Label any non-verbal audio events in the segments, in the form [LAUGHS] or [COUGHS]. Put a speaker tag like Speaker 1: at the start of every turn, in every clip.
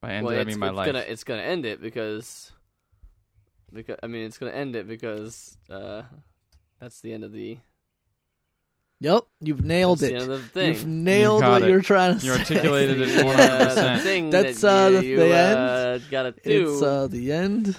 Speaker 1: By end,
Speaker 2: well,
Speaker 1: I
Speaker 2: it's,
Speaker 1: mean my
Speaker 2: it's
Speaker 1: life.
Speaker 2: gonna it's gonna end it because because I mean it's gonna end it because uh that's the end of the
Speaker 3: Yep, you've nailed
Speaker 2: that's
Speaker 3: it.
Speaker 2: the end of the
Speaker 3: You've
Speaker 2: thing.
Speaker 3: nailed
Speaker 1: You
Speaker 3: what
Speaker 1: got it.
Speaker 3: you're trying to
Speaker 1: You
Speaker 3: say.
Speaker 1: articulated it
Speaker 2: The, uh,
Speaker 1: 100%.
Speaker 2: thing
Speaker 3: That's,
Speaker 2: that
Speaker 3: uh, the-
Speaker 2: you,
Speaker 3: the end.
Speaker 2: uh, gotta do.
Speaker 3: [LAUGHS] It's uh, the end.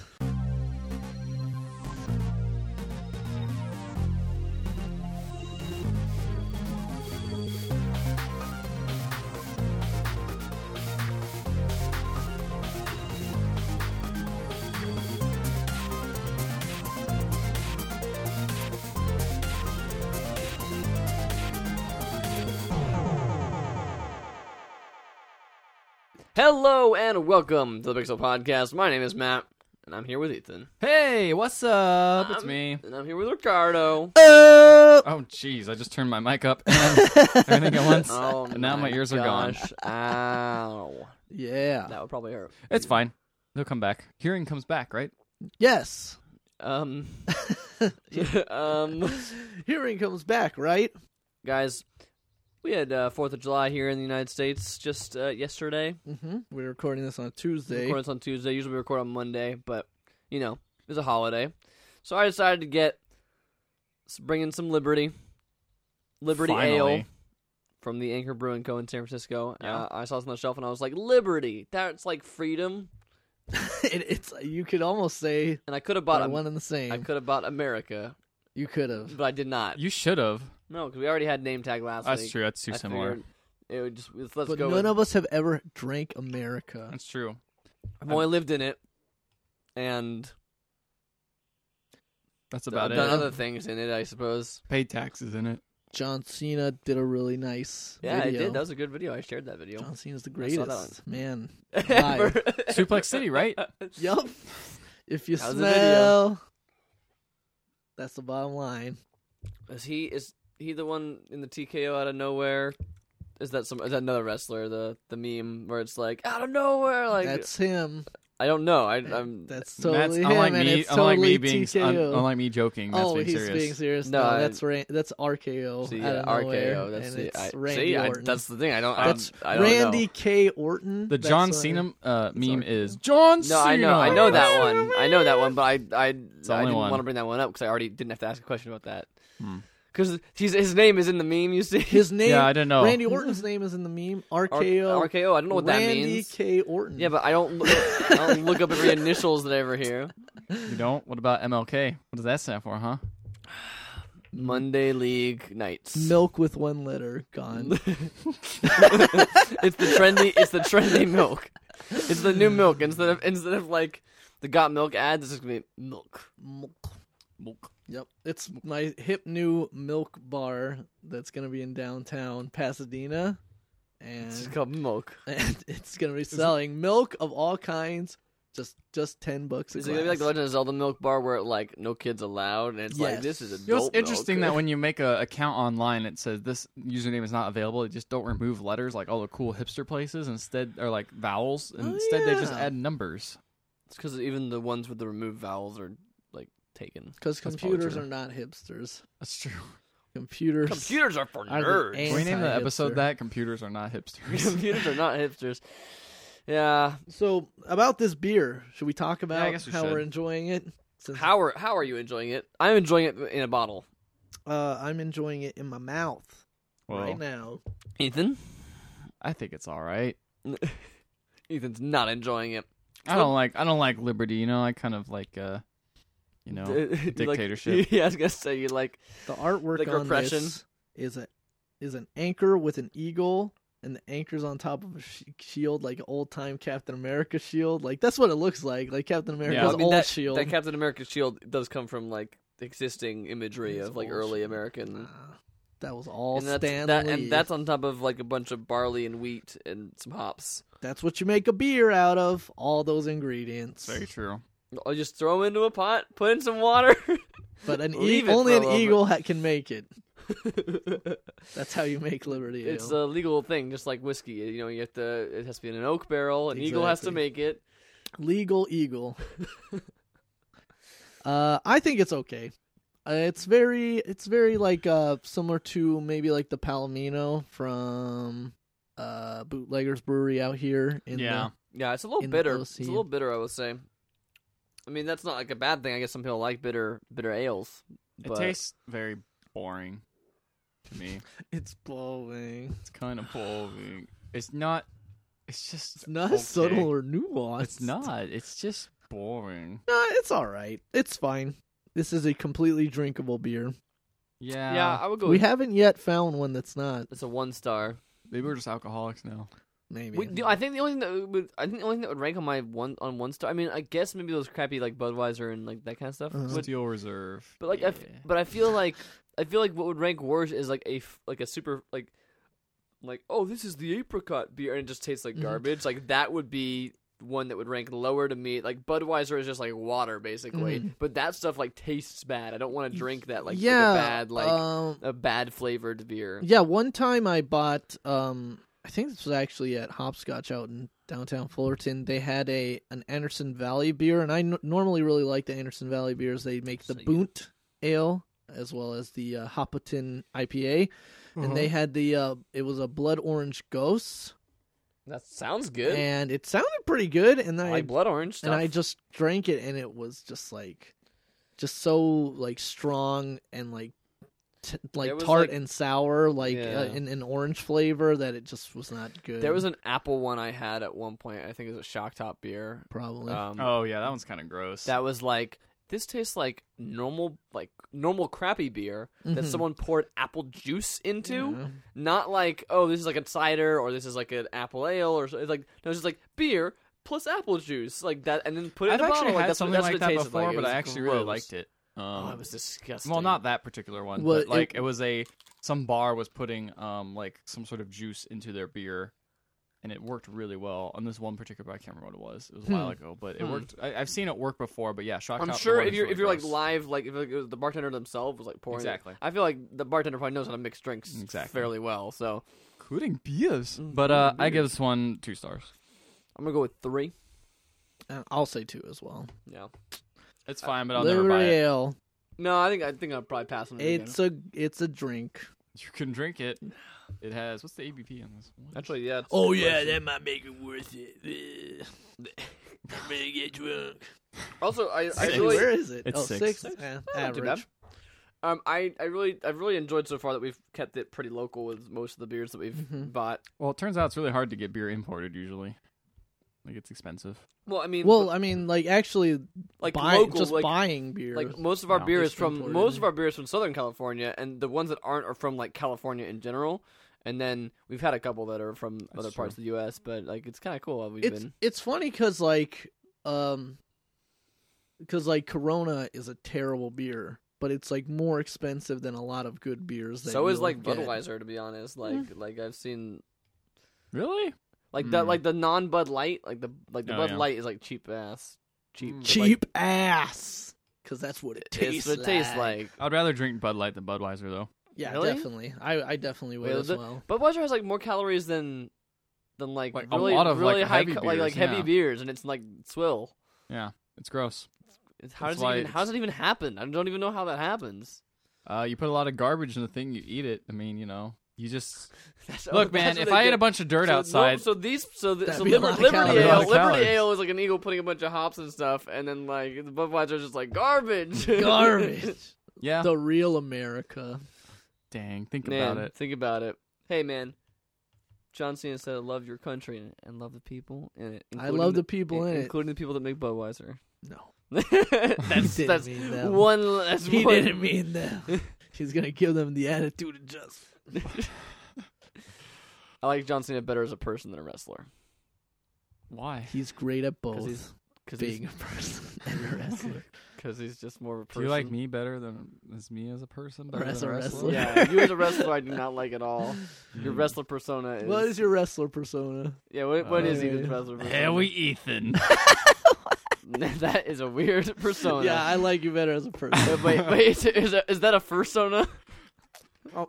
Speaker 2: Hello and welcome to the Pixel Podcast. My name is Matt, and I'm here with Ethan,
Speaker 1: hey, what's up? It's
Speaker 2: Um,
Speaker 1: me.
Speaker 2: and I'm here with Ricardo.
Speaker 3: Uh,
Speaker 1: Oh, jeez, I just turned my mic
Speaker 2: [LAUGHS]
Speaker 1: up [LAUGHS] and everything at once.
Speaker 2: Oh,
Speaker 1: and now my ears are gone.
Speaker 2: gosh. Ow,
Speaker 3: yeah.
Speaker 2: that would probably hurt.
Speaker 1: It's fine. They'll come back. Hearing comes back, right?
Speaker 3: Yes. [LAUGHS]
Speaker 2: Um, [LAUGHS] um,
Speaker 3: Hearing comes back, right?
Speaker 2: guys, we had uh, Fourth of July here in the United States just uh, yesterday.
Speaker 3: Mm-hmm. We're recording this on a
Speaker 2: We
Speaker 3: Tuesday.
Speaker 2: record this on Tuesday. Usually we record on Monday, but you know it's a holiday, so I decided to get s- bring in some Liberty, Liberty
Speaker 1: Finally.
Speaker 2: Ale from the Anchor Brewing Co. in San Francisco.
Speaker 1: Yeah.
Speaker 2: Uh, I saw this on the shelf and I was like, Liberty, that's like freedom.
Speaker 3: [LAUGHS] it, it's you could almost say
Speaker 2: And I could have bought
Speaker 3: but
Speaker 2: Am-
Speaker 3: one and the same.
Speaker 2: I could have bought America,
Speaker 3: you could have.
Speaker 2: but I did not.
Speaker 1: You should have.
Speaker 2: No, because we already had name tag last
Speaker 1: That's
Speaker 2: week.
Speaker 1: true. That's too
Speaker 2: I
Speaker 1: similar.
Speaker 2: figured It would just let's
Speaker 3: But
Speaker 2: go.
Speaker 3: none
Speaker 2: with-
Speaker 3: of us have ever drank America.
Speaker 1: That's true.
Speaker 2: I've only lived in it, and
Speaker 1: That's
Speaker 2: I've
Speaker 1: about
Speaker 2: done
Speaker 1: it.
Speaker 2: other things in it, I suppose.
Speaker 1: Paid taxes in it.
Speaker 3: John Cena did a really nice
Speaker 2: Yeah, I
Speaker 3: video.
Speaker 2: did. That was a good video. I shared that video.
Speaker 3: John Cena's the
Speaker 2: I saw that
Speaker 3: greatest. Man.
Speaker 2: [LAUGHS] Ever. [LAUGHS]
Speaker 1: Suplex City, right?
Speaker 3: Yup. [LAUGHS] If you
Speaker 2: That was a video.
Speaker 3: smell That's the bottom line.
Speaker 2: Is he is he the one in the TKO out of nowhere? Is that some? Is that another wrestler? The the meme where it's like out of nowhere. Like
Speaker 3: that's him.
Speaker 2: I don't know. I, I'm
Speaker 3: That's
Speaker 1: That's
Speaker 3: totally him,
Speaker 1: unlike
Speaker 3: and
Speaker 1: me.
Speaker 3: it's
Speaker 1: Unlike
Speaker 3: totally
Speaker 1: me being.
Speaker 3: TKO.
Speaker 1: un- unlike me joking. That's
Speaker 3: oh,
Speaker 1: being
Speaker 3: he's
Speaker 1: serious.
Speaker 3: being serious.
Speaker 2: No,
Speaker 3: No,
Speaker 2: I-
Speaker 3: that's Ran- that's [LAUGHS] RKO.
Speaker 2: see,
Speaker 3: out
Speaker 2: yeah,
Speaker 3: of
Speaker 2: RKO.
Speaker 3: nowhere,
Speaker 2: that's
Speaker 3: and
Speaker 2: the,
Speaker 3: it's
Speaker 2: I,
Speaker 3: Randy
Speaker 2: see, I,
Speaker 3: Orton.
Speaker 2: that's the thing. I don't.
Speaker 3: That's
Speaker 2: I don't, I don't
Speaker 3: Randy
Speaker 2: know.
Speaker 3: K. Orton.
Speaker 1: The
Speaker 3: That's
Speaker 1: John
Speaker 3: what I-
Speaker 1: Cena uh, meme
Speaker 3: our-
Speaker 1: is John Cena.
Speaker 2: No, I know, I know that one. I know that one, but I, I, I didn't
Speaker 1: the only one.
Speaker 2: want to bring that one up because I already didn't have to ask a question about that.
Speaker 1: Hmm.
Speaker 2: Because his his name is in the meme. You see,
Speaker 3: His name.
Speaker 1: Yeah, I didn't know.
Speaker 3: [LAUGHS] Randy Orton's name is in the meme.
Speaker 2: [LAUGHS] R-
Speaker 3: RKO.
Speaker 2: RKO. I don't know what
Speaker 3: Randy
Speaker 2: that means.
Speaker 3: K. Orton.
Speaker 2: Yeah, but I don't. Look, I don't look up every initials that I ever hear.
Speaker 1: You don't. What about MLK? What does that stand for, huh?
Speaker 2: Monday League Nights.
Speaker 3: [LAUGHS] milk with one letter gone.
Speaker 2: [LAUGHS]
Speaker 1: [LAUGHS]
Speaker 2: It's the trendy. It's the trendy milk. It's the new milk instead of instead of like the got milk ads. It's just gonna be milk.
Speaker 3: Milk.
Speaker 1: Milk.
Speaker 3: Yep, it's my hip new milk bar that's gonna be in downtown Pasadena, and
Speaker 2: It's just called milk.
Speaker 3: [LAUGHS] and it's gonna be selling milk of all kinds, just just ten bucks. A
Speaker 2: Is it gonna be like the
Speaker 3: glass.
Speaker 2: Legend of Zelda milk bar where like no kids allowed and it's like
Speaker 3: Yes.
Speaker 2: this is
Speaker 1: You know,
Speaker 2: adult
Speaker 1: it's interesting
Speaker 2: milk.
Speaker 1: that when you make a account online, it says this username is not available. They just don't remove letters like all the cool hipster places. Instead, or like vowels. And
Speaker 3: Oh,
Speaker 1: instead, they just
Speaker 3: yeah.
Speaker 1: add numbers.
Speaker 2: It's because even the ones with the removed vowels are like taken.
Speaker 3: because
Speaker 1: That's
Speaker 3: computers
Speaker 1: probably
Speaker 3: are not hipsters.
Speaker 1: That's
Speaker 3: [LAUGHS]
Speaker 1: true.
Speaker 3: Computers.
Speaker 2: Computers are for
Speaker 3: Are the
Speaker 2: nerds.
Speaker 1: Can we name the episode
Speaker 3: Anti-hipster.
Speaker 1: that computers are not
Speaker 3: [LAUGHS]
Speaker 1: hipsters? [LAUGHS]
Speaker 2: [LAUGHS] Computers are not hipsters. Yeah.
Speaker 3: So about this beer, should we talk about
Speaker 1: guess we
Speaker 3: how
Speaker 1: should.
Speaker 3: we're enjoying it? Since,
Speaker 2: How are how are you enjoying it? I'm enjoying it in a bottle.
Speaker 3: uh, I'm enjoying it in my mouth
Speaker 1: well,
Speaker 3: right now.
Speaker 2: Ethan.
Speaker 1: I think it's all right.
Speaker 2: Ethan's not enjoying it.
Speaker 1: I don't like. I don't like liberty. You know, I kind of like. uh You know,
Speaker 2: You [LAUGHS] like-
Speaker 1: dictatorship.
Speaker 2: [LAUGHS] yeah, I was gonna say you like
Speaker 3: The artwork
Speaker 2: Like
Speaker 3: on
Speaker 2: repression.
Speaker 3: this is a is an anchor with an eagle, and the anchor's on top of a sh- shield, like old time Captain America shield. Like that's what it looks like, like Captain America's
Speaker 1: Well, I
Speaker 3: old
Speaker 2: that,
Speaker 3: shield.
Speaker 2: that Captain America shield does come from like existing imagery
Speaker 3: It's
Speaker 2: of like
Speaker 3: old
Speaker 2: early
Speaker 3: shield.
Speaker 2: American
Speaker 3: Nah, that was all
Speaker 2: and that's,
Speaker 3: Stan
Speaker 2: that-
Speaker 3: Lee.
Speaker 2: and that's on top of like a bunch of barley and wheat and some hops.
Speaker 3: That's what you make a beer out of. All those ingredients,
Speaker 1: It's very true.
Speaker 2: I'll just throw 'em into a pot, put in some water.
Speaker 3: [LAUGHS]
Speaker 2: [LAUGHS]
Speaker 3: but an e-
Speaker 2: Leave it
Speaker 3: only
Speaker 2: for a
Speaker 3: an
Speaker 2: moment.
Speaker 3: eagle ha- can make it. That's how you make liberty.
Speaker 2: it's
Speaker 1: uh,
Speaker 3: Ale.
Speaker 2: a legal thing, just like whiskey. You know, you have to. It has to be in an oak barrel. An eagle has to
Speaker 3: Exactly.
Speaker 2: make it.
Speaker 3: legal
Speaker 1: [LAUGHS]
Speaker 3: eagle. uh, I think it's okay. Uh, it's very, it's very like uh, similar to maybe like the Palomino from uh, Bootleggers Brewery out here in
Speaker 1: Yeah.
Speaker 2: Yeah, it's a little
Speaker 3: in the
Speaker 2: bitter.
Speaker 3: OC.
Speaker 2: It's a little bitter, I would say. I mean, that's not like a bad thing. I guess some people like bitter bitter ales.
Speaker 1: It
Speaker 2: But
Speaker 1: tastes very boring to me.
Speaker 3: It's blowing.
Speaker 1: It's kind of boring. It's not. It's just
Speaker 3: It's not
Speaker 1: okay.
Speaker 3: subtle or nuanced.
Speaker 1: It's not. It's just boring.
Speaker 3: Nah, it's all right. It's fine. This is a completely drinkable beer.
Speaker 1: Yeah.
Speaker 2: yeah, I would go.
Speaker 3: We
Speaker 2: with
Speaker 3: haven't yet found one that's not.
Speaker 2: it's a one star.
Speaker 1: Maybe we're just alcoholics now.
Speaker 3: Maybe.
Speaker 2: We, do- I think the only thing that would, I think the only thing that would rank on my one on one star. I mean, I guess maybe those crappy like Budweiser and like that kind of stuff.
Speaker 3: Uh-huh.
Speaker 2: Would-
Speaker 1: Steel Reserve.
Speaker 2: but like, I f
Speaker 1: Yeah.
Speaker 2: but I
Speaker 3: [LAUGHS]
Speaker 2: feel like I feel like what would rank worse is like a f- like a super like like oh this is the apricot beer and it just tastes like
Speaker 3: Mhm.
Speaker 2: garbage. Like that would be one that would rank lower to me. Like Budweiser is just like water basically,
Speaker 3: Mhm.
Speaker 2: but that stuff like tastes bad. I don't want to drink that like, like,
Speaker 3: yeah,
Speaker 2: a bad like uh,
Speaker 3: um,
Speaker 2: a bad flavored beer.
Speaker 3: Yeah, one time I bought. Um, I think this was actually at Hopscotch out in downtown Fullerton. They had a an Anderson Valley beer, and I n- normally really like the Anderson Valley beers. They make the
Speaker 2: So you-
Speaker 3: Boont Ale as well as the uh, Hopperton IPA,
Speaker 2: Uh-huh.
Speaker 3: and they had the. Uh, it was a Blood Orange Ghost,
Speaker 2: That sounds good.
Speaker 3: and it sounded pretty good. And then
Speaker 2: I
Speaker 3: I
Speaker 2: like blood orange stuff.
Speaker 3: and I just drank it, and it was just like, just so like strong and like, t- like
Speaker 2: was,
Speaker 3: tart
Speaker 2: like-
Speaker 3: and sour, like
Speaker 2: Yeah.
Speaker 3: uh, in an orange flavor that it just was not good.
Speaker 2: there was an apple one I had at one point. I think it was a shock top beer.
Speaker 3: probably
Speaker 2: Um,
Speaker 1: Oh yeah, that one's kind of gross.
Speaker 2: that was like this tastes like normal like normal crappy beer
Speaker 1: Mm-hmm.
Speaker 2: that
Speaker 3: Mhm.
Speaker 2: someone poured apple juice into
Speaker 3: Yeah.
Speaker 2: not like oh this is like a cider or this is like an apple ale or so- it's like no it's just like beer plus apple juice like that and then put it
Speaker 1: I've
Speaker 2: in a
Speaker 1: actually
Speaker 2: bottle
Speaker 1: had
Speaker 2: like that's
Speaker 1: something
Speaker 2: what, that's
Speaker 1: like
Speaker 2: what
Speaker 1: that
Speaker 2: it tasted
Speaker 1: before,
Speaker 2: like. It
Speaker 1: but I
Speaker 2: was
Speaker 1: actually
Speaker 2: gross.
Speaker 1: really liked it. Um,
Speaker 2: oh it was disgusting
Speaker 1: well, not that particular one,
Speaker 3: Well,
Speaker 1: but like
Speaker 3: it-
Speaker 1: it, was a some bar was putting um like some sort of juice into their beer, and it worked really well on this one particular. I can't remember what it was. It was a while ago, but it
Speaker 2: Hmm.
Speaker 1: worked. I, I've seen it work before, but yeah, shock.
Speaker 2: I'm
Speaker 1: top, the
Speaker 2: sure
Speaker 1: one
Speaker 2: if
Speaker 1: is
Speaker 2: you're
Speaker 1: really
Speaker 2: if you're like
Speaker 1: gross.
Speaker 2: live, like if like, it was the bartender themselves was like pouring. it.
Speaker 1: Exactly.
Speaker 2: I feel like the bartender probably knows how to mix drinks
Speaker 1: Exactly.
Speaker 2: fairly well. So
Speaker 1: including beers,
Speaker 2: Mm,
Speaker 1: but uh,
Speaker 2: including
Speaker 1: I give
Speaker 2: beers.
Speaker 1: this one two stars.
Speaker 2: I'm gonna go with three.
Speaker 3: Uh, I'll say two as well.
Speaker 2: Yeah.
Speaker 1: It's fine, but I'll never
Speaker 3: Liver
Speaker 1: buy it.
Speaker 3: ale.
Speaker 2: No, I think I think I'll probably pass on it. again.
Speaker 3: It's a it's a drink.
Speaker 1: You can drink it. It has what's the ABP on this? one?
Speaker 2: actually yeah. it's
Speaker 3: Oh
Speaker 2: depressing.
Speaker 3: yeah, that might make it worth it. [LAUGHS] I'm gonna get drunk.
Speaker 2: Also, I, I
Speaker 1: Six.
Speaker 2: really
Speaker 3: Where is it?
Speaker 1: It's
Speaker 3: oh,
Speaker 1: six.
Speaker 3: six.
Speaker 1: Six.
Speaker 3: Eh,
Speaker 2: not too
Speaker 3: average.
Speaker 2: um I, I really I've really enjoyed so far that we've kept it pretty local with most of the beers that we've
Speaker 3: Mhm.
Speaker 2: bought.
Speaker 1: Well, it turns out it's really hard to get beer imported usually. Like it's expensive.
Speaker 2: Well, I mean,
Speaker 3: Well, I mean, like actually,
Speaker 2: like
Speaker 3: buy,
Speaker 2: local,
Speaker 3: just
Speaker 2: like
Speaker 3: buying beer.
Speaker 2: like most of our
Speaker 1: No.
Speaker 2: beer is
Speaker 3: Just
Speaker 2: from
Speaker 3: imported,
Speaker 2: most
Speaker 3: yeah.
Speaker 2: of our beer is from Southern California, and the ones that aren't are from like California in general. And then we've had a couple that are from other parts of the U.S., but like it's kind of cool how we've
Speaker 3: it's
Speaker 2: been.
Speaker 3: it's funny because like um because like corona is a terrible beer but it's like more expensive than a lot of good beers that
Speaker 2: So is
Speaker 3: you'll
Speaker 2: like
Speaker 3: get.
Speaker 2: Budweiser, to be honest. Like like I've seen
Speaker 1: Really?
Speaker 2: like that
Speaker 3: Hmm.
Speaker 1: Mm.
Speaker 2: like the non Bud Light, like the like the
Speaker 1: Oh,
Speaker 2: Bud
Speaker 1: yeah.
Speaker 2: Light is like cheap ass, cheap but, like,
Speaker 3: cheap ass because that's what it
Speaker 2: It's
Speaker 3: tastes
Speaker 2: what it
Speaker 3: like.
Speaker 2: tastes like.
Speaker 1: I'd rather drink Bud Light than Budweiser though.
Speaker 3: yeah
Speaker 2: Really?
Speaker 3: definitely i i definitely would
Speaker 2: Wait,
Speaker 3: as
Speaker 2: the- [LAUGHS]
Speaker 3: well
Speaker 2: Budweiser has like more calories than than like,
Speaker 1: Like, a
Speaker 2: really
Speaker 1: lot of, like,
Speaker 2: really high
Speaker 1: heavy
Speaker 2: ca- like like
Speaker 1: beers,
Speaker 2: heavy
Speaker 1: yeah.
Speaker 2: beers, and it's like swill.
Speaker 1: It's gross.
Speaker 2: It's, how
Speaker 1: That's
Speaker 2: does it
Speaker 1: why
Speaker 2: even, how
Speaker 1: it's-
Speaker 2: does it even happen? I don't even know how that happens. [LAUGHS]
Speaker 1: Uh, you put a lot of garbage in the thing, you eat it. I mean, you know, you just
Speaker 2: [LAUGHS] That's-
Speaker 1: look, man.
Speaker 2: that's what
Speaker 1: If
Speaker 2: they
Speaker 1: I
Speaker 2: do.
Speaker 1: ate a bunch of dirt
Speaker 2: so, no,
Speaker 1: outside,
Speaker 2: so these so, the,
Speaker 3: That'd
Speaker 2: so
Speaker 3: be a
Speaker 2: Liber-
Speaker 3: lot of
Speaker 2: Liberty
Speaker 1: calories. That'd be
Speaker 2: Ale
Speaker 1: a lot of
Speaker 2: Liberty
Speaker 1: calories.
Speaker 2: Ale is like an eagle putting a bunch of hops and stuff, and then like the Budweiser's just like garbage,
Speaker 3: [LAUGHS]
Speaker 2: [LAUGHS]
Speaker 3: garbage
Speaker 1: yeah.
Speaker 3: the real america
Speaker 1: Dang, think
Speaker 2: man,
Speaker 1: about it.
Speaker 2: think about it. Hey, man. John Cena said, "I love your country and, and love the people in it."
Speaker 3: i
Speaker 2: including
Speaker 3: love the people in it
Speaker 2: including the people that make Budweiser. [LAUGHS]
Speaker 3: no
Speaker 2: that's
Speaker 3: didn't
Speaker 2: that's
Speaker 3: mean them.
Speaker 2: one. That's
Speaker 3: he
Speaker 2: one.
Speaker 3: didn't
Speaker 2: [LAUGHS]
Speaker 3: mean that he's gonna give them the attitude of justice
Speaker 2: I like John Cena better as a person than a wrestler
Speaker 1: Why?
Speaker 3: he's great at both
Speaker 2: because he's because
Speaker 3: being
Speaker 2: he's,
Speaker 3: a person [LAUGHS] and a wrestler.
Speaker 2: because he's just more of a
Speaker 1: Do
Speaker 2: person.
Speaker 1: you like me better than as me as a person? Better
Speaker 3: as
Speaker 1: than
Speaker 3: a wrestler? [LAUGHS]
Speaker 2: Yeah, you as a wrestler, I do not like at all. Your wrestler persona is.
Speaker 3: Hmm. What is your wrestler persona?
Speaker 2: yeah, what, what is
Speaker 3: Uh,
Speaker 2: Ethan's wrestler persona?
Speaker 1: Hey, we Ethan.
Speaker 2: [LAUGHS]
Speaker 1: [LAUGHS]
Speaker 2: that is a weird [LAUGHS] persona.
Speaker 3: Yeah, I like you better as
Speaker 2: [LAUGHS]
Speaker 3: a person.
Speaker 2: Wait, wait,
Speaker 3: [LAUGHS]
Speaker 2: wait, is, is, that, is that a fursona?
Speaker 1: oh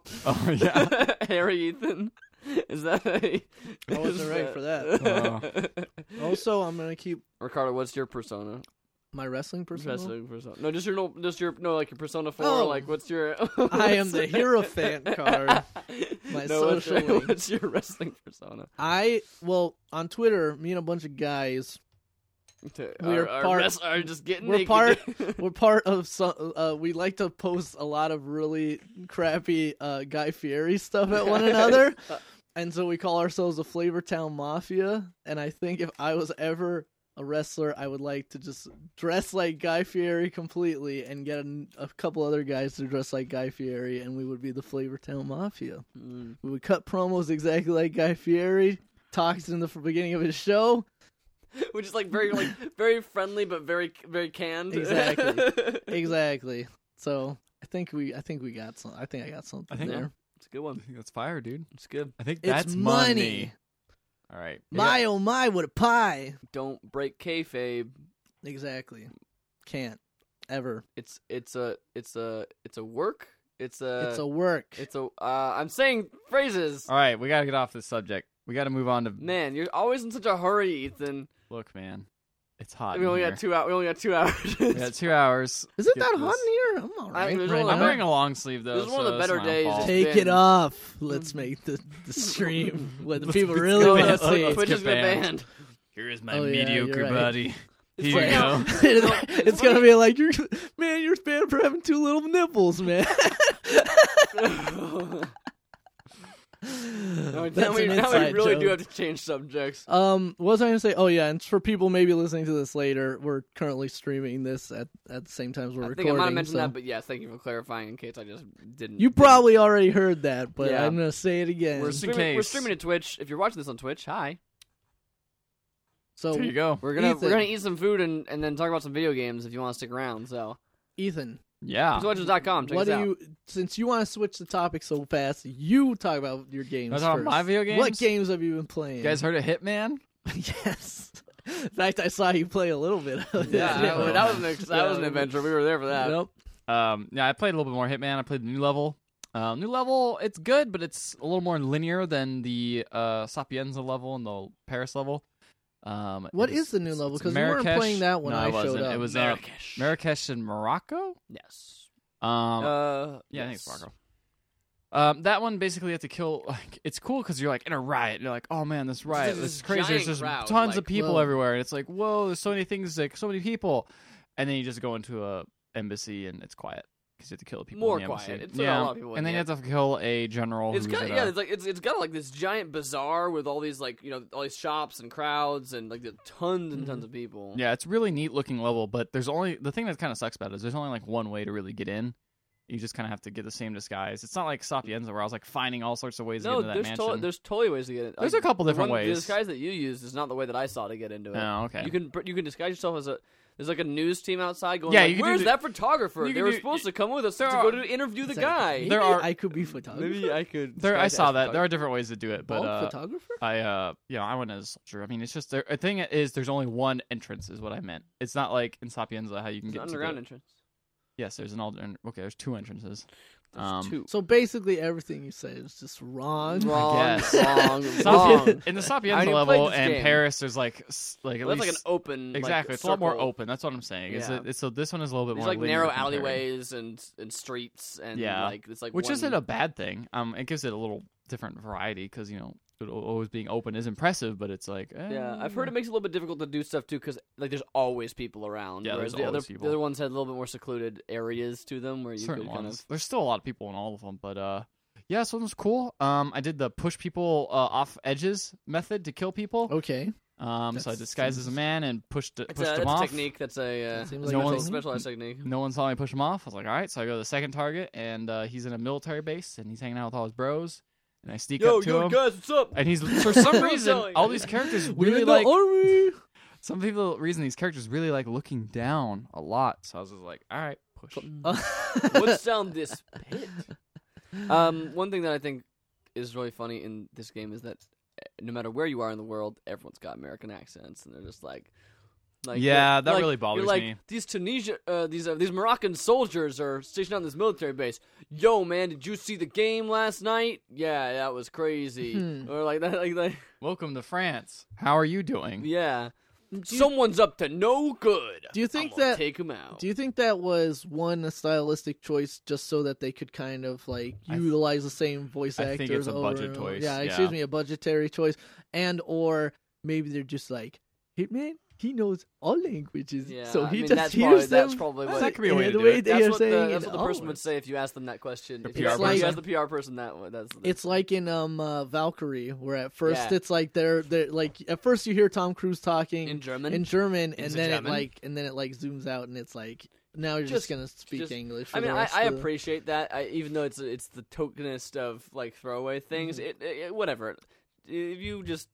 Speaker 1: yeah.
Speaker 2: [LAUGHS] Harry Ethan? Is that a.
Speaker 3: I wasn't
Speaker 2: is
Speaker 3: right for that. Uh.
Speaker 1: Oh.
Speaker 2: [LAUGHS]
Speaker 3: also, I'm gonna keep
Speaker 2: Ricardo, what's your persona?
Speaker 3: My wrestling persona.
Speaker 2: Wrestling persona. No, just your no, just your no, like your persona four.
Speaker 3: Oh.
Speaker 2: Like, what's your?
Speaker 3: [LAUGHS] I am the hero fan
Speaker 2: [LAUGHS]
Speaker 3: card. My
Speaker 2: no, what's your,
Speaker 3: social link.
Speaker 2: what's your wrestling persona?
Speaker 3: I well on Twitter, me and a bunch of guys
Speaker 2: To-
Speaker 3: We
Speaker 2: are,
Speaker 3: are
Speaker 2: are,
Speaker 3: part-
Speaker 2: wrest- are just getting.
Speaker 3: we're
Speaker 2: naked. [LAUGHS]
Speaker 3: part- we're part of some. Uh, we like to post a lot of really crappy uh, Guy Fieri stuff at one another, and so we call ourselves the Flavor Town Mafia. And I think if I was ever a wrestler, I would like to just dress like Guy Fieri completely, and get a, a couple other guys to dress like Guy Fieri, and we would be the Flavor Town Mafia.
Speaker 2: Mm.
Speaker 3: We would cut promos exactly like Guy Fieri. Talks in the f- beginning of his show.
Speaker 2: Which is like very like very friendly but very very canned.
Speaker 3: Exactly.
Speaker 2: [LAUGHS]
Speaker 3: Exactly. So I think we I think we got some I think I got
Speaker 1: I
Speaker 3: something
Speaker 1: think-
Speaker 3: there.
Speaker 2: It's a good one.
Speaker 1: [LAUGHS] That's fire, dude.
Speaker 2: It's good.
Speaker 1: I think
Speaker 3: It's
Speaker 1: that's
Speaker 3: money.
Speaker 1: All right.
Speaker 3: My oh my what a pie.
Speaker 2: Don't break kayfabe.
Speaker 3: Exactly. Can't ever.
Speaker 2: It's it's a it's a it's a work. It's a
Speaker 3: it's a work.
Speaker 2: Uh,
Speaker 3: Uh,
Speaker 2: it's a uh, I'm saying phrases.
Speaker 1: All right. We got to get off this subject. We got to move on to
Speaker 2: Man, you're always in such a hurry, Ethan.
Speaker 1: look, man. It's hot.
Speaker 2: We
Speaker 1: in
Speaker 2: only
Speaker 1: here.
Speaker 2: got two out. We only got two [LAUGHS] hours.
Speaker 1: We got two hours.
Speaker 3: Is it
Speaker 1: Get
Speaker 3: that hot
Speaker 1: this-
Speaker 3: in here? I'm all
Speaker 2: I-
Speaker 3: right.
Speaker 2: there's
Speaker 3: right
Speaker 2: only
Speaker 1: I'm
Speaker 2: one-
Speaker 3: now.
Speaker 1: wearing a long sleeve though.
Speaker 2: This is one of
Speaker 1: so
Speaker 2: the
Speaker 1: it's
Speaker 2: better
Speaker 1: my
Speaker 2: days.
Speaker 1: fault.
Speaker 2: It's-
Speaker 3: Take
Speaker 2: been-
Speaker 3: it off.
Speaker 2: Mm-hmm.
Speaker 3: Let's make the, the stream what the people really
Speaker 2: Oh,
Speaker 1: banned.
Speaker 3: want
Speaker 2: that's
Speaker 3: to
Speaker 1: Let's
Speaker 2: what
Speaker 3: see.
Speaker 1: get
Speaker 2: Twitch has been
Speaker 1: banned.
Speaker 2: banned.
Speaker 1: Here is my
Speaker 3: Oh, yeah, you're
Speaker 1: mediocre
Speaker 3: right.
Speaker 1: body.
Speaker 2: [LAUGHS] It's
Speaker 1: Here you
Speaker 2: funny
Speaker 1: go.
Speaker 2: how-
Speaker 3: [LAUGHS] it's gonna be like you're man, you're banned for having two little nipples, man.
Speaker 2: [LAUGHS]
Speaker 3: [LAUGHS]
Speaker 1: [LAUGHS]
Speaker 2: No,
Speaker 3: That's
Speaker 2: now we,
Speaker 3: an
Speaker 2: now we
Speaker 3: inside
Speaker 2: really
Speaker 3: joke.
Speaker 2: do have to change subjects.
Speaker 3: Um, what was I gonna say? Oh yeah, and for people maybe listening to this later, we're currently streaming this at, at the same time as we're
Speaker 2: I think
Speaker 3: recording.
Speaker 2: I might have mentioned
Speaker 3: so-
Speaker 2: that, but yes, thank you for clarifying in case I just didn't.
Speaker 3: you probably already heard that, but
Speaker 2: Yeah.
Speaker 3: I'm gonna say it again.
Speaker 2: we're
Speaker 1: Just in
Speaker 2: streaming, we're
Speaker 1: case.
Speaker 2: streaming to Twitch. If you're watching this on Twitch, hi.
Speaker 1: [LAUGHS]
Speaker 3: so
Speaker 1: Here you go.
Speaker 2: We're gonna
Speaker 3: Ethan.
Speaker 2: we're gonna eat some food and, and then talk about some video games if you want to stick around. So
Speaker 3: Ethan,
Speaker 1: Yeah.
Speaker 2: Pixelwatchers.com, Check
Speaker 3: what
Speaker 2: us
Speaker 3: do
Speaker 2: out.
Speaker 3: you since you want to switch the topic so fast, you talk about your games.
Speaker 1: That's all
Speaker 3: first.
Speaker 1: my video games.
Speaker 3: What games have you been playing?
Speaker 1: You
Speaker 3: [LAUGHS]
Speaker 1: guys heard of Hitman?
Speaker 3: yes. In fact, I saw you play a little bit. Of
Speaker 2: [LAUGHS] yeah,
Speaker 1: Yeah,
Speaker 3: [LAUGHS]
Speaker 2: that, was-
Speaker 1: well.
Speaker 2: that was an ex- that was an
Speaker 3: Yeah.
Speaker 2: adventure. We were there for that.
Speaker 3: Nope.
Speaker 1: Um, yeah, I played a little bit more Hitman. I played the new level. Um, new level, it's good, but it's a little more linear than the uh, Sapienza level and the Paris level. Um,
Speaker 3: What
Speaker 1: it is-
Speaker 3: is the new
Speaker 1: it's-
Speaker 3: level?
Speaker 1: it's
Speaker 3: 'Cause we weren't
Speaker 1: Marrakesh.
Speaker 3: playing that when
Speaker 1: no,
Speaker 3: I
Speaker 1: it
Speaker 3: showed
Speaker 1: wasn't.
Speaker 3: up.
Speaker 1: It was uh,
Speaker 2: Marrakesh.
Speaker 1: Marrakesh in Morocco.
Speaker 2: yes.
Speaker 1: Um,
Speaker 2: uh,
Speaker 1: yeah, I think
Speaker 2: yes.
Speaker 1: it's Morocco. Um, that one basically you have to kill. Like, it's cool because you're like in a riot. and You're like, oh man, this riot,
Speaker 2: There's
Speaker 1: this
Speaker 2: this
Speaker 1: is crazy. There's
Speaker 2: giant
Speaker 1: just
Speaker 2: crowd,
Speaker 1: tons
Speaker 2: like,
Speaker 1: of people
Speaker 3: whoa.
Speaker 1: everywhere, and it's like, whoa, there's so many things, like so many people, and then you just go into a embassy and it's quiet because you have to kill the people.
Speaker 2: More
Speaker 1: in the
Speaker 2: quiet.
Speaker 1: embassy.
Speaker 2: It's got a lot of people in
Speaker 1: and then you
Speaker 2: the-
Speaker 1: have to kill a general.
Speaker 2: It's
Speaker 1: who's
Speaker 2: kind
Speaker 1: at
Speaker 2: of yeah.
Speaker 1: a-
Speaker 2: It's like it's it's got like this giant bazaar with all these like you know all these shops and crowds and like the tons and tons of people.
Speaker 1: Mm-hmm. Yeah, it's really neat looking level, but there's only the thing that kind of sucks about it is there's only like one way to really get in. You just kind of have to get the same disguise. It's not like Sapienza where I was like finding all sorts of ways to
Speaker 2: No,
Speaker 1: get into that
Speaker 2: there's
Speaker 1: mansion.
Speaker 2: totally there's totally ways to get it.
Speaker 1: There's a
Speaker 2: Like,
Speaker 1: couple
Speaker 2: the
Speaker 1: different
Speaker 2: one- The
Speaker 1: ways.
Speaker 2: disguise that you used is not the way that I saw to get into it.
Speaker 1: oh, okay.
Speaker 2: You can you can disguise yourself as a there's like a news team outside going.
Speaker 1: Yeah,
Speaker 2: like,
Speaker 1: you can do
Speaker 2: Where's
Speaker 1: the-
Speaker 2: that photographer?
Speaker 1: you
Speaker 2: They
Speaker 1: can
Speaker 2: were
Speaker 1: do-
Speaker 2: supposed to come with us to
Speaker 1: There
Speaker 2: go
Speaker 1: are-
Speaker 2: to interview the
Speaker 3: It's like,
Speaker 2: guy. [LAUGHS]
Speaker 3: maybe
Speaker 1: There are-
Speaker 3: I could be photographer.
Speaker 2: I
Speaker 1: [LAUGHS]
Speaker 2: could.
Speaker 1: there, I saw that. There are different ways to do it, but
Speaker 3: Bald
Speaker 1: uh,
Speaker 3: photographer.
Speaker 1: I uh you know, I went as a soldier. I mean it's just there the thing is there's only one entrance is what I meant. It's not like in Sapienza how you can
Speaker 2: It's an
Speaker 1: get to
Speaker 2: underground
Speaker 1: the,
Speaker 2: entrance.
Speaker 1: Yes, there's an alternate okay, there's two
Speaker 2: [LAUGHS]
Speaker 1: entrances.
Speaker 2: There's
Speaker 1: Um, [LAUGHS]
Speaker 2: two.
Speaker 3: So basically, everything you said is just wrong.
Speaker 2: Wrong,
Speaker 1: guess. [LAUGHS]
Speaker 2: wrong,
Speaker 1: Sapien-
Speaker 2: wrong.
Speaker 1: in the
Speaker 2: I
Speaker 1: Sapienza
Speaker 2: already
Speaker 1: level
Speaker 2: played this
Speaker 1: and
Speaker 2: game.
Speaker 1: Paris there's like s- like at
Speaker 2: Well, That's
Speaker 1: least
Speaker 2: like an open. like,
Speaker 1: Exactly. it's a lot more
Speaker 2: circle.
Speaker 1: open. That's what I'm saying. It's,
Speaker 2: Yeah.
Speaker 1: a, it's so this one is a little bit
Speaker 2: There's
Speaker 1: more
Speaker 2: like
Speaker 1: linear
Speaker 2: narrow
Speaker 1: compared.
Speaker 2: alleyways and and streets and
Speaker 1: Yeah.
Speaker 2: like it's like
Speaker 1: which
Speaker 2: one-
Speaker 1: isn't a bad thing. Um, it gives it a little different variety because you know it al- always being open is impressive, but it's like eh,
Speaker 2: Yeah, I've heard it makes it a little bit difficult to do stuff too because like there's always people around.
Speaker 1: Yeah, there's
Speaker 2: whereas the other
Speaker 1: always people.
Speaker 2: the other ones had a little bit more secluded areas to them where you
Speaker 1: certain
Speaker 2: could
Speaker 1: ones.
Speaker 2: kind of
Speaker 1: There's still a lot of people in all of them, but uh, yeah, so it was cool. Um, I did the push people uh, off edges method to kill people.
Speaker 3: Okay.
Speaker 1: Um, so I
Speaker 3: Oh, that's-
Speaker 1: disguised as a man and pushed
Speaker 2: it's
Speaker 1: pushed
Speaker 2: a,
Speaker 1: them
Speaker 2: that's a
Speaker 1: off.
Speaker 2: technique. That's a uh,
Speaker 3: That seems
Speaker 1: like No
Speaker 2: special,
Speaker 1: one's-
Speaker 2: specialized technique.
Speaker 1: No one saw me push him off. I was like, all right. So I go to the second target, and uh, he's in a military base, and he's hanging out with all his bros. And I sneak up to him.
Speaker 2: guys, what's up?
Speaker 1: And
Speaker 3: [LAUGHS]
Speaker 1: he's for some
Speaker 2: Still
Speaker 1: reason
Speaker 2: selling.
Speaker 1: all these characters
Speaker 3: We're
Speaker 1: really
Speaker 3: in the
Speaker 1: like [LAUGHS]
Speaker 3: army.
Speaker 1: some people reason these characters really like looking down a lot. So I was just like, all right, push.
Speaker 2: What's down this pit? Um, one thing that I think is really funny in this game is that uh, no matter where you are in the world, everyone's got American accents, and they're just like, like
Speaker 1: Yeah,
Speaker 2: you're-
Speaker 1: that
Speaker 2: like-
Speaker 1: really bothers
Speaker 2: you're like,
Speaker 1: me.
Speaker 2: These Tunisia, uh, these uh, these Moroccan soldiers are stationed on this military base. Yo, man, did you see the game last night? Yeah, that was crazy.
Speaker 3: Hmm.
Speaker 2: Or like that, [LAUGHS] like, like
Speaker 1: Welcome to France. How are you doing?
Speaker 2: yeah.
Speaker 3: do you,
Speaker 2: Someone's up to no good.
Speaker 3: do you think
Speaker 2: I'm gonna
Speaker 3: that-
Speaker 2: take him out?
Speaker 3: Oh. do you think that was one a stylistic choice just so that they could kind of like
Speaker 1: I th-
Speaker 3: utilize the same voice
Speaker 1: I
Speaker 3: actors?
Speaker 1: think it's a
Speaker 3: over
Speaker 1: budget
Speaker 3: and over?
Speaker 1: choice,
Speaker 3: Yeah,
Speaker 1: yeah.
Speaker 3: excuse me, a budgetary choice, and or maybe they're just like Hitman. He knows all languages,
Speaker 2: Yeah,
Speaker 3: so
Speaker 2: I
Speaker 3: he
Speaker 2: mean,
Speaker 3: just
Speaker 2: that's
Speaker 3: hears
Speaker 2: probably- that's
Speaker 3: them.
Speaker 2: probably
Speaker 3: uh,
Speaker 2: what-
Speaker 1: That could be a way
Speaker 3: and
Speaker 1: to
Speaker 3: the
Speaker 1: do it.
Speaker 3: [LAUGHS] way they
Speaker 2: that's
Speaker 3: are
Speaker 2: what,
Speaker 3: saying "Oh,
Speaker 2: the, that's
Speaker 3: it
Speaker 2: what the person
Speaker 3: all.
Speaker 2: would say if you asked them that question.
Speaker 1: The
Speaker 2: If you
Speaker 1: PR
Speaker 2: asked- if you
Speaker 3: person.
Speaker 2: asked the PR person that one, that's
Speaker 3: It's like in um uh, Valkyrie, where at first
Speaker 2: Yeah.
Speaker 3: it's like they're they're like at first you hear Tom Cruise talking
Speaker 2: in
Speaker 3: in,
Speaker 2: German.
Speaker 3: German, and
Speaker 4: Into
Speaker 3: then
Speaker 4: German.
Speaker 3: it like and then it like zooms out, and it's like now you're
Speaker 2: Just-
Speaker 3: just, gonna speak
Speaker 2: just-
Speaker 3: English. For
Speaker 2: I mean,
Speaker 3: the
Speaker 2: I,
Speaker 3: rest
Speaker 2: I
Speaker 3: of the-
Speaker 2: appreciate that. I, even though it's it's the tokenist of like throwaway things,
Speaker 3: Mhm.
Speaker 2: it, it, it- whatever. If you just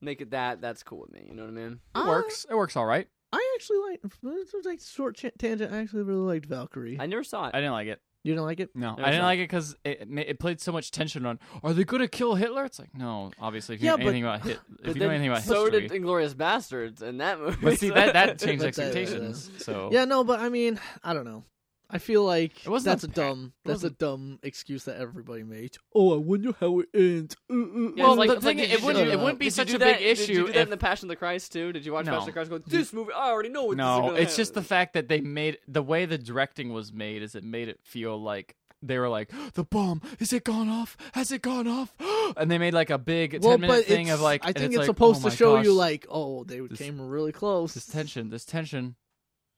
Speaker 2: make it that, that's cool with me. You know what I mean?
Speaker 1: It
Speaker 3: Ah.
Speaker 1: works. It works all right.
Speaker 3: Uh, I actually like this was, like short ch- tangent. I actually really liked Valkyrie.
Speaker 2: I never saw it.
Speaker 1: I didn't like it.
Speaker 3: you don't like it?
Speaker 1: No,
Speaker 2: There
Speaker 1: I
Speaker 2: was
Speaker 1: didn't
Speaker 2: no-
Speaker 1: like it because it, ma- it played so much tension on. Are they gonna kill Hitler? It's like no, obviously. If you
Speaker 3: Yeah,
Speaker 1: know
Speaker 3: but-
Speaker 1: anything about Hit, if
Speaker 2: but
Speaker 1: you know
Speaker 2: then
Speaker 1: anything about
Speaker 2: so
Speaker 1: history,
Speaker 2: did Inglorious Bastards and that movie.
Speaker 1: but see
Speaker 2: so-
Speaker 1: that
Speaker 3: [LAUGHS]
Speaker 2: [LAUGHS]
Speaker 1: that changed
Speaker 3: But that-
Speaker 1: expectations. so
Speaker 3: Yeah, no, but I mean, I don't know. I feel like
Speaker 1: Oh. It wasn't
Speaker 3: that's
Speaker 1: a
Speaker 3: a
Speaker 1: pa-
Speaker 3: dumb that's a dumb excuse that everybody made. Oh, I wonder how it ends. Uh, uh,
Speaker 2: Yeah,
Speaker 1: well,
Speaker 2: it's like-
Speaker 1: the thing is,
Speaker 2: it's like, did
Speaker 1: it
Speaker 2: you
Speaker 1: wouldn't
Speaker 3: do
Speaker 1: it
Speaker 3: that?
Speaker 1: wouldn't be
Speaker 2: Did you
Speaker 1: such
Speaker 2: do
Speaker 1: a
Speaker 2: that-
Speaker 1: big issue
Speaker 2: Did you do that
Speaker 1: if
Speaker 2: in the Passion of the Christ too? Did you watch
Speaker 1: No.
Speaker 2: Passion of the Christ? and Go, this movie. I already know what. this is
Speaker 1: No,
Speaker 2: gonna
Speaker 1: it's just the
Speaker 2: happen."
Speaker 1: fact that they made the way the directing was made is it made it feel like they were like [GASPS] the bomb is it gone off has it gone off [GASPS] and they made like a big 10
Speaker 3: well,
Speaker 1: minute
Speaker 3: but
Speaker 1: thing
Speaker 3: it's-
Speaker 1: of like
Speaker 3: I
Speaker 1: and
Speaker 3: think it's,
Speaker 1: like,
Speaker 3: supposed
Speaker 1: oh
Speaker 3: to
Speaker 1: my
Speaker 3: show you
Speaker 1: gosh,
Speaker 3: like, oh, they
Speaker 1: This-
Speaker 3: came really close.
Speaker 1: this tension this tension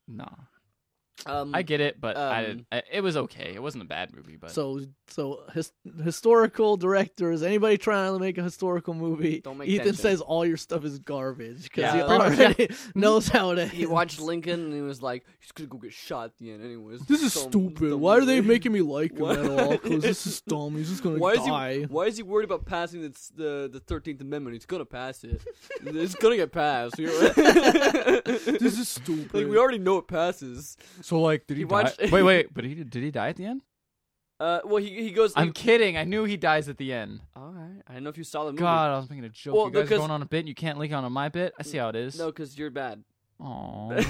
Speaker 1: no
Speaker 2: Um,
Speaker 1: i get it but i
Speaker 2: Um,
Speaker 1: didn't I, it was okay it wasn't a bad movie but
Speaker 3: So, so his, historical directors, anybody trying to make a historical movie,
Speaker 2: Don't make
Speaker 3: Ethan
Speaker 2: tension.
Speaker 3: says all your stuff is garbage because
Speaker 1: Yeah,
Speaker 3: he
Speaker 2: pretty
Speaker 1: much, yeah. Mm-hmm.
Speaker 3: already [LAUGHS] knows how it ends.
Speaker 2: He watched Lincoln and he was like, he's gonna go get shot at the end anyways.
Speaker 3: This is
Speaker 2: Some
Speaker 3: stupid.
Speaker 2: dumb
Speaker 3: Why are they
Speaker 2: way."
Speaker 3: making me like him
Speaker 2: What?
Speaker 3: at all? Because this is dumb. He's just gonna
Speaker 2: Why is
Speaker 3: die.
Speaker 2: [LAUGHS] he? Why is he worried about passing the the the Thirteenth Amendment? He's gonna pass
Speaker 3: [LAUGHS]
Speaker 2: it. it's gonna get passed. You know?
Speaker 3: This is stupid.
Speaker 2: like we already know it passes.
Speaker 1: so like did
Speaker 2: he he watched- [LAUGHS] die-
Speaker 1: wait wait but he did he die at the end
Speaker 2: Uh, well, he he goes.
Speaker 1: [LAUGHS] i'm kidding i knew he dies at the end
Speaker 2: all right. I don't know if you saw the movie.
Speaker 1: god i was making a joke
Speaker 2: Mm. Well,
Speaker 1: you guys are
Speaker 2: because-
Speaker 1: going on a bit and you can't link on to my bit i see how it is
Speaker 2: No, because you're bad. [LAUGHS]
Speaker 1: Aw.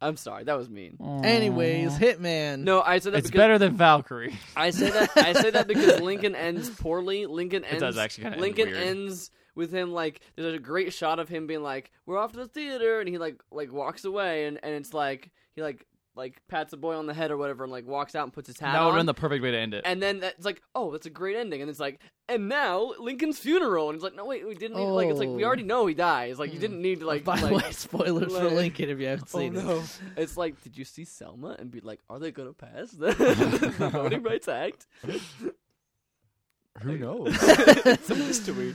Speaker 2: I'm sorry. That was mean.
Speaker 1: Aw.
Speaker 3: Anyways, Hitman.
Speaker 2: No, I said that
Speaker 1: it's
Speaker 2: because
Speaker 1: better than
Speaker 2: [LAUGHS]
Speaker 1: valkyrie
Speaker 2: I say that I say that because Lincoln ends poorly. Lincoln ends.
Speaker 1: It does actually kinda end
Speaker 2: Lincoln
Speaker 1: weird.
Speaker 2: ends with him like there's a great shot of him being like, "We're off to the theater," and he like like walks away, and and it's like he like like pats a boy on the head or whatever, and like walks out and puts his hat
Speaker 1: that would have
Speaker 2: on.
Speaker 1: been the perfect way to end it.
Speaker 2: and then that's like, oh, that's a great ending. And it's like, and now Lincoln's funeral. And it's like, no, wait, we didn't. Need, like, it's like we
Speaker 3: Oh.
Speaker 2: already know he dies. Like, you
Speaker 3: Hmm.
Speaker 2: didn't need to like.
Speaker 3: By the
Speaker 2: like- [LAUGHS]
Speaker 3: way, spoilers for
Speaker 2: like-
Speaker 3: Lincoln if you haven't
Speaker 2: Oh,
Speaker 3: seen
Speaker 2: no.
Speaker 3: it.
Speaker 2: It's like, did you see Selma and be like, are they gonna pass
Speaker 3: [LAUGHS]
Speaker 2: the, the voting rights act?
Speaker 1: Who knows?
Speaker 2: [LAUGHS] it's a mystery.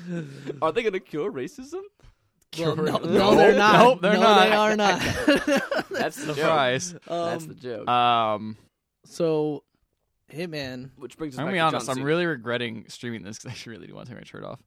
Speaker 2: Are they gonna cure racism?
Speaker 3: Well, [LAUGHS] no,
Speaker 1: Correct.
Speaker 3: no, they're
Speaker 1: Nope,
Speaker 3: not.
Speaker 1: nope, they're
Speaker 3: no,
Speaker 1: not.
Speaker 3: They are not.
Speaker 2: That's the joke.
Speaker 1: Surprise.
Speaker 2: That's the
Speaker 3: [LAUGHS] um,
Speaker 2: joke.
Speaker 1: Um,
Speaker 3: so, Hitman.
Speaker 2: Which brings us
Speaker 1: I'm
Speaker 2: back
Speaker 1: gonna be
Speaker 2: to
Speaker 1: honest.
Speaker 2: John
Speaker 1: I'm really regretting streaming this because I really do want to take my shirt off.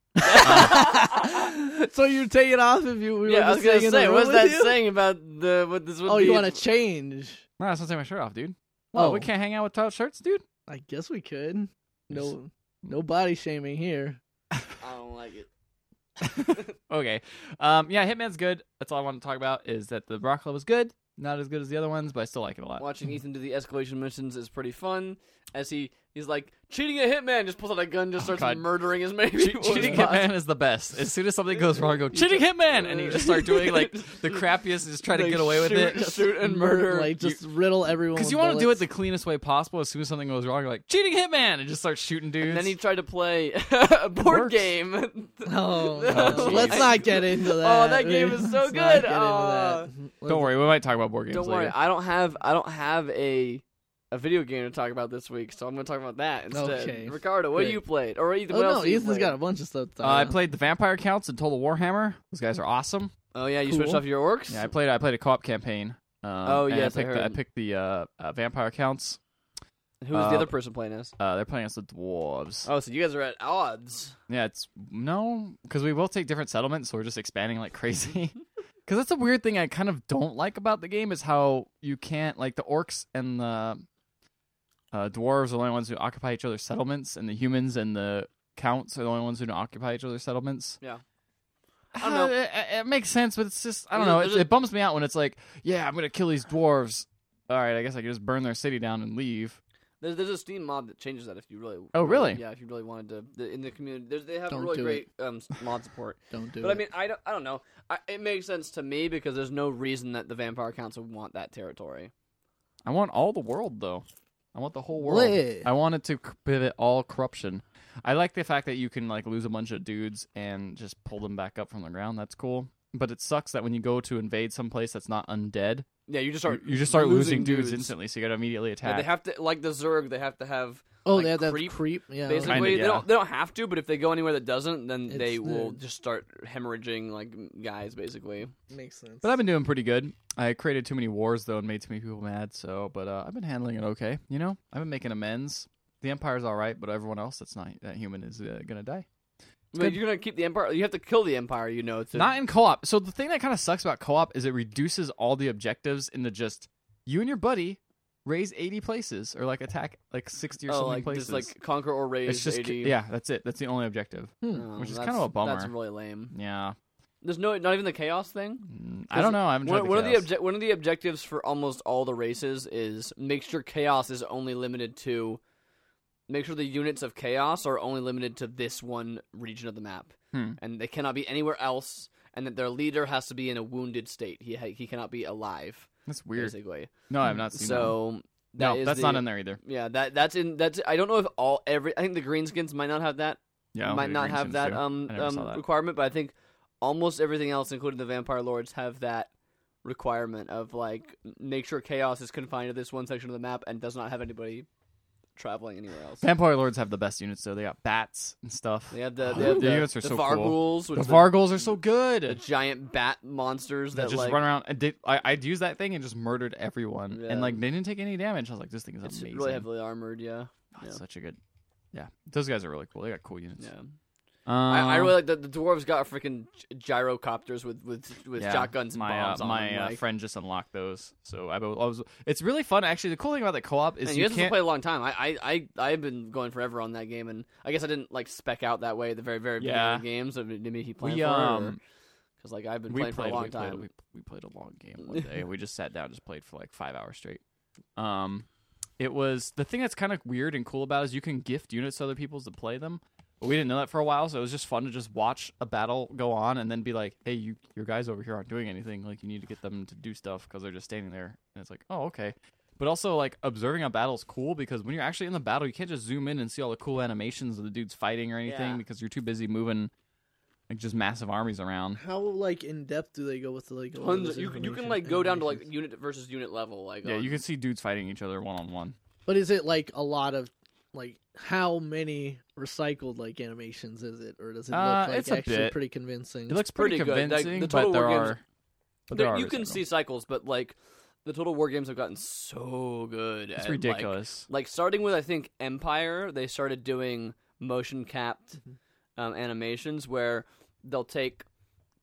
Speaker 3: so you take it off if [LAUGHS] you.
Speaker 2: [LAUGHS] Cena.
Speaker 3: We
Speaker 2: yeah, I
Speaker 3: were
Speaker 2: was gonna
Speaker 3: just saying
Speaker 2: say,
Speaker 3: in the
Speaker 2: what's
Speaker 3: room with
Speaker 2: that
Speaker 3: you?
Speaker 2: saying about the what this? would
Speaker 3: Oh,
Speaker 2: be- [LAUGHS]
Speaker 3: you want to change?
Speaker 1: No, I just want to take my shirt off, dude.
Speaker 3: Oh,
Speaker 1: Oh, we can't hang out without shirts, dude.
Speaker 3: I guess we could. No, no body shaming here.
Speaker 2: I don't like it.
Speaker 1: Okay. Um, yeah, Hitman's good. That's all I want to talk about. Is that the Brock Club was good? Not as good as the other ones, but I still like it a lot.
Speaker 2: Watching Ethan do the escalation missions is pretty fun. As he he's like cheating a hitman, just pulls out a gun, just
Speaker 1: Oh,
Speaker 2: starts
Speaker 1: God.
Speaker 2: murdering as many
Speaker 1: Che-
Speaker 2: [LAUGHS] people. as
Speaker 1: cheating
Speaker 2: possible.
Speaker 1: Hitman is the best. As soon as something goes wrong, I
Speaker 2: [LAUGHS]
Speaker 1: go cheating Hitman, and you just start doing like the crappiest, and just try to
Speaker 2: Like,
Speaker 1: get away with
Speaker 2: shoot-
Speaker 1: it.
Speaker 2: Shoot and murder.
Speaker 3: Like just riddle everyone.
Speaker 1: Because
Speaker 3: Because
Speaker 1: you want to do it the cleanest way possible. As soon as something goes wrong, you're like cheating Hitman, and just start shooting dudes.
Speaker 2: And then he tried to play [LAUGHS] a board
Speaker 1: Works.
Speaker 2: game. [LAUGHS]
Speaker 1: Oh,
Speaker 3: Oh, no. let's
Speaker 1: geez.
Speaker 3: not get into that.
Speaker 2: Oh, that game is so
Speaker 3: Let's
Speaker 2: good.
Speaker 3: not get into
Speaker 2: Uh,
Speaker 3: that.
Speaker 1: Don't worry, we might talk about board games
Speaker 2: don't worry,
Speaker 1: later.
Speaker 2: I don't have I don't have a a video game to talk about this week, so I'm gonna talk about that instead.
Speaker 3: Okay.
Speaker 2: Ricardo, what
Speaker 3: Good.
Speaker 2: you played, or either
Speaker 3: Oh
Speaker 2: what else
Speaker 3: no,
Speaker 2: you
Speaker 3: Ethan's
Speaker 2: played?
Speaker 3: got a bunch of stuff. to talk
Speaker 1: Uh, I
Speaker 3: about.
Speaker 1: played the Vampire Counts and Total Warhammer. Those guys are awesome.
Speaker 2: Oh yeah, you
Speaker 3: Cool.
Speaker 2: switched off your orcs.
Speaker 1: Yeah, I played. I played a co-op campaign. Um,
Speaker 2: Oh,
Speaker 1: and
Speaker 2: yes, I
Speaker 1: I picked. the, I
Speaker 2: heard.
Speaker 1: picked the uh, uh, Vampire Counts.
Speaker 2: Who was the
Speaker 1: Uh,
Speaker 2: other person playing as?
Speaker 1: Uh, they're playing as the dwarves.
Speaker 2: Oh, so you guys are at odds.
Speaker 1: Yeah, it's no because we both take different settlements, so we're just expanding like
Speaker 2: [LAUGHS]
Speaker 1: crazy. [LAUGHS] Because that's a weird thing I kind of don't like about the game is how you can't like the orcs and the uh, dwarves are the only ones who occupy each other's settlements, and the humans and the counts are the only ones who don't occupy each other's settlements.
Speaker 2: Yeah.
Speaker 1: I
Speaker 2: don't know.
Speaker 1: It, it- it makes sense, but it's just I don't
Speaker 2: Yeah,
Speaker 1: know.
Speaker 2: there's
Speaker 1: It,
Speaker 2: a-
Speaker 1: it bums me out when it's like, yeah, I'm gonna kill these dwarves. All right, I guess I can just burn their city down and leave.
Speaker 2: There's, there's a Steam mod that changes that if you really.
Speaker 1: Oh, really?
Speaker 2: Yeah, if you really wanted to. the- In the community, there's, they have
Speaker 3: Don't
Speaker 2: really
Speaker 3: do
Speaker 2: great
Speaker 3: it.
Speaker 2: um, s- mod
Speaker 1: [LAUGHS]
Speaker 2: support.
Speaker 3: Don't do
Speaker 2: but
Speaker 3: it.
Speaker 2: I mean, I don't, I don't know. I, it makes sense to me because there's no reason that the Vampire Council would want that territory.
Speaker 1: I want all the world though. I want the whole world.
Speaker 3: Wait.
Speaker 1: I wanted to c- pivot all corruption. I like the fact that you can like lose a bunch of dudes and just pull them back up from the ground. That's cool. But it sucks that when you go to invade someplace that's not undead,
Speaker 2: Yeah, you just start.
Speaker 1: you just start losing, dudes,
Speaker 2: dudes.
Speaker 1: instantly. So you got to immediately attack.
Speaker 2: Yeah, they have to like the Zerg. They have to have
Speaker 3: oh,
Speaker 2: like,
Speaker 3: they have that
Speaker 2: creep,
Speaker 3: creep. Yeah.
Speaker 2: basically.
Speaker 1: Kinda,
Speaker 2: They
Speaker 1: yeah.
Speaker 2: don't. They don't have to, but if they go anywhere that doesn't, then
Speaker 3: It's
Speaker 2: they
Speaker 3: the-
Speaker 2: will just start hemorrhaging like guys, basically.
Speaker 3: makes sense.
Speaker 1: But I've been doing pretty good. I created too many wars though and made too many people mad. So, but uh, I've been handling it okay. You know, I've been making amends. The empire's all right, but everyone else that's not that human is uh, gonna die.
Speaker 2: But
Speaker 1: good.
Speaker 2: you're gonna keep the empire. You have to kill the empire. You know, to
Speaker 1: Not in co-op. So the thing that kind of sucks about co-op is it reduces all the objectives into just you and your buddy raise eighty places or like attack like sixty or
Speaker 2: oh,
Speaker 1: something
Speaker 2: like
Speaker 1: places.
Speaker 2: just like conquer or raise.
Speaker 1: it's just
Speaker 2: 80.
Speaker 1: yeah, that's it. That's the only objective.
Speaker 3: Hmm.
Speaker 2: Oh,
Speaker 1: Which is
Speaker 2: that's-
Speaker 1: kind of a bummer.
Speaker 2: That's really lame.
Speaker 1: Yeah,
Speaker 2: There's no, not even the chaos thing.
Speaker 1: Mm, I don't know. I haven't
Speaker 2: One,
Speaker 1: tried the
Speaker 2: one of the
Speaker 1: chaos.
Speaker 2: obje- one of the objectives for almost all the races is make sure chaos is only limited to make sure the units of chaos are only limited to this one region of the map,
Speaker 1: Hmm.
Speaker 2: and they cannot be anywhere else. And that their leader has to be in a wounded state. He ha- he cannot be alive.
Speaker 1: That's weird.
Speaker 2: Basically,
Speaker 1: No, I've not seen. that.
Speaker 2: so that
Speaker 1: no,
Speaker 2: is
Speaker 1: that's
Speaker 2: the-
Speaker 1: not in there either.
Speaker 2: Yeah, that that's in that's. I don't know if all every. I think the greenskins might not have that
Speaker 1: Yeah, I don't
Speaker 2: might
Speaker 1: think
Speaker 2: not
Speaker 1: Green
Speaker 2: have
Speaker 1: Sims
Speaker 2: that
Speaker 1: do.
Speaker 2: um,
Speaker 1: I never
Speaker 2: um
Speaker 1: saw that.
Speaker 2: requirement, but I think almost everything else, including the Vampire Lords, have that requirement of like make sure chaos is confined to this one section of the map and does not have anybody traveling anywhere else.
Speaker 1: Vampire lords have the best units though. They got bats and stuff.
Speaker 2: They have
Speaker 1: [GASPS]
Speaker 2: the,
Speaker 1: Oh,
Speaker 2: they have
Speaker 1: the
Speaker 2: the,
Speaker 1: units are
Speaker 2: the
Speaker 1: so cool.
Speaker 2: Varghuls,
Speaker 1: the
Speaker 2: which are
Speaker 1: Vargals are so
Speaker 2: the, the
Speaker 1: good.
Speaker 2: giant bat monsters
Speaker 1: They
Speaker 2: that
Speaker 1: just
Speaker 2: like
Speaker 1: run around. I did- I, I'd use that thing and just murdered everyone,
Speaker 2: Yeah.
Speaker 1: and like they didn't take any damage. I was like, this thing is
Speaker 2: it's
Speaker 1: amazing.
Speaker 2: really heavily armored. Yeah,
Speaker 1: Oh, it's
Speaker 2: yeah.
Speaker 1: Such a good. Yeah, those guys are really cool. They got cool units.
Speaker 2: yeah.
Speaker 1: Um,
Speaker 2: I, I really like that the dwarves got freaking gy- gyrocopters with with with
Speaker 1: yeah,
Speaker 2: shotguns and
Speaker 1: My uh,
Speaker 2: bombs on
Speaker 1: my
Speaker 2: them.
Speaker 1: uh,
Speaker 2: like-
Speaker 1: friend just unlocked those, so I, bo- I was. It's really fun. Actually, the cool thing about the co-op is
Speaker 2: Man,
Speaker 1: you,
Speaker 2: you guys have
Speaker 1: can't.
Speaker 2: played a long time. I, I, I, I've been going forever on that game, and I guess I didn't like spec out that way at the very, very beginning
Speaker 1: Yeah.
Speaker 2: of the games. Of did he playing
Speaker 1: we um
Speaker 2: because like I've been
Speaker 1: we
Speaker 2: playing
Speaker 1: played
Speaker 2: for a long
Speaker 1: we
Speaker 2: time.
Speaker 1: Played, we, we played a long game one day. we just sat down, just played for like five hours straight. Um, it was the thing that's kind of weird and cool about it is you can gift units to other people to play them. But we didn't know that for a while, so it was just fun to just watch a battle go on and then be like, "Hey, you, your guys over here aren't doing anything. Like, you need to get them to do stuff because they're just standing there." And it's like, "Oh, okay." But also, like observing a battle is cool because when you're actually in the battle, you can't just zoom in and see all the cool animations of the dudes fighting or anything
Speaker 2: Yeah.
Speaker 1: because you're too busy moving like just massive armies around.
Speaker 3: How like in depth do they go with like? a lot of
Speaker 2: Tons
Speaker 3: this
Speaker 2: of- you, you can
Speaker 3: information-
Speaker 2: like go down to like
Speaker 3: animations?
Speaker 2: unit versus unit level. Like uh,
Speaker 1: Yeah,
Speaker 2: on-
Speaker 1: you can see dudes fighting each other one on one.
Speaker 3: But is it like a lot of like how many recycled like animations is it, or does it look
Speaker 1: Uh,
Speaker 3: like
Speaker 1: it's a
Speaker 3: actually
Speaker 1: bit.
Speaker 3: pretty convincing?
Speaker 1: It looks
Speaker 2: pretty
Speaker 1: pretty,
Speaker 2: good. Like, the
Speaker 1: convincing,
Speaker 2: Total
Speaker 1: but there
Speaker 2: War games-
Speaker 1: are. But there
Speaker 2: There-
Speaker 1: are
Speaker 2: you can
Speaker 1: recycles.
Speaker 2: see cycles, but like the Total War games have gotten so good.
Speaker 1: It's
Speaker 2: at, like-
Speaker 1: ridiculous.
Speaker 2: Like, starting with I think Empire, they started doing motion capped
Speaker 3: Mhm.
Speaker 2: um, animations where they'll take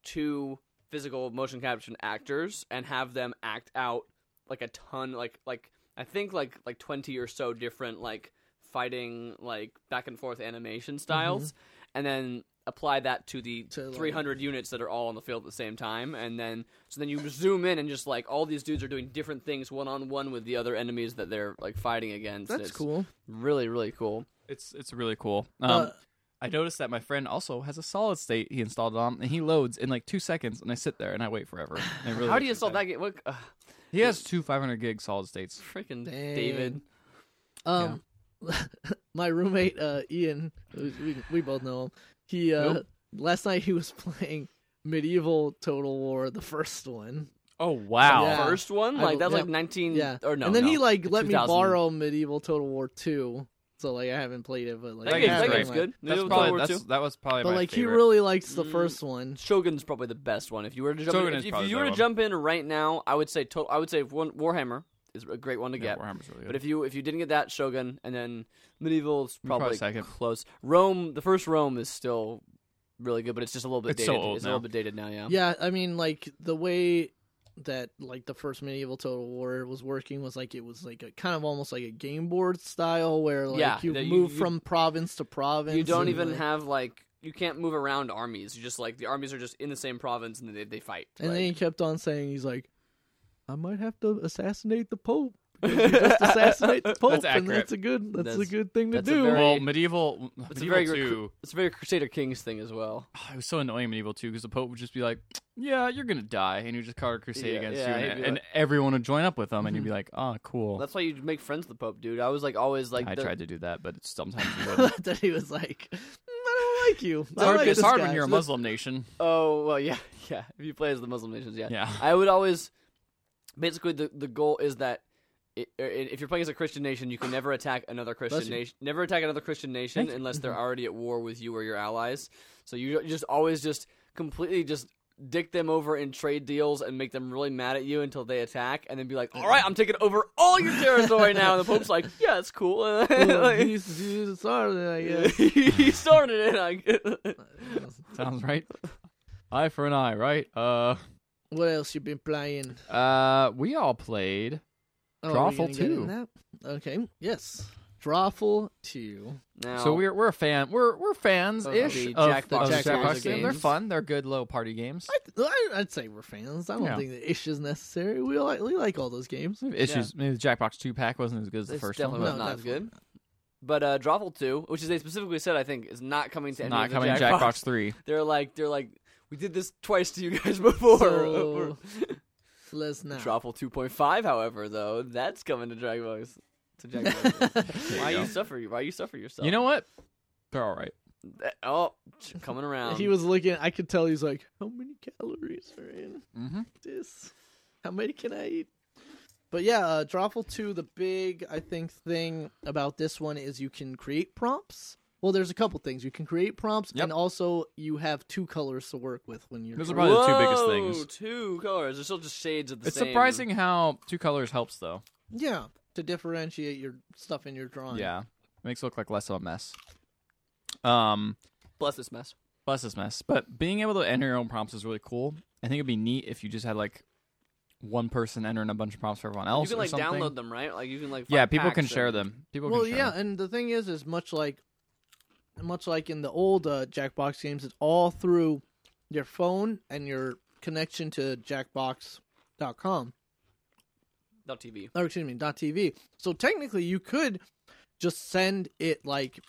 Speaker 2: two physical motion caption actors and have them act out like a ton like like I think like like 20 or so different like fighting like back and forth animation styles and then apply that to the
Speaker 3: Mm-hmm. To, like-
Speaker 2: 300 units that are all on the field at the same time and then so then you zoom in and just like all these dudes are doing different things one on one with the other enemies that they're like fighting against
Speaker 3: That's
Speaker 2: It's
Speaker 3: cool.
Speaker 2: really really cool
Speaker 1: It's it's really cool. Um,
Speaker 3: Uh,
Speaker 1: I noticed that my friend also has a solid state he installed it on, and he loads in like two seconds, and I sit there and I wait [SIGHS] forever. And it really
Speaker 2: how
Speaker 1: makes
Speaker 2: do you
Speaker 1: me
Speaker 2: install
Speaker 1: sad.
Speaker 2: that game what uh,
Speaker 1: He has two 500 gig solid states.
Speaker 2: freaking
Speaker 3: Dang.
Speaker 2: david
Speaker 3: Um, [LAUGHS] my roommate uh, Ian, who's- we, we both know him. He uh,
Speaker 1: Nope.
Speaker 3: last night he was [LAUGHS] playing medieval Total War, the first one.
Speaker 1: Oh wow!
Speaker 3: Yeah.
Speaker 2: first one
Speaker 3: I
Speaker 2: like
Speaker 3: will-
Speaker 2: that's like
Speaker 3: yeah.
Speaker 2: 19
Speaker 3: Yeah,
Speaker 2: Mm, or no
Speaker 3: and then
Speaker 2: no.
Speaker 3: he like let me
Speaker 2: 2000.
Speaker 3: borrow medieval Total War two. So like I haven't played it, but
Speaker 2: that,
Speaker 3: like
Speaker 1: That
Speaker 3: I
Speaker 2: game,
Speaker 1: game's
Speaker 3: have
Speaker 2: that
Speaker 3: it,
Speaker 1: great.
Speaker 2: game's
Speaker 3: like-
Speaker 2: good
Speaker 1: That's
Speaker 2: Medieval Total
Speaker 1: probably
Speaker 2: War
Speaker 1: that's,
Speaker 2: 2.
Speaker 1: that was probably
Speaker 3: But
Speaker 1: my
Speaker 3: like
Speaker 1: favorite.
Speaker 3: he really likes the
Speaker 2: Mm.
Speaker 3: first one.
Speaker 2: Shogun's probably the best one. If you were to jump,
Speaker 1: Shogun
Speaker 2: in,
Speaker 1: is
Speaker 2: if, if
Speaker 1: probably
Speaker 2: you
Speaker 1: the
Speaker 2: were to
Speaker 1: one.
Speaker 2: jump in right now, I would say to- I would say one, Warhammer is a great one to
Speaker 1: yeah,
Speaker 2: get.
Speaker 1: Warhammer's really
Speaker 2: But
Speaker 1: good.
Speaker 2: if you if you didn't get that Shogun and then Medieval's
Speaker 1: probably
Speaker 2: probably,
Speaker 1: second.
Speaker 2: close. Rome, the first Rome is still really good, but it's just a little bit
Speaker 1: It's so
Speaker 2: dated.
Speaker 1: old
Speaker 2: it's a little
Speaker 1: now.
Speaker 2: bit dated now, yeah.
Speaker 3: Yeah, I mean, like the way that like the first medieval total war was working was like it was like a kind of almost like a game board style where like
Speaker 2: Yeah,
Speaker 3: you
Speaker 2: that you-
Speaker 3: move
Speaker 2: you-
Speaker 3: from province to province.
Speaker 2: You don't
Speaker 3: and,
Speaker 2: even
Speaker 3: like-
Speaker 2: have like you can't move around armies. You just like the armies are just in the same province and they they fight.
Speaker 3: And then he
Speaker 1: [LAUGHS]
Speaker 2: like,
Speaker 3: kept on saying he's like, I might have to assassinate the pope If you just assassinate the Pope, and
Speaker 1: accurate.
Speaker 3: that's a good that's,
Speaker 2: That's-
Speaker 3: a good thing to
Speaker 2: that's a
Speaker 3: do.
Speaker 2: very-
Speaker 1: well, medieval,
Speaker 2: It's a
Speaker 1: medieval
Speaker 2: very
Speaker 1: two.
Speaker 2: it's a very Crusader Kings thing as well.
Speaker 1: [SIGHS] it was so annoying in medieval two because the pope would just be like, "Yeah, you're gonna die," and he would just call a crusade
Speaker 2: Yeah,
Speaker 1: against
Speaker 2: yeah,
Speaker 1: you,
Speaker 2: he'd
Speaker 1: and,
Speaker 2: be
Speaker 1: and
Speaker 2: like- Mm-hmm.
Speaker 1: everyone would join up with him, and you'd be like, "Ah, cool."
Speaker 2: That's why you make friends with the Pope, dude. I was like always like
Speaker 1: I
Speaker 2: the-
Speaker 1: tried to do that, but it's sometimes
Speaker 2: [LAUGHS]
Speaker 1: you wouldn't.
Speaker 3: [LAUGHS] that he was like, "Mm, I don't like you.
Speaker 1: it's
Speaker 3: I don't
Speaker 1: hard,
Speaker 3: like
Speaker 1: it's
Speaker 3: this
Speaker 1: hard
Speaker 3: guy."
Speaker 1: when you're a Muslim nation. [LAUGHS]
Speaker 2: Oh well, [LAUGHS] yeah, yeah. If you play as the Muslim nations, yeah.
Speaker 1: Yeah.
Speaker 2: I would always, basically, the the goal is that i i if you're playing as a Christian nation, you can never attack another Christian
Speaker 3: you.
Speaker 2: nation. Never attack another Christian nation unless they're already at war with you or your allies. So you just always just completely just dick them over in trade deals and make them really mad at you until they attack, and then be like, "All right, I'm taking over all your territory now." And the Pope's like, "Yeah, it's cool." [LAUGHS]
Speaker 1: [LAUGHS]
Speaker 3: Well,
Speaker 2: Like,
Speaker 3: he's, he's sorry, I guess.
Speaker 2: he started it. I guess.
Speaker 1: Sounds
Speaker 2: [LAUGHS]
Speaker 1: right. eye for an eye, right? Uh,
Speaker 3: What else you been playing?
Speaker 1: uh, we all played.
Speaker 3: Oh, are we
Speaker 1: Drawful
Speaker 3: gonna get in
Speaker 1: 2.
Speaker 3: that? Okay. Yes. Drawful two.
Speaker 2: Now,
Speaker 1: So we're we're a fan. We're we're fans ish
Speaker 2: Of
Speaker 1: of
Speaker 2: the Jackbox
Speaker 1: of
Speaker 3: series of
Speaker 1: Jackbox games. They're
Speaker 2: games.
Speaker 1: fun. They're good little party games.
Speaker 3: I th- I, I'd say we're fans. I don't
Speaker 1: Yeah.
Speaker 3: think the ish is necessary. We like we like all those games.
Speaker 1: Issues. Maybe the Jackbox two pack wasn't as good as the
Speaker 2: It's
Speaker 1: first one.
Speaker 2: definitely
Speaker 1: but
Speaker 2: was
Speaker 3: No,
Speaker 2: not as
Speaker 3: definitely
Speaker 2: good. But uh, Drawful Two, which is they specifically said, I think, is not coming to any
Speaker 1: Not
Speaker 2: of
Speaker 1: coming
Speaker 2: the
Speaker 1: Jackbox,
Speaker 2: Jackbox.
Speaker 1: three.
Speaker 2: [LAUGHS] They're like, they're like, we did this twice to you guys [LAUGHS] before. [LAUGHS]
Speaker 3: So- Let's not.
Speaker 2: Drawful Two Point Five, however, though, that's coming to Jackbox. To Jackbox.
Speaker 3: [LAUGHS]
Speaker 2: why you suffer? Why you suffer
Speaker 1: [LAUGHS]
Speaker 2: yourself?
Speaker 1: You know what? They're all right.
Speaker 2: That- oh, ch-
Speaker 1: [LAUGHS]
Speaker 2: coming around.
Speaker 1: Um,
Speaker 3: he was looking. I could tell he's like, how many calories are in
Speaker 1: Mhm.
Speaker 3: this? How many can I eat? But yeah, uh, Drawful two. The big I think thing about this one is you can create prompts. Well, there's a couple things you can create prompts,
Speaker 1: Yep.
Speaker 3: and also you have two colors to work with when you're.
Speaker 1: Those are
Speaker 3: drawing.
Speaker 1: probably the two biggest
Speaker 2: Whoa,
Speaker 1: things.
Speaker 2: Two colors. They're still just shades of the
Speaker 1: It's
Speaker 2: same.
Speaker 1: surprising how two colors helps though.
Speaker 3: Yeah, to differentiate your stuff in your
Speaker 2: Oh,
Speaker 3: drawing.
Speaker 1: Yeah, makes it look like less of a mess. Um,
Speaker 2: Bless this mess.
Speaker 1: bless this mess. But being able to enter your own prompts is really cool. I think it'd be neat if you just had like one person entering a bunch of prompts for everyone else.
Speaker 2: You can
Speaker 1: or
Speaker 2: like
Speaker 1: something.
Speaker 2: download them, right? Like you can like.
Speaker 1: Yeah,
Speaker 2: find
Speaker 1: people can
Speaker 2: packs
Speaker 1: share
Speaker 2: and-
Speaker 1: them. People
Speaker 3: Well,
Speaker 1: can share
Speaker 3: yeah,
Speaker 1: them.
Speaker 3: and the thing is, is much like, much like in the old uh, Jackbox games, it's all through your phone and your connection to Jackbox.com
Speaker 2: Not TV.
Speaker 3: or excuse me dot .tv. So technically, you could just send it like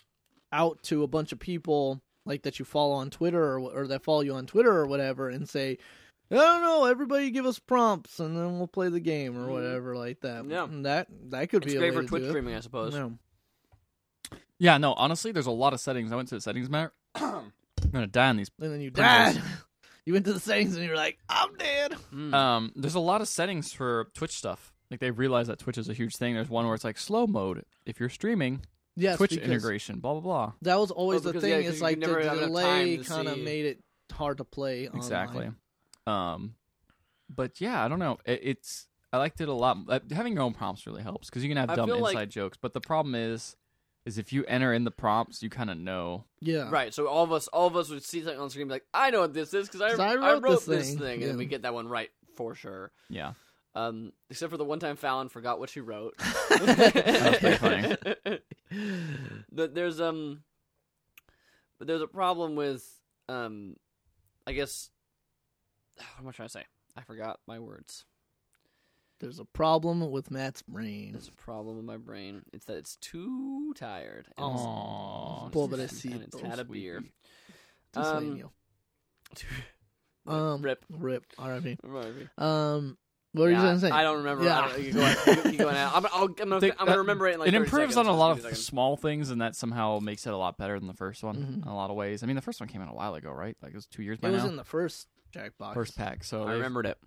Speaker 3: out to a bunch of people like that you follow on Twitter or, wh- or that follow you on Twitter or whatever, and say. I don't know. Everybody give us prompts, and then we'll play the game or whatever like that.
Speaker 2: Mm-hmm. Yeah.
Speaker 3: And that that could
Speaker 2: It's
Speaker 3: be a
Speaker 2: great
Speaker 3: way
Speaker 2: for
Speaker 3: to
Speaker 2: Twitch
Speaker 3: do it.
Speaker 2: streaming, I suppose.
Speaker 3: Yeah.
Speaker 1: Yeah, no, honestly, there's a lot of settings. I went to the settings map. [COUGHS] I'm gonna die on these.
Speaker 3: and then you
Speaker 1: Pringles.
Speaker 3: died.
Speaker 2: [LAUGHS]
Speaker 3: you went to the settings and you were like, I'm dead.
Speaker 2: Mm.
Speaker 1: Um, there's a lot of settings for Twitch stuff. Like they realize that Twitch is a huge thing. There's one where it's like slow mode if you're streaming,
Speaker 3: Yes,
Speaker 1: Twitch
Speaker 3: because
Speaker 1: integration, blah blah blah.
Speaker 3: That was always
Speaker 2: Oh,
Speaker 3: the
Speaker 2: because,
Speaker 3: thing.
Speaker 2: yeah, 'cause
Speaker 3: is
Speaker 2: you
Speaker 3: like the
Speaker 2: never have enough
Speaker 3: delay
Speaker 2: time to
Speaker 3: kind of
Speaker 2: see-
Speaker 3: made it hard to play. online.
Speaker 1: Exactly. Um, but yeah, I don't know. It, it's I liked it a lot. Uh, having your own prompts really helps because you can have
Speaker 2: I
Speaker 1: dumb
Speaker 2: feel
Speaker 1: inside
Speaker 2: like-
Speaker 1: jokes. But the problem is, is if you enter in the prompts, you kind of know.
Speaker 3: Yeah.
Speaker 2: Right, so all of us, all of us would see something on screen, and be like, "I know what this is because I,
Speaker 3: 'Cause
Speaker 2: I wrote, this thing,", and
Speaker 3: Yeah.
Speaker 2: then we get that one right for sure.
Speaker 1: Yeah,
Speaker 2: Um, except for the one time Fallon forgot what she wrote.
Speaker 1: was pretty funny.
Speaker 2: [LAUGHS] But there's um, but there's a problem with um, I guess what am I trying to say? I forgot my words.
Speaker 3: There's a problem with Matt's brain.
Speaker 2: There's a problem in my brain. It's that it's too tired. and Oh, it's-
Speaker 1: Aw,
Speaker 2: and it's had a
Speaker 1: sweetie.
Speaker 2: beer. Um,
Speaker 3: Um,
Speaker 2: [LAUGHS]
Speaker 3: um,
Speaker 2: rip.
Speaker 3: Rip. R.I.P.
Speaker 2: Rip.
Speaker 3: Um, what are you
Speaker 2: Yeah,
Speaker 3: going to say?
Speaker 2: I don't remember.
Speaker 3: Yeah.
Speaker 2: I don't, you go on, you go on, I'm, I'll, I'm, gonna,
Speaker 1: Think-
Speaker 2: I'm gonna
Speaker 1: uh,
Speaker 2: remember it in like
Speaker 1: it
Speaker 2: 30
Speaker 1: improves on
Speaker 2: seconds,
Speaker 1: a lot of
Speaker 2: 50 seconds. Mm-hmm.
Speaker 1: small things, and that somehow makes it a lot better than the first one
Speaker 3: Mhm.
Speaker 1: in a lot of ways. I mean, the first one came out a while ago, right? Like it was two years by
Speaker 3: It was
Speaker 1: now.
Speaker 3: in the first Jackbox.
Speaker 1: First pack, so
Speaker 2: I
Speaker 1: they- [LAUGHS]
Speaker 2: remembered it.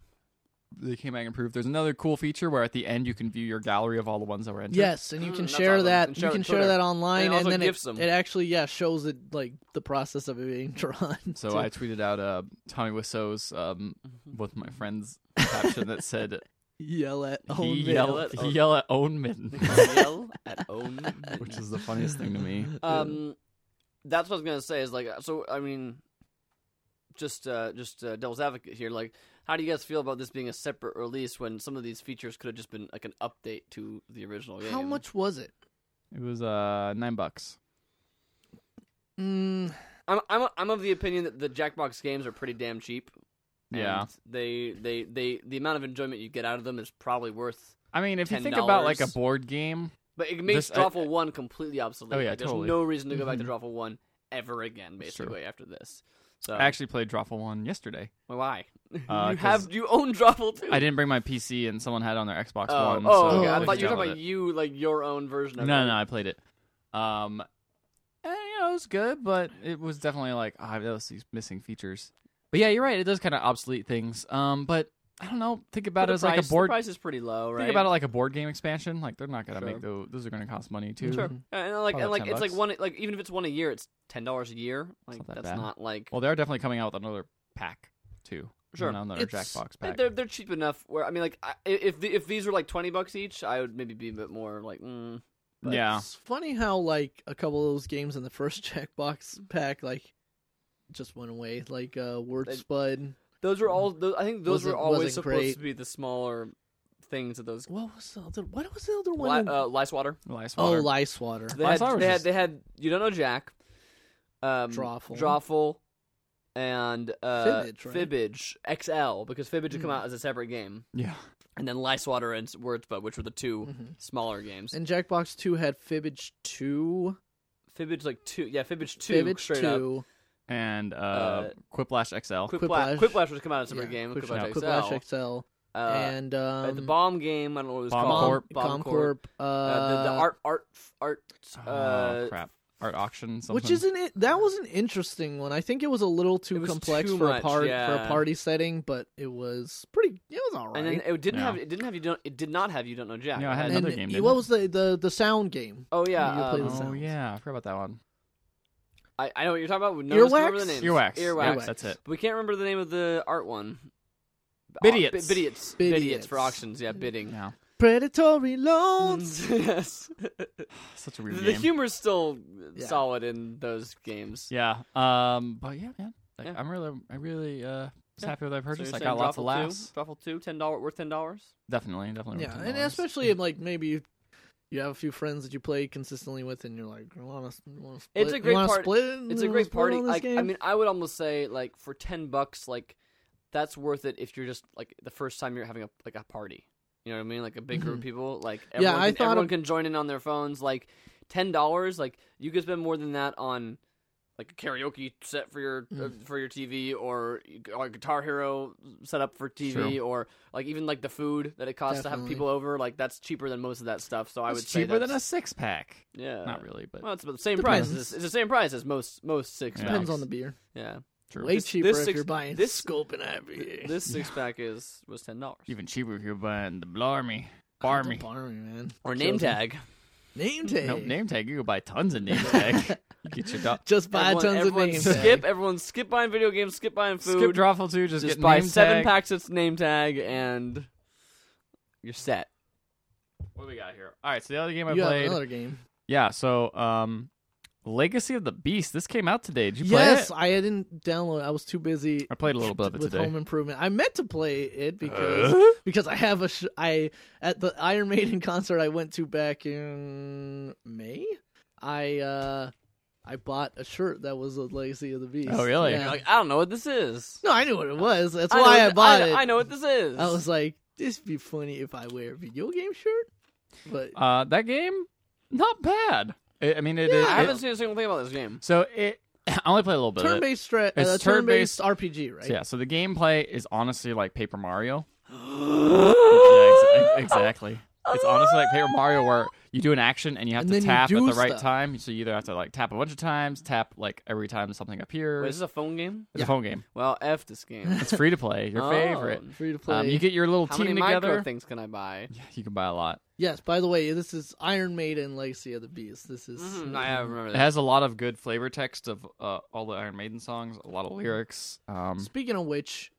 Speaker 1: they came back and improved. There's another cool feature where at the end you can view your gallery of all the ones that were entered.
Speaker 3: Yes, and you
Speaker 2: Mm,
Speaker 3: can
Speaker 2: that's
Speaker 3: share
Speaker 2: awesome.
Speaker 3: that.
Speaker 2: And
Speaker 3: You
Speaker 2: share it
Speaker 3: can
Speaker 2: on
Speaker 3: share
Speaker 2: Twitter.
Speaker 3: that online,
Speaker 2: And it
Speaker 3: and,
Speaker 2: also
Speaker 3: then
Speaker 2: gifts
Speaker 3: it,
Speaker 2: them.
Speaker 3: it actually yeah shows it like the process of it being [LAUGHS] drawn.
Speaker 1: So
Speaker 3: too.
Speaker 1: I tweeted out uh, Tommy Wiseau's um,
Speaker 2: Mm-hmm.
Speaker 1: with my friend's caption that
Speaker 2: [LAUGHS]
Speaker 1: said
Speaker 3: yell at
Speaker 1: he
Speaker 3: own
Speaker 1: yell
Speaker 3: man.
Speaker 1: at he
Speaker 2: Own-
Speaker 1: yell at own mitten,
Speaker 2: [LAUGHS] Yell at own men.
Speaker 1: which is the funniest thing to me.
Speaker 2: [LAUGHS] Um, that's what I was gonna say. Is like, uh, so I mean, just uh, just uh, devil's advocate here. Like, how do you guys feel about this being a separate release when some of these features could have just been like an update to the original game?
Speaker 3: How much was it?
Speaker 1: It was uh nine bucks.
Speaker 3: Mm,
Speaker 2: I'm I'm I'm of the opinion that the Jackbox games are pretty damn cheap. and
Speaker 1: Yeah.
Speaker 2: They they they the amount of enjoyment you get out of them is probably worth
Speaker 1: I mean, if you think
Speaker 2: $10.
Speaker 1: about like a board game,
Speaker 2: But it makes
Speaker 1: This- I-
Speaker 2: Drawful 1 completely obsolete.
Speaker 1: Oh, yeah,
Speaker 2: Like, There's
Speaker 1: totally. Mm-hmm.
Speaker 2: no reason to go back to
Speaker 3: Mhm.
Speaker 2: Drawful 1 ever again,
Speaker 1: It's true.
Speaker 2: basically, after this. So,
Speaker 1: I actually played Drawful One yesterday.
Speaker 2: why? [LAUGHS]
Speaker 1: Uh,
Speaker 2: you
Speaker 1: 'cause
Speaker 2: have you own Drawful 2.
Speaker 1: I didn't bring my PC, and someone had it on their Xbox
Speaker 2: Oh,
Speaker 1: One.
Speaker 2: oh,
Speaker 1: so
Speaker 2: okay. I
Speaker 1: just
Speaker 2: thought you were talking
Speaker 1: downloaded
Speaker 2: about
Speaker 1: it.
Speaker 2: you, like your own version of
Speaker 1: No,
Speaker 2: it.
Speaker 1: no, I played it. Um, and, you know, it was good, but it was definitely like ah, those these missing features. But yeah, you're right. It does kind of obsolete things. Um, but I don't know. Think about
Speaker 2: But
Speaker 1: it
Speaker 2: the
Speaker 1: as
Speaker 2: price,
Speaker 1: like a board.
Speaker 2: The price is pretty low, right?
Speaker 1: Think about it like a board game expansion. Like they're not gonna
Speaker 2: Sure.
Speaker 1: make those. Those are gonna cost money too.
Speaker 2: Sure. And like,
Speaker 1: mm-hmm. Probably
Speaker 2: and like,
Speaker 1: about 10
Speaker 2: it's like
Speaker 1: bucks.
Speaker 2: one, like even if it's one a year, it's ten dollars a year. Like
Speaker 1: not that
Speaker 2: that's
Speaker 1: bad.
Speaker 2: not like
Speaker 1: Well, they're definitely coming out with another pack too.
Speaker 2: Sure.
Speaker 1: another
Speaker 3: It's-
Speaker 1: Jackbox
Speaker 2: But
Speaker 1: pack.
Speaker 2: They're they're cheap enough. Where I mean, like, I, if the, if these were like twenty bucks each, I would maybe be a bit more like, mm, but-
Speaker 1: Yeah,
Speaker 3: It's funny how like a couple of those games in the first [LAUGHS] checkbox pack like just went away, like uh, Word
Speaker 2: They-
Speaker 3: Spud.
Speaker 2: Those were all. Those, I think those
Speaker 3: Mm. Wasn't-
Speaker 2: were always
Speaker 3: wasn't
Speaker 2: supposed
Speaker 3: great.
Speaker 2: to be the smaller things of those.
Speaker 3: What was the other? What was the other
Speaker 2: Li-
Speaker 3: one?
Speaker 2: uh, Licewater.
Speaker 1: Elias
Speaker 3: oh,
Speaker 1: Water.
Speaker 3: Lice Water.
Speaker 2: They had,
Speaker 1: Licewater was
Speaker 2: they, had,
Speaker 1: just-
Speaker 2: they had. You don't know Jack. Um,
Speaker 3: Drawful.
Speaker 2: Drawful And uh,
Speaker 3: Fibbage, right?
Speaker 2: Fibbage XL because Fibbage had come
Speaker 3: Mm.
Speaker 2: out as a separate game,
Speaker 1: yeah,
Speaker 2: and then Licewater and Wordsbud, which were the 2
Speaker 3: Mhm.
Speaker 2: smaller games.
Speaker 3: And Jackbox Two had Fibbage Two,
Speaker 2: Fibbage like two, yeah, Fibbage two
Speaker 3: Fibbage
Speaker 2: straight up.
Speaker 3: Two,
Speaker 1: and uh,
Speaker 2: Uh,
Speaker 1: Quiplash XL.
Speaker 2: Quiplash,
Speaker 3: Quiplash.
Speaker 2: Quiplash was come out as a separate
Speaker 3: Yeah,
Speaker 2: game.
Speaker 3: Quiplash-
Speaker 2: Quiplash, XL.
Speaker 3: Quiplash XL,
Speaker 2: Uh,
Speaker 3: and um,
Speaker 2: the bomb game. I don't know what it was
Speaker 1: Bomb
Speaker 2: called.
Speaker 1: Corp.
Speaker 2: Bomb
Speaker 3: Comcorp, uh,
Speaker 2: Uh, the, the art, art, art. Uh,
Speaker 1: oh crap! Art auction. Something.
Speaker 3: Which isn't it? That was an interesting one. I think it was a little
Speaker 2: It
Speaker 3: too
Speaker 2: was
Speaker 3: complex
Speaker 2: too
Speaker 3: for
Speaker 2: much,
Speaker 3: a part for
Speaker 2: yeah.
Speaker 3: a party setting, but it was pretty. It was all right.
Speaker 2: And then it didn't
Speaker 1: Yeah.
Speaker 2: have it didn't have you don't it did not have you don't know Jack.
Speaker 1: Yeah, I
Speaker 2: It
Speaker 1: had
Speaker 3: And
Speaker 1: another game, didn't
Speaker 3: what
Speaker 1: it?
Speaker 3: was the, the the sound game?
Speaker 2: Oh yeah,
Speaker 3: You play
Speaker 2: um,
Speaker 3: with
Speaker 1: Oh
Speaker 3: sounds.
Speaker 1: yeah, I forgot about that one.
Speaker 2: I, I know what you're talking about. No one can remember the
Speaker 3: Earwax?
Speaker 2: names.
Speaker 1: Earwax.
Speaker 2: Earwax.
Speaker 1: Yeah, that's it.
Speaker 2: But we can't remember the name of the art one.
Speaker 1: Bidiots.
Speaker 2: Oh, bi- bidiots.
Speaker 3: Bidiots.
Speaker 2: Bidiots for auctions. Yeah, bidding.
Speaker 1: Yeah,
Speaker 3: Predatory
Speaker 2: Mm,
Speaker 3: loans.
Speaker 2: yes. [LAUGHS]
Speaker 1: such a
Speaker 2: the
Speaker 1: weird
Speaker 2: the
Speaker 1: game.
Speaker 2: humor's still
Speaker 3: Yeah.
Speaker 2: solid in those games.
Speaker 1: yeah. Um. But yeah, man. Like,
Speaker 2: Yeah.
Speaker 1: I'm really, I really uh, was
Speaker 2: Yeah.
Speaker 1: happy with that
Speaker 2: So
Speaker 1: purchase.
Speaker 2: you're
Speaker 1: I
Speaker 2: saying
Speaker 1: got lots
Speaker 2: Drawful
Speaker 1: of laughs.
Speaker 2: Two, Drawful two, ten dollar worth ten dollars.
Speaker 1: Definitely, definitely.
Speaker 3: yeah,
Speaker 1: $10.
Speaker 3: and especially if, like maybe you, you have a few friends that you play consistently with, and you're like, want to want to split.
Speaker 2: It's a great
Speaker 3: you wanna
Speaker 2: part-
Speaker 3: Split, it?
Speaker 2: It's
Speaker 3: You
Speaker 2: a
Speaker 3: wanna
Speaker 2: great
Speaker 3: split
Speaker 2: party.
Speaker 3: on this
Speaker 2: Like I
Speaker 3: game?"
Speaker 2: mean, I would almost say like for ten bucks, like that's worth it if you're just like the first time you're having a like a party. You know what I mean? Like a big group of people. Like
Speaker 3: Yeah,
Speaker 2: everyone,
Speaker 3: I
Speaker 2: can,
Speaker 3: thought
Speaker 2: everyone
Speaker 3: of-
Speaker 2: can join in on their phones. Like ten dollars. Like you could spend more than that on like a karaoke set for your uh, for your TV or, or a Guitar Hero setup for TV or like even like the food that it costs to have
Speaker 3: Definitely.
Speaker 2: people over. Like that's cheaper than most of that stuff. So I would
Speaker 1: it's
Speaker 2: say
Speaker 1: cheaper
Speaker 2: that's,
Speaker 1: than a six pack.
Speaker 2: yeah.
Speaker 1: Not really, but
Speaker 2: Well, it's about the same
Speaker 3: Depends.
Speaker 2: price. It's, it's the same price as most most six.
Speaker 1: Yeah.
Speaker 3: depends
Speaker 2: packs.
Speaker 3: on the beer.
Speaker 1: [LAUGHS]
Speaker 2: yeah.
Speaker 1: true.
Speaker 3: Way
Speaker 2: This-
Speaker 3: cheaper
Speaker 2: this
Speaker 3: if
Speaker 2: six-
Speaker 3: you're buying
Speaker 2: this-
Speaker 3: scope and IPA.
Speaker 2: This six pack is was ten dollars.
Speaker 1: Even cheaper if you're buying the Blarmy.
Speaker 3: Oh, the
Speaker 1: Barmy.
Speaker 3: Barmy man
Speaker 2: Or name
Speaker 3: Kills me.
Speaker 2: tag.
Speaker 3: Name tag.
Speaker 1: Nope, name tag. You can buy tons of name tag. you get your do-
Speaker 3: Just buy
Speaker 2: Everyone-
Speaker 3: tons
Speaker 2: everyone
Speaker 3: of names.
Speaker 2: Skip [LAUGHS] everyone skip buying video games, skip buying food.
Speaker 1: skip Drawful too. Just,
Speaker 2: just
Speaker 1: get
Speaker 2: buy
Speaker 1: name
Speaker 2: seven
Speaker 1: tag.
Speaker 2: packs of name tag and you're set.
Speaker 1: What do we got here? All right, so the other game I
Speaker 3: You have
Speaker 1: played.
Speaker 3: another game.
Speaker 1: Yeah, so um, Legacy of the Beast. This came out today. Did you play
Speaker 3: Yes,
Speaker 1: it?
Speaker 3: I didn't download. it. I was too busy.
Speaker 1: I played a little bit of it
Speaker 3: with
Speaker 1: today. Uh-huh.
Speaker 3: Home Improvement. I meant to play it because because I have a sh- I at the Iron Maiden [LAUGHS] concert I went to back in May. I uh I bought a shirt that was a Legacy of the Beast.
Speaker 1: Oh, really?
Speaker 3: Yeah.
Speaker 2: You're like, I don't know what this is.
Speaker 3: no, I knew what it was. That's
Speaker 2: I know
Speaker 3: why
Speaker 2: what
Speaker 3: I
Speaker 2: th-
Speaker 3: bought
Speaker 2: I,
Speaker 3: it.
Speaker 2: I know what this is.
Speaker 3: I was like, this would be funny if I wear a video game shirt, but
Speaker 1: Uh, that game, not bad. It, I mean, it.
Speaker 3: Yeah,
Speaker 1: it-
Speaker 2: I
Speaker 1: it-
Speaker 2: haven't seen a single thing about
Speaker 1: [GASPS]
Speaker 2: this game.
Speaker 1: so it. [LAUGHS] I only played a little bit. of it.
Speaker 3: turn-based stra-
Speaker 1: It's
Speaker 3: uh,
Speaker 1: turn-based-
Speaker 3: turn-based RPG, right?
Speaker 1: So, yeah. So the gameplay is honestly like Paper Mario. Yeah, ex- ex-
Speaker 3: [LAUGHS]
Speaker 2: yeah,
Speaker 1: exactly. It's honestly like Paper Mario, where you do an action and you have
Speaker 3: And
Speaker 1: to
Speaker 3: then you
Speaker 1: tap at
Speaker 3: do
Speaker 1: the right
Speaker 3: stuff.
Speaker 1: time. So you either have to like tap a bunch of times, tap like every time something appears.
Speaker 2: Wait, is this a phone game?
Speaker 1: it's a phone game.
Speaker 2: Well, F
Speaker 1: [LAUGHS]
Speaker 2: this game.
Speaker 1: It's free to play.
Speaker 3: [LAUGHS]
Speaker 1: Your
Speaker 2: Oh.
Speaker 1: favorite.
Speaker 3: Free to play.
Speaker 1: Um, you get your little
Speaker 2: How
Speaker 1: team
Speaker 2: many
Speaker 1: together.
Speaker 2: micro things can I buy?
Speaker 1: Yeah, you can buy a lot.
Speaker 3: Yes, by the way, this is Iron Maiden Legacy of the Beast. This is
Speaker 2: Mhm, I remember
Speaker 1: It
Speaker 2: that.
Speaker 1: has a lot of good flavor text of uh, all the Iron Maiden songs, a lot of lyrics. Um,
Speaker 3: Speaking of which,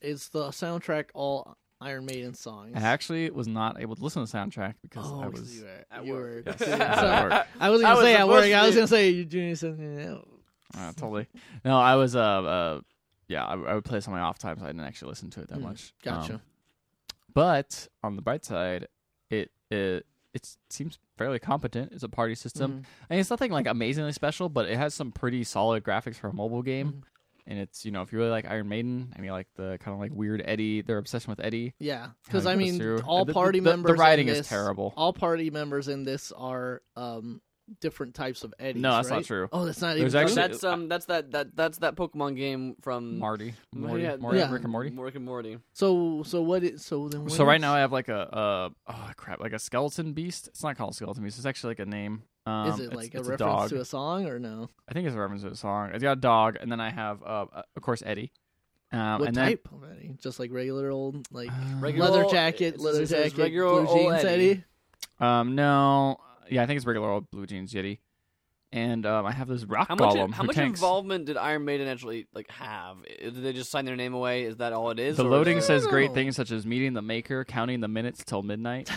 Speaker 3: is the soundtrack all Iron Maiden songs?
Speaker 1: I actually was not able to listen to the soundtrack because
Speaker 3: oh,
Speaker 1: I
Speaker 3: 'cause
Speaker 1: was. [LAUGHS]
Speaker 3: you were,
Speaker 2: At
Speaker 3: you
Speaker 2: work.
Speaker 3: were-
Speaker 1: Yes, I
Speaker 3: yeah,
Speaker 1: was
Speaker 3: [LAUGHS] sorry.
Speaker 1: at work.
Speaker 3: I was
Speaker 2: I
Speaker 3: gonna
Speaker 2: was
Speaker 3: say at work. I was
Speaker 2: supposed to-
Speaker 3: gonna say you're doing something. Else.
Speaker 1: Uh, totally. No, I was. Uh, uh, yeah, I, I would play this on my off time, so I didn't actually listen to it that
Speaker 3: Mm,
Speaker 1: much.
Speaker 3: Gotcha.
Speaker 1: Um, but on the bright side, it it it seems fairly competent. It's a
Speaker 3: Mm-hmm. Mm-hmm.
Speaker 1: party system, and it's nothing like amazingly special, but it has some pretty solid graphics for a mobile game. And it's you know if you really like Iron Maiden and you like the kind of like weird Eddie, their obsession with Eddie.
Speaker 3: Yeah, because
Speaker 1: kinda
Speaker 3: I
Speaker 1: goes
Speaker 3: mean,
Speaker 1: through.
Speaker 3: all
Speaker 1: The- the-
Speaker 3: party
Speaker 1: the-
Speaker 3: members.
Speaker 1: The writing
Speaker 3: in
Speaker 1: is
Speaker 3: this-
Speaker 1: terrible.
Speaker 3: All party members in this are um different types of Eddies.
Speaker 1: No, that's not
Speaker 3: right?
Speaker 1: true.
Speaker 3: Oh, that's not
Speaker 1: There's
Speaker 3: even.
Speaker 1: actually-
Speaker 3: true?
Speaker 2: that's um, that's that that that's that Pokemon game from
Speaker 1: Marty,
Speaker 2: Yeah,
Speaker 1: Morty,
Speaker 2: yeah,
Speaker 1: Morty
Speaker 3: yeah.
Speaker 1: Rick and Morty.
Speaker 2: Rick and Morty.
Speaker 3: So so what? Is, so then. What
Speaker 1: So right
Speaker 3: else?
Speaker 1: now I have like a uh oh crap like a skeleton beast. It's not called skeleton beast. It's actually like a name. Um,
Speaker 3: is it
Speaker 1: it's-
Speaker 3: like a
Speaker 1: it's
Speaker 3: reference
Speaker 1: dog.
Speaker 3: to a song or no?
Speaker 1: I think it's a reference to a song. It's got a dog, and then I have uh, uh, of course Eddie. Um,
Speaker 3: what
Speaker 1: and then
Speaker 3: type of Eddie? Just like regular old like
Speaker 1: Um,
Speaker 2: Regular
Speaker 3: leather
Speaker 2: old-
Speaker 3: jacket,
Speaker 2: it
Speaker 3: leather
Speaker 2: says- it says
Speaker 3: jacket,
Speaker 2: regular
Speaker 3: blue
Speaker 2: old
Speaker 3: jeans
Speaker 1: [LAUGHS]
Speaker 2: Eddie.
Speaker 3: Eddie.
Speaker 1: Um, no, yeah, I think it's regular old blue jeans Yeti, and um, I have this rock
Speaker 2: How much
Speaker 1: golem
Speaker 2: how
Speaker 1: who
Speaker 2: much
Speaker 1: tanks.
Speaker 2: involvement did Iron Maiden actually like have? I- Did they just sign their name away? Is that all it is?
Speaker 1: the
Speaker 2: or is
Speaker 1: loading
Speaker 2: it-
Speaker 1: says great
Speaker 3: No.
Speaker 1: things such as meeting the maker, counting the minutes till
Speaker 3: [LAUGHS]
Speaker 1: midnight,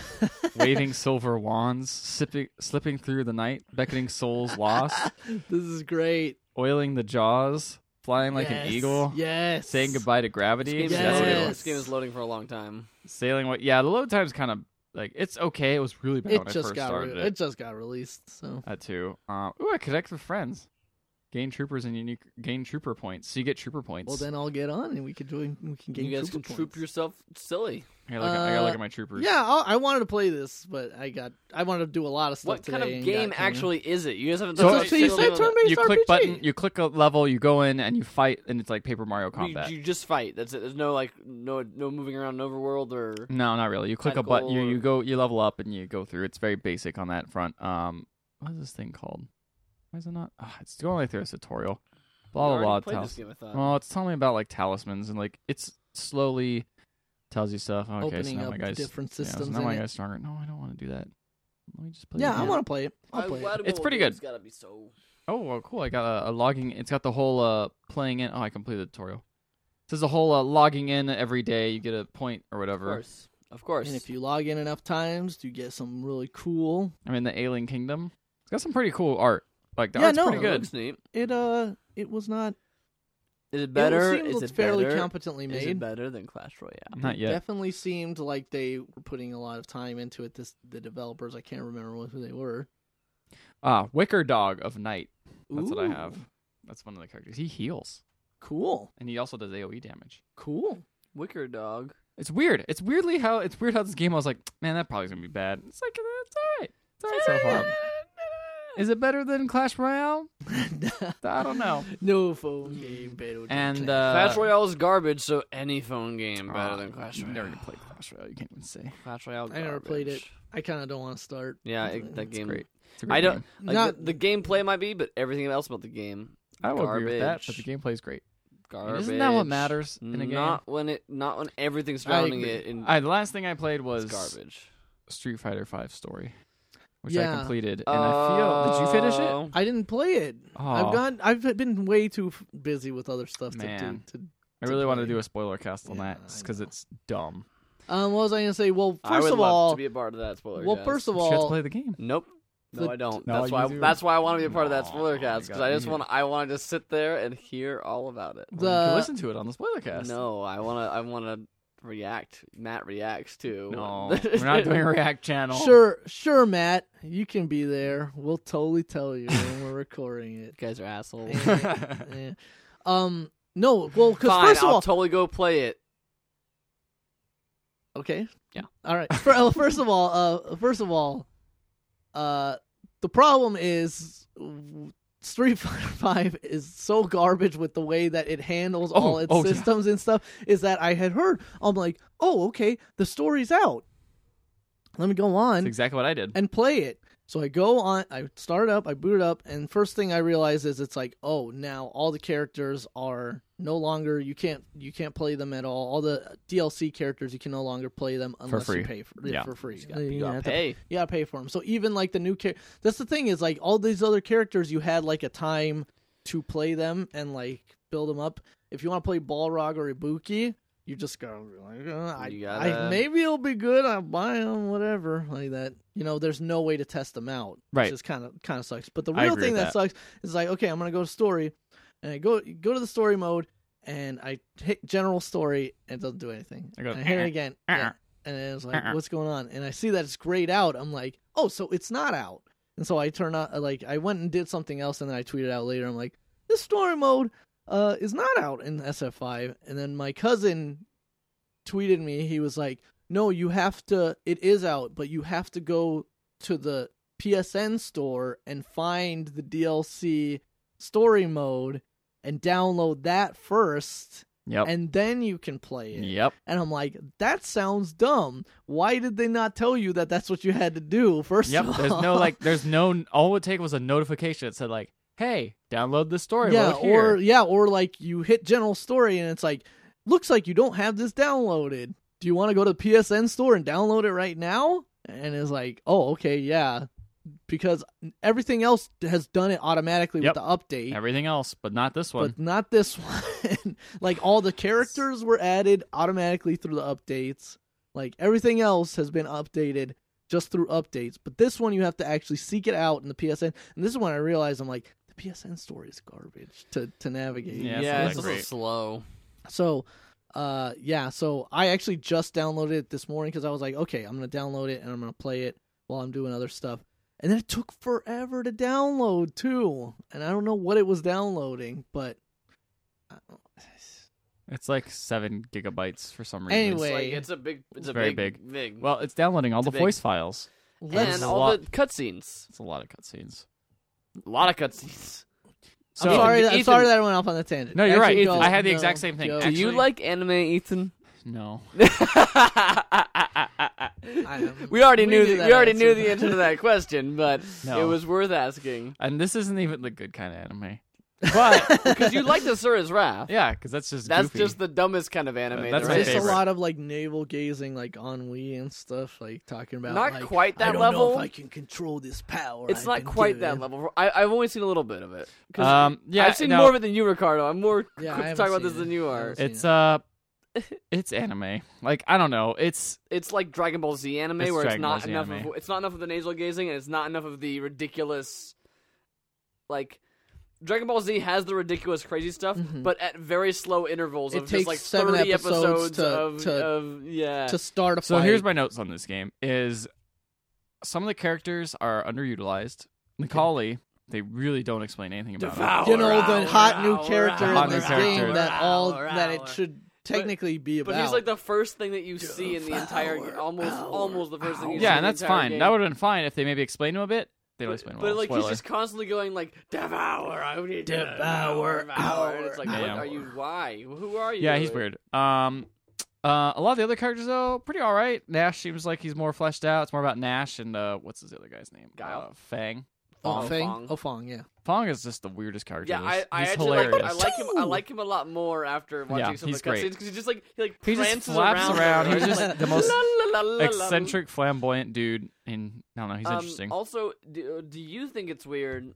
Speaker 1: waving silver wands, sipping, slipping through the night, beckoning souls lost,
Speaker 3: This is great.
Speaker 1: oiling the jaws, flying like
Speaker 3: Yes.
Speaker 1: an eagle,
Speaker 3: Yes.
Speaker 1: saying goodbye to
Speaker 2: This
Speaker 1: gravity.
Speaker 2: game,
Speaker 3: Yes.
Speaker 1: That's
Speaker 2: is
Speaker 1: what it
Speaker 2: loading,
Speaker 1: was.
Speaker 2: this game is loading for a long time.
Speaker 1: Sailing what? Yeah, the load time's kind of like it's okay. It was really bad
Speaker 3: It
Speaker 1: when I
Speaker 3: just
Speaker 1: first
Speaker 3: got re-
Speaker 1: started
Speaker 3: it.
Speaker 1: it.
Speaker 3: just got released. So
Speaker 1: That too. Um, ooh, I connect with friends. Gain troopers and unique gain trooper points. So you get trooper points.
Speaker 3: well, then I'll get on and we could join. We can gain
Speaker 2: you guys
Speaker 3: trooper
Speaker 2: can troop
Speaker 3: points.
Speaker 2: yourself silly.
Speaker 1: I gotta, look at, I gotta
Speaker 3: uh,
Speaker 1: look at my troopers.
Speaker 3: Yeah, I'll, I wanted to play this, but I got I wanted to do a lot of stuff.
Speaker 2: What kind
Speaker 3: today
Speaker 2: of
Speaker 3: and
Speaker 2: game
Speaker 3: got kinda-
Speaker 2: actually is it? You guys haven't.
Speaker 1: So
Speaker 2: done
Speaker 1: it's
Speaker 2: a
Speaker 1: a- it's
Speaker 2: single
Speaker 1: a
Speaker 2: thing on that.
Speaker 3: turn-based
Speaker 1: You click
Speaker 3: RPG.
Speaker 1: button, you click a level, you go in and you fight, and it's like Paper Mario
Speaker 2: You-
Speaker 1: Combat.
Speaker 2: You, just fight. That's it. There's no like no no moving around in overworld or
Speaker 1: no, not really. You click a
Speaker 2: Tactical
Speaker 1: button, you, you
Speaker 2: or-
Speaker 1: go, you level up, and you go through. It's very basic on that front. Um, what is this thing called? Why is it not? ah, it's going like through a tutorial.
Speaker 2: You
Speaker 1: Blah blah
Speaker 2: already
Speaker 1: blah.
Speaker 2: Played
Speaker 1: talis-
Speaker 2: this game, I thought.
Speaker 1: Well, it's telling me about like talismans and like it's slowly tells you stuff. Okay,
Speaker 3: opening
Speaker 1: so now
Speaker 3: up
Speaker 1: my
Speaker 3: the
Speaker 1: guy's
Speaker 3: different
Speaker 1: yeah, so
Speaker 3: systems.
Speaker 1: now
Speaker 3: in
Speaker 1: my
Speaker 3: it.
Speaker 1: guy's stronger. No, I don't want to do that. Let me just play.
Speaker 3: yeah,
Speaker 1: the
Speaker 3: I
Speaker 1: game.
Speaker 3: want to play it. I'll play it.
Speaker 1: It's pretty
Speaker 2: It's
Speaker 1: good.
Speaker 2: gotta be so.
Speaker 1: Oh well, cool. I got a, a logging. It's got the whole uh playing in. Oh, I completed the tutorial. It says the whole uh, logging in every day. You get a point or
Speaker 2: Of
Speaker 1: whatever.
Speaker 2: course, of course.
Speaker 3: And if you log in enough times, you get some really cool.
Speaker 1: I'm in the Alien Kingdom. It's got some pretty cool art. Like the
Speaker 3: Yeah,
Speaker 1: art's
Speaker 3: no,
Speaker 1: pretty
Speaker 2: It
Speaker 1: good.
Speaker 2: Looks neat.
Speaker 3: It uh, it was not.
Speaker 2: Is it better?
Speaker 3: It seemed
Speaker 2: is it
Speaker 3: fairly
Speaker 2: better?
Speaker 3: competently
Speaker 2: Is it
Speaker 3: made.
Speaker 2: better than Clash Royale?
Speaker 1: Not yet.
Speaker 3: Definitely seemed like they were putting a lot of time into it. This the developers. I can't remember what- who they were.
Speaker 1: Ah, Wicker Dog of Night. That's what I
Speaker 3: Ooh,
Speaker 1: have. That's one of the characters. He heals
Speaker 3: Cool.
Speaker 1: and he also does AOE damage.
Speaker 3: Cool. [LAUGHS]
Speaker 2: Wicker Dog.
Speaker 1: It's weird. It's weirdly how it's weird how this game. I was like, man, that probably's gonna be bad. It's like it's alright. It's alright so
Speaker 3: [LAUGHS]
Speaker 1: far. Is it better than Clash Royale? I don't
Speaker 3: [LAUGHS]
Speaker 1: know.
Speaker 3: no phone game. better than
Speaker 1: And
Speaker 3: Clash.
Speaker 1: uh,
Speaker 2: Clash Royale is garbage, so any phone game better than Clash
Speaker 1: I've
Speaker 2: Royale.
Speaker 1: Never even played Clash Royale. You can't even say.
Speaker 2: Clash Royale.
Speaker 3: I never played it.
Speaker 2: garbage.
Speaker 3: I kind of don't want to start.
Speaker 2: Yeah,
Speaker 3: It's-
Speaker 2: it, that
Speaker 3: it's
Speaker 2: game.
Speaker 1: great. It's a great
Speaker 2: I don't.
Speaker 1: game.
Speaker 2: Like,
Speaker 3: Not-
Speaker 2: the, the gameplay might be, but everything else about the game
Speaker 1: I will agree with that, but the
Speaker 2: Garbage.
Speaker 1: gameplay is great.
Speaker 2: garbage.
Speaker 1: Isn't that what matters in a game?
Speaker 2: Not when it. Not when everything surrounding
Speaker 3: agree.
Speaker 2: it in
Speaker 1: I, the last thing I played was
Speaker 2: is garbage.
Speaker 1: Street Fighter Five Story, which I
Speaker 3: Yeah.
Speaker 1: completed, and I feel. Did you finish it?
Speaker 2: Oh.
Speaker 3: I didn't play it.
Speaker 1: Oh,
Speaker 3: I've gone. I've been way too f- busy with other stuff
Speaker 1: Man.
Speaker 3: to do. To,
Speaker 1: I really want to
Speaker 3: play.
Speaker 1: do a spoiler cast on
Speaker 3: Yeah,
Speaker 1: that
Speaker 3: I
Speaker 1: because
Speaker 3: know.
Speaker 1: it's dumb.
Speaker 3: um, what was I gonna say? Well,
Speaker 2: I
Speaker 3: first
Speaker 2: would
Speaker 3: of
Speaker 2: love
Speaker 3: all,
Speaker 2: to be a part of that spoiler.
Speaker 3: well,
Speaker 2: cast.
Speaker 3: first of
Speaker 1: You have to
Speaker 3: all,
Speaker 1: play the game.
Speaker 2: Nope. No,
Speaker 3: The-
Speaker 2: I don't.
Speaker 1: No,
Speaker 2: that's
Speaker 1: you
Speaker 2: why.
Speaker 1: do.
Speaker 2: That's why I want to be a part of that
Speaker 1: No,
Speaker 2: spoiler
Speaker 1: you
Speaker 2: cast because I
Speaker 1: got-
Speaker 2: just
Speaker 1: you-
Speaker 2: want. I want to just sit there and hear all about it.
Speaker 1: Well, you can
Speaker 3: The-
Speaker 1: listen to it on the spoiler cast.
Speaker 2: No, I want to. I want to react. Matt reacts too. [LAUGHS]
Speaker 1: No, we're not doing a React channel.
Speaker 3: sure, sure, Matt, you can be there. We'll totally tell you when we're recording it.
Speaker 2: You guys are assholes.
Speaker 3: Yeah. Yeah. Um, no, well, because
Speaker 2: Fine,
Speaker 3: first of
Speaker 2: I'll
Speaker 3: all,
Speaker 2: totally go play it.
Speaker 3: okay,
Speaker 2: Yeah.
Speaker 3: all right. Fir- uh, First of all, uh, first of all, uh, the problem is. w- Street Fighter Five is so garbage with the way that it handles all
Speaker 1: Oh,
Speaker 3: its
Speaker 1: oh, yeah.
Speaker 3: systems and stuff. Is that I had heard, I'm like, oh, okay, the story's out. Let me go on.
Speaker 1: That's exactly what I did.
Speaker 3: and play it. So I go on, I start it up, I boot it up, and first thing I realize is it's like, oh, now all the characters are no longer you can't you can't play them at all. All the DLC characters you can no longer play them unless
Speaker 1: free.
Speaker 3: you pay for yeah,
Speaker 1: Yeah.
Speaker 3: for free. Oh, You,
Speaker 2: You gotta
Speaker 3: have to-
Speaker 2: pay.
Speaker 3: you gotta pay for them. So even like the new character, that's the thing is like all these other characters you had like a time to play them and like build them up. If you want to play Balrog or Ibuki, you just gotta be like, uh, I,
Speaker 2: You
Speaker 3: I
Speaker 2: gotta-
Speaker 3: maybe it'll be good. I'll buy them, whatever, like that. You know, there's no way to test them out,
Speaker 1: Right.
Speaker 3: Which is kind of kind of sucks. But the
Speaker 1: I
Speaker 3: real
Speaker 1: agree
Speaker 3: thing
Speaker 1: with
Speaker 3: that, sucks is like, okay, I'm gonna go to story, and I go go to the story mode, and I hit general story, and it doesn't do anything.
Speaker 1: It goes,
Speaker 3: and I hear
Speaker 1: "Uh-uh,
Speaker 3: it again.
Speaker 1: uh-uh,
Speaker 3: yeah, and it was like,
Speaker 1: uh-uh.
Speaker 3: what's going on? And I see that it's grayed out. I'm like, oh, so it's not out. And so I turn on, like, I went and did something else, and then I tweeted out later. I'm like, this story mode uh, is not out in SF5. And then my cousin tweeted me. He was like, "No, you have to. It is out, but you have to go to the PSN store and find the DLC story mode and download that first,
Speaker 1: Yep.
Speaker 3: and then you can play it." [LAUGHS]
Speaker 1: Yep.
Speaker 3: And I'm like, that sounds dumb. Why did they not tell you that that's what you had to do? First
Speaker 1: Yep.
Speaker 3: of all,
Speaker 1: There's no
Speaker 3: [LAUGHS]
Speaker 1: like. There's no. All it would take was a notification that said like, "Hey, download the story
Speaker 3: yeah,
Speaker 1: mode here."
Speaker 3: or yeah, or like you hit general story and it's like, looks like you don't have this downloaded. Do you want to go to the PSN store and download it right now? And it's like, oh, okay, yeah, because everything else has done it automatically
Speaker 1: Yep.
Speaker 3: with the update,
Speaker 1: Everything else, but not this one.
Speaker 3: but not this [LAUGHS] one. like all the characters were added automatically through the updates. Like everything else has been updated just through updates, but this one you have to actually seek it out in the PSN. And this is when I realized I'm like the PSN store is garbage to to navigate.
Speaker 1: Yeah,
Speaker 2: Yeah,
Speaker 1: it's
Speaker 2: it's
Speaker 1: not
Speaker 2: also
Speaker 1: great.
Speaker 2: slow.
Speaker 3: So, uh, yeah. So I actually just downloaded it this morning because I was like, okay, I'm gonna download it and I'm gonna play it while I'm doing other stuff. And then it took forever to download too, and I don't know what it was downloading, but I don't-
Speaker 1: it's like seven gigabytes for some reason.
Speaker 3: Anyway.
Speaker 2: It's like
Speaker 3: Way.
Speaker 2: it's a big, it's a
Speaker 1: very
Speaker 2: big,
Speaker 1: big.
Speaker 2: big.
Speaker 1: Well, it's downloading all
Speaker 2: It's
Speaker 1: the
Speaker 2: big.
Speaker 1: voice files.
Speaker 3: let's.
Speaker 2: and
Speaker 1: a
Speaker 2: all
Speaker 1: lot.
Speaker 2: the cutscenes,
Speaker 1: It's a lot of cutscenes.
Speaker 2: a lot of cutscenes.
Speaker 1: So,
Speaker 3: I'm sorry.
Speaker 2: Ethan-
Speaker 3: I'm sorry
Speaker 2: Ethan-
Speaker 3: that I went off on a tangent.
Speaker 1: No, you're
Speaker 3: Actually,
Speaker 1: right.
Speaker 3: go.
Speaker 1: I had the
Speaker 3: No,
Speaker 1: exact same thing.
Speaker 3: go.
Speaker 2: Do you
Speaker 1: Actually-
Speaker 2: like anime, Ethan? [LAUGHS]
Speaker 1: No.
Speaker 3: am-
Speaker 2: we already
Speaker 3: we
Speaker 2: knew.
Speaker 3: knew
Speaker 2: the,
Speaker 3: that
Speaker 2: we already knew
Speaker 3: answer.
Speaker 2: the answer to that question, but
Speaker 1: [LAUGHS] No.
Speaker 2: it was worth asking
Speaker 1: And this isn't even the good kind of
Speaker 3: [LAUGHS]
Speaker 1: anime. But
Speaker 2: because you like the
Speaker 1: [LAUGHS]
Speaker 2: Sura's Wrath.
Speaker 1: yeah, because that's just
Speaker 2: That's
Speaker 1: goofy.
Speaker 2: just the dumbest kind of anime.
Speaker 1: That's
Speaker 2: there
Speaker 1: my
Speaker 3: It's
Speaker 2: is.
Speaker 3: just a
Speaker 1: favorite.
Speaker 3: lot of like navel gazing, like ennui and stuff, like talking about
Speaker 2: Not
Speaker 3: like,
Speaker 2: quite that
Speaker 3: I don't Know
Speaker 2: level.
Speaker 3: if I can concontrol this power.
Speaker 2: It's
Speaker 3: I've
Speaker 2: not
Speaker 3: been
Speaker 2: quite that
Speaker 3: given."
Speaker 2: level. I, I've only seen a little bit of it. 'Cause
Speaker 1: Um, yeah,
Speaker 2: I've seen
Speaker 1: no,
Speaker 2: more of it than you, Ricardo. I'm more
Speaker 3: Yeah, I
Speaker 2: quick to
Speaker 3: haven't
Speaker 2: talk about
Speaker 3: seen
Speaker 2: this
Speaker 3: it.
Speaker 2: than you
Speaker 3: I
Speaker 2: are.
Speaker 3: haven't
Speaker 1: It's uh, it's anime. Like I don't know. It's
Speaker 2: It's like Dragon Ball Z anime,
Speaker 1: It's
Speaker 2: where it's
Speaker 1: Dragon Ball
Speaker 2: not
Speaker 1: Z
Speaker 2: enough.
Speaker 1: anime.
Speaker 2: Of, it's not enough of the nasal gazing, and it's not enough of the ridiculous. Like, Dragon Ball Z has the ridiculous crazy stuff,
Speaker 3: Mhm.
Speaker 2: but at very slow intervals.
Speaker 3: It
Speaker 2: of
Speaker 3: takes
Speaker 2: just like
Speaker 3: seven
Speaker 2: thirty
Speaker 3: episodes to-
Speaker 2: of,
Speaker 3: to-
Speaker 2: of yeah.
Speaker 3: To start a
Speaker 1: so
Speaker 3: fight.
Speaker 1: here's my notes on this game: is some of the characters are underutilized. Nikali, they really don't explain anything about. her.
Speaker 2: Devour
Speaker 3: you know the
Speaker 2: hour,
Speaker 3: hot new
Speaker 2: hour,
Speaker 3: character
Speaker 1: Hot
Speaker 3: in
Speaker 1: new
Speaker 3: this
Speaker 1: character.
Speaker 3: game that all
Speaker 2: hour,
Speaker 3: that it
Speaker 2: hour.
Speaker 3: should technically be about.
Speaker 2: But he's like the first thing that you see in the entire,
Speaker 3: Devour
Speaker 2: almost,
Speaker 3: hour,
Speaker 2: almost the first thing. you see
Speaker 1: Yeah,
Speaker 2: in
Speaker 1: and
Speaker 2: the
Speaker 1: that's
Speaker 2: entire
Speaker 1: fine.
Speaker 2: game.
Speaker 1: That would have been fine if they maybe explained him a bit. They don't
Speaker 2: But-
Speaker 1: explain
Speaker 2: but,
Speaker 1: him well.
Speaker 2: like
Speaker 1: Spoiler.
Speaker 2: he's just constantly going like devour. I need to
Speaker 3: Devour
Speaker 2: And it's like,
Speaker 1: hour,
Speaker 2: what
Speaker 1: hour.
Speaker 2: are you? Why? Who are you?
Speaker 1: yeah, he's weird. Um, uh, a lot of the other characters though, pretty all right. Nash seems like he's more fleshed out. It's more about Nash and uh, what's his other guy's name?
Speaker 2: Guile.
Speaker 1: Uh, Fang.
Speaker 3: oh,
Speaker 2: Fong.
Speaker 3: Fang.
Speaker 2: Fong.
Speaker 3: Oh, Fong. Yeah.
Speaker 1: Fong is just the weirdest character.
Speaker 2: Yeah,
Speaker 1: in
Speaker 2: I,
Speaker 1: this.
Speaker 2: I
Speaker 1: he's
Speaker 2: actually
Speaker 1: hilarious.
Speaker 2: like I like him. I
Speaker 3: Too.
Speaker 2: like him a lot more after watching
Speaker 1: Yeah,
Speaker 2: some of
Speaker 1: he's
Speaker 2: the
Speaker 1: great.
Speaker 2: cutscenes because he just like he like
Speaker 1: He just
Speaker 2: prances
Speaker 1: flaps around. He's
Speaker 2: He's
Speaker 1: just the most
Speaker 2: la, la, la, la, la.
Speaker 1: eccentric, flamboyant dude. And I don't know, he's
Speaker 2: Um,
Speaker 1: interesting.
Speaker 2: Also, do, do you think it's weird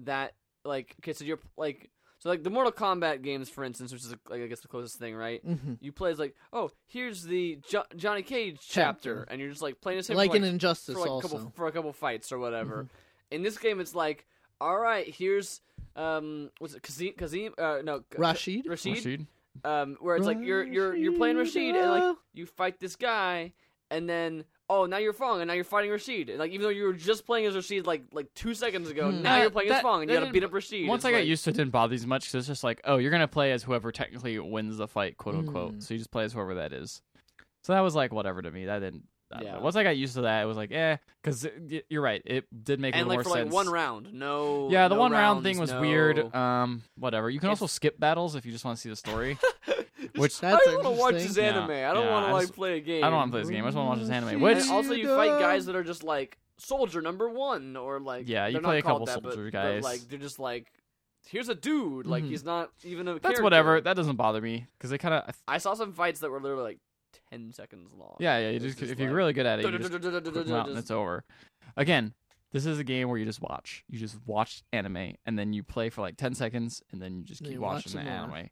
Speaker 2: that like okay, so you're like so like the Mortal Kombat games, for instance, which is like I guess the closest thing, right?
Speaker 3: hmm
Speaker 2: You play as like oh here's the jo- Johnny Cage chapter, and you're just like playing as him for,
Speaker 3: Like
Speaker 2: like
Speaker 3: an injustice
Speaker 2: for like
Speaker 3: also.
Speaker 2: a couple for a couple fights or whatever.
Speaker 1: Mm-hmm.
Speaker 2: In this game, it's like, all right, here's um, what's it, Kazim? Kazim? Uh, no, K-
Speaker 3: Rashid?
Speaker 2: Rashid.
Speaker 1: Rashid?
Speaker 2: Um, where it's like you're you're you're playing Rashid and like you fight this guy, and then oh now you're Fong and now you're fighting Rashid. And, like even though you were just playing as Rashid like like two seconds ago,
Speaker 3: Hmm.
Speaker 2: now
Speaker 1: Uh,
Speaker 2: you're playing as
Speaker 1: that-
Speaker 2: Fong and you
Speaker 1: that
Speaker 2: gotta beat
Speaker 1: didn't-
Speaker 2: up Rashid.
Speaker 1: Once
Speaker 2: It's
Speaker 1: I got
Speaker 2: like-
Speaker 1: used to it, didn't bother these much because it's just like, oh, you're gonna play as whoever technically wins the fight, quote unquote.
Speaker 3: Mm.
Speaker 1: So you just play as whoever that is. So that was like whatever to me. That didn't. I don't
Speaker 2: Yeah.
Speaker 1: know. Once I got used to that, it was like, eh, because you're right. It did make a
Speaker 2: and
Speaker 1: little
Speaker 2: like for
Speaker 1: more
Speaker 2: like
Speaker 1: sense.
Speaker 2: one round, no.
Speaker 1: yeah, the
Speaker 2: no
Speaker 1: one round
Speaker 2: rounds,
Speaker 1: thing was
Speaker 2: no-
Speaker 1: weird. Um, whatever. You can
Speaker 2: It's-
Speaker 1: also skip battles if you just want to see the story.
Speaker 2: [LAUGHS] Just-
Speaker 1: which-
Speaker 2: I
Speaker 3: That's
Speaker 2: don't wanna watch
Speaker 3: interesting.
Speaker 2: this anime. I don't
Speaker 1: Yeah,
Speaker 2: want
Speaker 1: I
Speaker 2: to like
Speaker 1: just-
Speaker 2: play a game.
Speaker 1: I don't want to play this game. I just want to watch this anime.
Speaker 3: And
Speaker 1: Which
Speaker 2: and also you fight guys that are just like soldier number one or like
Speaker 1: Yeah, you
Speaker 2: they're
Speaker 1: play
Speaker 2: not
Speaker 1: a couple
Speaker 2: called that, but-
Speaker 1: soldier
Speaker 2: but,
Speaker 1: guys.
Speaker 2: like they're just like here's a dude like
Speaker 3: Mhm.
Speaker 2: he's not even a
Speaker 1: that's
Speaker 2: character.
Speaker 1: whatever. That doesn't bother me because they kind of.
Speaker 2: I saw some fights that were literally like ten seconds long.
Speaker 1: Yeah, yeah. You
Speaker 2: It's
Speaker 1: just,
Speaker 2: just
Speaker 1: if you're
Speaker 2: like-
Speaker 1: really good at it,
Speaker 2: [LAUGHS]
Speaker 1: you just click 'em out and it's
Speaker 2: Just-
Speaker 1: over. Again, this is a game where you just watch. You just watch anime and then you play for like ten seconds and then you just
Speaker 3: Then
Speaker 1: keep
Speaker 3: you watch
Speaker 1: watching the
Speaker 3: some more.
Speaker 1: anime.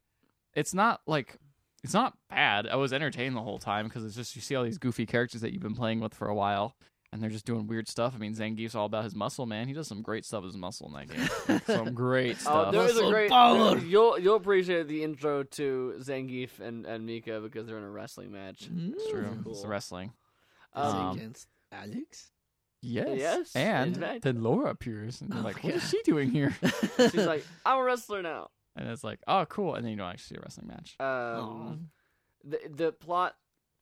Speaker 1: It's not like it's not bad. I was entertained the whole time because it's just you see all these goofy characters that you've been playing with for a while. And they're just doing weird stuff. I mean, Zangief's all about his muscle, man. He does some great stuff with his muscle in that
Speaker 3: [LAUGHS]
Speaker 1: game. [LAUGHS] some great
Speaker 2: Oh,
Speaker 1: stuff.
Speaker 2: there is a
Speaker 3: Muscle
Speaker 2: great.
Speaker 3: power.
Speaker 2: there- You'll you'll appreciate the intro to Zangief and, and Mika because they're in a wrestling match.
Speaker 1: it's true.
Speaker 2: Cool.
Speaker 1: It's wrestling.
Speaker 2: Um,
Speaker 1: Um,
Speaker 3: against Alex.
Speaker 1: Yes.
Speaker 2: Yes, in
Speaker 1: And
Speaker 2: fact.
Speaker 1: then Laura appears, and you're
Speaker 3: Oh
Speaker 1: like,
Speaker 3: my
Speaker 1: "What is
Speaker 3: God.
Speaker 1: she doing here?"
Speaker 3: [LAUGHS]
Speaker 2: she's like, I'm a wrestler now.
Speaker 1: and it's like, oh, cool, and then you don't actually see a wrestling match.
Speaker 2: Um, the the plot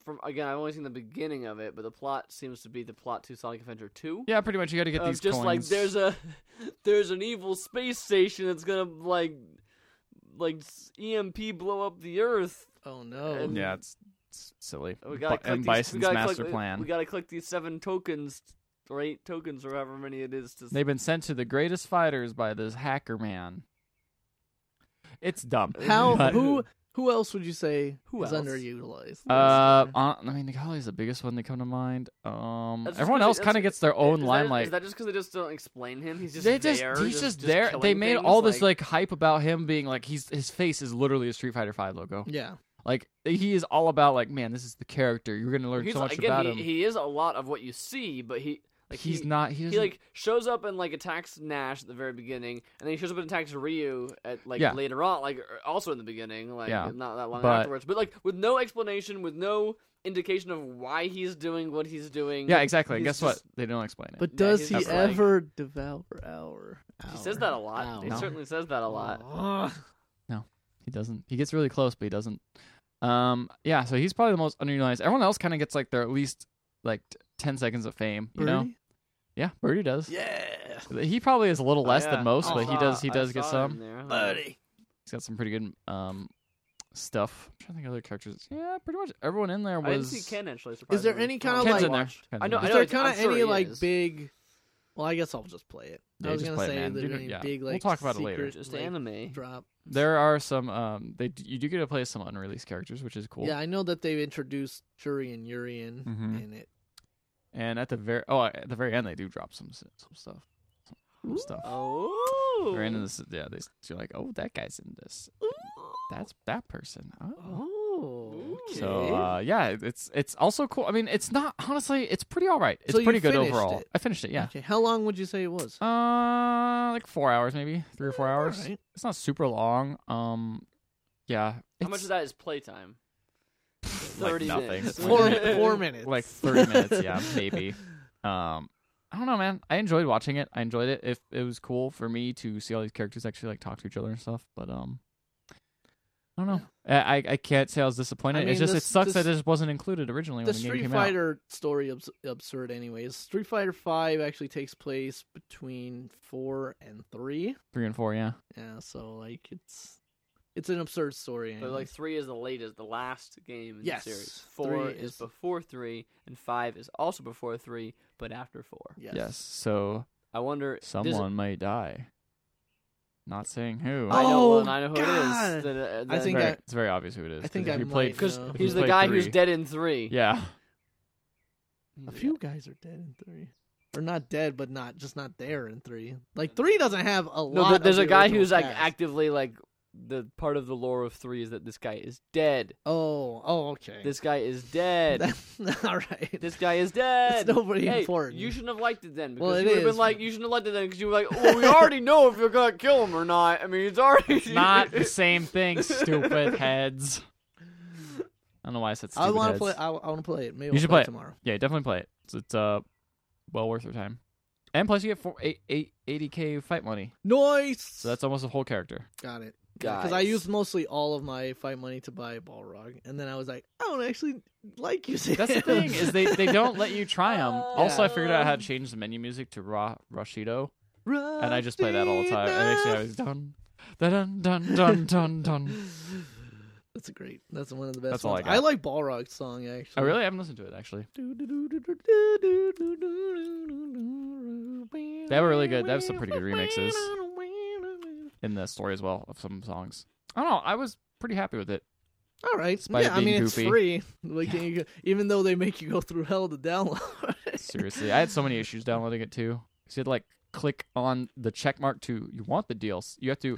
Speaker 2: from again, I've only seen the beginning of it, but the plot seems to be the plot to Sonic Adventure Two.
Speaker 1: Yeah, pretty much. You got to get
Speaker 2: Of
Speaker 1: these
Speaker 2: Um, just
Speaker 1: coins.
Speaker 2: like there's a [LAUGHS] there's an evil space station that's gonna like like s- EMP blow up the Earth.
Speaker 3: Oh no.
Speaker 2: And-
Speaker 1: yeah, it's, it's silly.
Speaker 2: We gotta
Speaker 1: Bu-
Speaker 2: collect
Speaker 1: M.
Speaker 2: these,
Speaker 1: Bison's
Speaker 2: we gotta
Speaker 1: master
Speaker 2: collect,
Speaker 1: plan.
Speaker 2: We gotta collect these seven tokens or eight tokens or however many it is to.
Speaker 1: They've been sent to the greatest fighters by this hacker man. It's dumb.
Speaker 2: [LAUGHS]
Speaker 3: How
Speaker 1: But-
Speaker 3: who who else would you say
Speaker 2: Who
Speaker 3: is
Speaker 2: else?
Speaker 3: underutilized?
Speaker 1: Uh, uh, I mean, Nikali's the biggest one that come to mind. Um,
Speaker 2: That's just
Speaker 1: everyone
Speaker 2: 'cause
Speaker 1: else
Speaker 2: it-
Speaker 1: kind of
Speaker 2: that's-
Speaker 1: gets their own
Speaker 2: is
Speaker 1: limelight.
Speaker 2: That, is that just because they just don't explain him? He's just
Speaker 1: they just
Speaker 2: there.
Speaker 1: he's
Speaker 2: just,
Speaker 1: just, there.
Speaker 2: killing
Speaker 1: They made
Speaker 2: things,
Speaker 1: all this like hype about him being like he's his face is literally a Street Fighter Five logo.
Speaker 3: yeah.
Speaker 1: Like he is all about like man, this is the character. You're gonna learn
Speaker 2: he's
Speaker 1: so much
Speaker 2: again,
Speaker 1: about
Speaker 2: he,
Speaker 1: him.
Speaker 2: he is a lot of what you see, but he like
Speaker 1: he's
Speaker 2: he,
Speaker 1: not. He,
Speaker 2: He
Speaker 1: doesn't-
Speaker 2: like shows up and like attacks Nash at the very beginning, and then he shows up and attacks Ryu at like
Speaker 1: Yeah.
Speaker 2: later on, like er, also in the beginning, like
Speaker 1: Yeah.
Speaker 2: not that long
Speaker 1: But-
Speaker 2: afterwards. But like with no explanation, with no indication of why he's doing what he's doing.
Speaker 1: yeah, exactly.
Speaker 2: he's
Speaker 1: Guess what?
Speaker 2: just-
Speaker 1: They don't explain it.
Speaker 3: But
Speaker 2: Yeah,
Speaker 3: does
Speaker 2: he's
Speaker 3: he
Speaker 1: just
Speaker 2: like-
Speaker 3: ever devour our?
Speaker 2: He says that a lot.
Speaker 3: Ow.
Speaker 2: He
Speaker 1: No.
Speaker 2: certainly says that a lot.
Speaker 1: Oh, He doesn't. He gets really close, but he doesn't. Um, yeah. So he's probably the most underutilized. Everyone else kind of gets like their at least like t- ten seconds of fame. You know?
Speaker 3: Birdie?
Speaker 1: Yeah, Birdie does.
Speaker 3: Yeah,
Speaker 1: He probably is a little
Speaker 2: Oh,
Speaker 1: less
Speaker 2: yeah.
Speaker 1: than most,
Speaker 2: I
Speaker 1: but he
Speaker 2: saw-
Speaker 1: does. He
Speaker 2: I
Speaker 1: does get
Speaker 2: saw
Speaker 1: some.
Speaker 2: him there.
Speaker 3: buddy.
Speaker 1: He's got some pretty good um stuff. I'm trying to think of other characters. Yeah, pretty much everyone in there
Speaker 2: I didn't
Speaker 1: was.
Speaker 2: see Ken actually.
Speaker 3: Is there
Speaker 2: surprisingly.
Speaker 3: any
Speaker 2: No,
Speaker 3: kinda,
Speaker 2: I
Speaker 1: Ken's in there.
Speaker 2: watched.
Speaker 1: Ken's
Speaker 2: I
Speaker 1: in there.
Speaker 2: know. I
Speaker 3: Is
Speaker 2: know.
Speaker 3: there
Speaker 2: it's- I'm
Speaker 3: kind of
Speaker 2: sure
Speaker 3: any
Speaker 2: he
Speaker 3: like
Speaker 2: is.
Speaker 3: big? Well, I guess I'll just play it.
Speaker 1: Yeah,
Speaker 3: I was
Speaker 1: just
Speaker 3: gonna
Speaker 1: play it,
Speaker 3: say
Speaker 1: man.
Speaker 3: there
Speaker 1: You
Speaker 3: are
Speaker 1: don't-
Speaker 3: any
Speaker 1: yeah.
Speaker 3: big
Speaker 1: We'll
Speaker 3: like
Speaker 1: talk about it later.
Speaker 3: secret,
Speaker 2: Just
Speaker 3: like,
Speaker 2: anime.
Speaker 3: drop.
Speaker 1: There are some. Um, they d- you do get to play some unreleased characters, which is cool.
Speaker 3: Yeah, I know that they've introduced Shuri and Urian
Speaker 1: Mhm.
Speaker 3: in it.
Speaker 1: And at the very oh, at the very end, they do drop some s- some stuff. Some stuff.
Speaker 2: Oh.
Speaker 1: Right into this, yeah, they, s- you're like, oh, that guy's in this. That's that person. Oh.
Speaker 3: Oh, okay.
Speaker 1: So uh, yeah, it- it's it's also cool. I mean, it's not honestly, it's pretty all right. It's
Speaker 3: So you
Speaker 1: pretty good
Speaker 3: finished
Speaker 1: overall.
Speaker 3: it?
Speaker 1: I finished it. Yeah,
Speaker 3: Okay, how long would you say it was?
Speaker 1: uh, like four hours, maybe three or four hours.
Speaker 3: Alright.
Speaker 1: It's not super long. Um, yeah.
Speaker 2: How much
Speaker 1: it's
Speaker 2: of that is playtime?
Speaker 1: like
Speaker 2: Thirty
Speaker 1: nothing.
Speaker 2: minutes.
Speaker 1: Like
Speaker 3: [LAUGHS] Four,
Speaker 1: minutes.
Speaker 3: four minutes.
Speaker 1: Like thirty minutes.
Speaker 3: [LAUGHS]
Speaker 1: Yeah, maybe. Um, I don't know, man. I enjoyed watching it. I enjoyed it. If it was cool for me to see all these characters actually like talk to each other and stuff, but um, I don't know. I I, I can't say I was disappointed.
Speaker 3: I mean,
Speaker 1: it's just
Speaker 3: this-
Speaker 1: it sucks that it
Speaker 3: this-
Speaker 1: just wasn't included originally
Speaker 3: the
Speaker 1: when the game
Speaker 3: Street
Speaker 1: came out.
Speaker 3: Fighter story abs- absurd anyways. Street Fighter 5 actually takes place between 4 and 3.
Speaker 1: Three and four, yeah.
Speaker 3: Yeah, so like it's it's an absurd story.
Speaker 2: But like
Speaker 3: anyways.
Speaker 2: three is the latest, the last game in
Speaker 3: Yes,
Speaker 2: the series. Four
Speaker 3: three
Speaker 2: is,
Speaker 3: is-
Speaker 2: before three, and five is also before three, but after four.
Speaker 1: Yes. So
Speaker 2: I wonder. does-
Speaker 1: someone may die. Not saying who.
Speaker 2: I know.
Speaker 3: Oh,
Speaker 2: and I know who it
Speaker 3: God.
Speaker 2: is. That, uh,
Speaker 3: I
Speaker 2: that-
Speaker 3: think
Speaker 1: Very-
Speaker 3: I-
Speaker 1: it's very obvious who it is.
Speaker 3: I think
Speaker 1: 'cause if
Speaker 3: I
Speaker 1: you played,
Speaker 3: might
Speaker 2: because
Speaker 3: know.
Speaker 1: if you
Speaker 2: he's the
Speaker 1: played
Speaker 2: guy
Speaker 1: three-
Speaker 2: who's dead in three.
Speaker 1: Yeah.
Speaker 3: a few guys are dead in 3. Or not dead, but not just not there in 3. Like 3 doesn't have a
Speaker 2: No,
Speaker 3: lot
Speaker 2: but there's
Speaker 3: of
Speaker 2: a
Speaker 3: the
Speaker 2: guy
Speaker 3: original
Speaker 2: who's like
Speaker 3: cast.
Speaker 2: actively like the part of the lore of three is that this guy is dead.
Speaker 3: Oh, oh okay. [LAUGHS]
Speaker 2: This guy is dead.
Speaker 3: All right.
Speaker 2: [LAUGHS] this guy is dead.
Speaker 3: It's nobody
Speaker 2: Hey,
Speaker 3: important.
Speaker 2: You shouldn't have liked it then because
Speaker 3: Well, it
Speaker 2: you would have been
Speaker 3: is.
Speaker 2: like you shouldn't have liked it then because you were like, well, we already know if you're gonna kill him or not. I mean, it's already
Speaker 1: It's
Speaker 2: [LAUGHS]
Speaker 1: not the same thing, stupid heads. I don't know why I said stupid
Speaker 3: I want to play
Speaker 1: heads.
Speaker 3: I, want to play it. Maybe
Speaker 1: You
Speaker 3: we'll
Speaker 1: should
Speaker 3: play
Speaker 1: play it.
Speaker 3: tomorrow.
Speaker 1: Yeah, definitely play it. It's, it's uh, well worth your time. And plus, you get four, eight, eight, 80k fight money,
Speaker 3: Nice.
Speaker 1: so that's almost a whole character.
Speaker 3: Got it. Because I
Speaker 2: Guys.
Speaker 3: used mostly all of my fight money to buy a Balrog, and then I was like, I don't actually like using.
Speaker 1: That's the
Speaker 3: him.
Speaker 1: thing is they, they don't let you try
Speaker 3: [LAUGHS]
Speaker 1: them.
Speaker 3: Oh,
Speaker 1: Also, I figured out how to
Speaker 2: Yeah.
Speaker 1: change the menu music to Ra Rashido, and I just play that all the time. And makes me
Speaker 3: Rosita.
Speaker 1: always dun dun dun dun dun
Speaker 3: [LAUGHS]
Speaker 1: dun.
Speaker 3: That's a great. That's one of the best.
Speaker 1: That's all I
Speaker 3: ones.
Speaker 1: got.
Speaker 3: like Balrog's song actually.
Speaker 1: I really haven't listened to it actually. They have a really good- they have some pretty good remixes. in the story as well of some songs. I don't know. I was pretty happy with it.
Speaker 3: All right.
Speaker 1: Despite it
Speaker 3: yeah, I
Speaker 1: being
Speaker 3: mean
Speaker 1: goofy.
Speaker 3: it's
Speaker 1: [LAUGHS]
Speaker 3: free. Like, can you go- even though they make you go through hell to download. [LAUGHS] it.
Speaker 1: Seriously, I had so many issues downloading it too. 'Cause you had to like click on the check mark to you want the DLC. You have
Speaker 2: [LAUGHS]
Speaker 1: to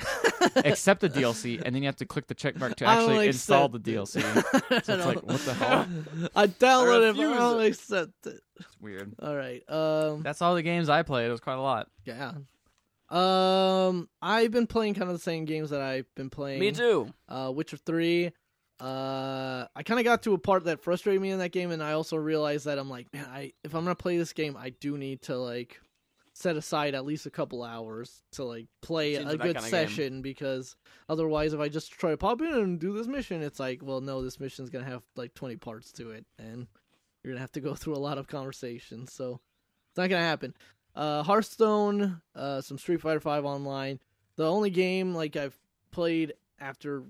Speaker 1: accept the DLC, and then you have to click the check mark to
Speaker 3: I don't
Speaker 1: actually install the
Speaker 3: accept it.
Speaker 1: DLC.
Speaker 2: [LAUGHS]
Speaker 3: [LAUGHS] I
Speaker 1: So it's like
Speaker 3: don't-
Speaker 1: what the hell?
Speaker 3: [LAUGHS] I downloaded it, but
Speaker 2: refuse
Speaker 3: I don't accept it.
Speaker 1: It's weird.
Speaker 3: All right. Um.
Speaker 1: That's all the games I played. It was quite a lot.
Speaker 3: Yeah. Um, I've been playing kind of the same games that I've been playing.
Speaker 2: Me too.
Speaker 3: Uh, Witcher three. Uh, I kind of got to a part that frustrated me in that game, and I also realized that I'm like, man, I if I'm gonna play this game, I do need to like set aside at least a couple hours to like play
Speaker 2: Seems
Speaker 3: a
Speaker 2: like that
Speaker 3: good
Speaker 2: kinda game.
Speaker 3: session because otherwise if I just try to pop in and do this mission, it's like, well no, this mission's gonna have like twenty parts to it and you're gonna have to go [LAUGHS] through a lot of conversations, so it's not gonna happen. Uh Hearthstone, uh some Street Fighter Five online. The only game like I've played after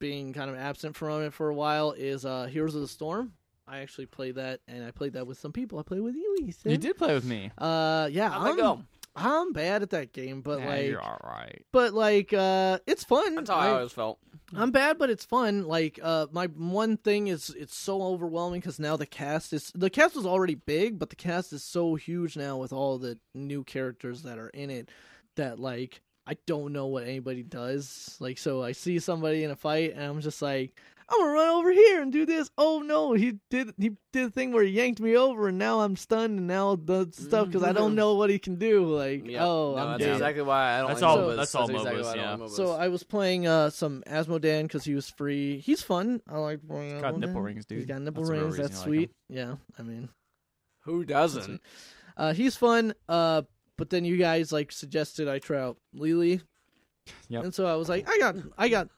Speaker 3: being kind of absent from it for a while is uh Heroes of the Storm. I actually played that and I played that with some people. I played with Elise.
Speaker 1: You did play with me.
Speaker 3: Uh, yeah,
Speaker 2: How'd that
Speaker 3: I'm,
Speaker 2: go?
Speaker 3: I'm bad at that game, but
Speaker 1: Yeah,
Speaker 3: like,
Speaker 1: you're all right.
Speaker 3: but like, uh, it's fun.
Speaker 2: That's how
Speaker 3: I-
Speaker 2: I always felt.
Speaker 3: I'm bad, but it's fun. Like, uh, my one thing is it's so overwhelming because now the cast is the cast was already big, but the cast is so huge now with all the new characters that are in it that like I don't know what anybody does. Like, so I see somebody in a fight and I'm just like, I'm gonna run over here and do this. Oh no, he did he did a thing where he yanked me over and now I'm stunned and now the stuff because I don't know what he can do. Like,
Speaker 2: Yeah.
Speaker 3: oh,
Speaker 2: Mm-hmm. no,
Speaker 3: I'm
Speaker 2: that's
Speaker 1: dead.
Speaker 2: exactly why I don't.
Speaker 1: That's
Speaker 2: like
Speaker 3: all-
Speaker 2: MOBAs.
Speaker 1: that's all
Speaker 2: exactly why
Speaker 1: MOBAs,
Speaker 2: I don't like
Speaker 3: So
Speaker 2: MOBAs.
Speaker 3: I was playing uh, some Asmodan because he was free. He's fun. I like playing.
Speaker 1: Got nipple
Speaker 3: Asmodan.
Speaker 1: rings, dude.
Speaker 3: He's got nipple
Speaker 1: That's the real
Speaker 3: rings.
Speaker 1: reason
Speaker 3: That's
Speaker 1: you like 'em.
Speaker 3: sweet. yeah, I mean,
Speaker 2: who doesn't?
Speaker 3: uh, he's fun. Uh, but then you guys like suggested I try out Lily.
Speaker 1: Yep.
Speaker 3: And so I was like, I got, I got,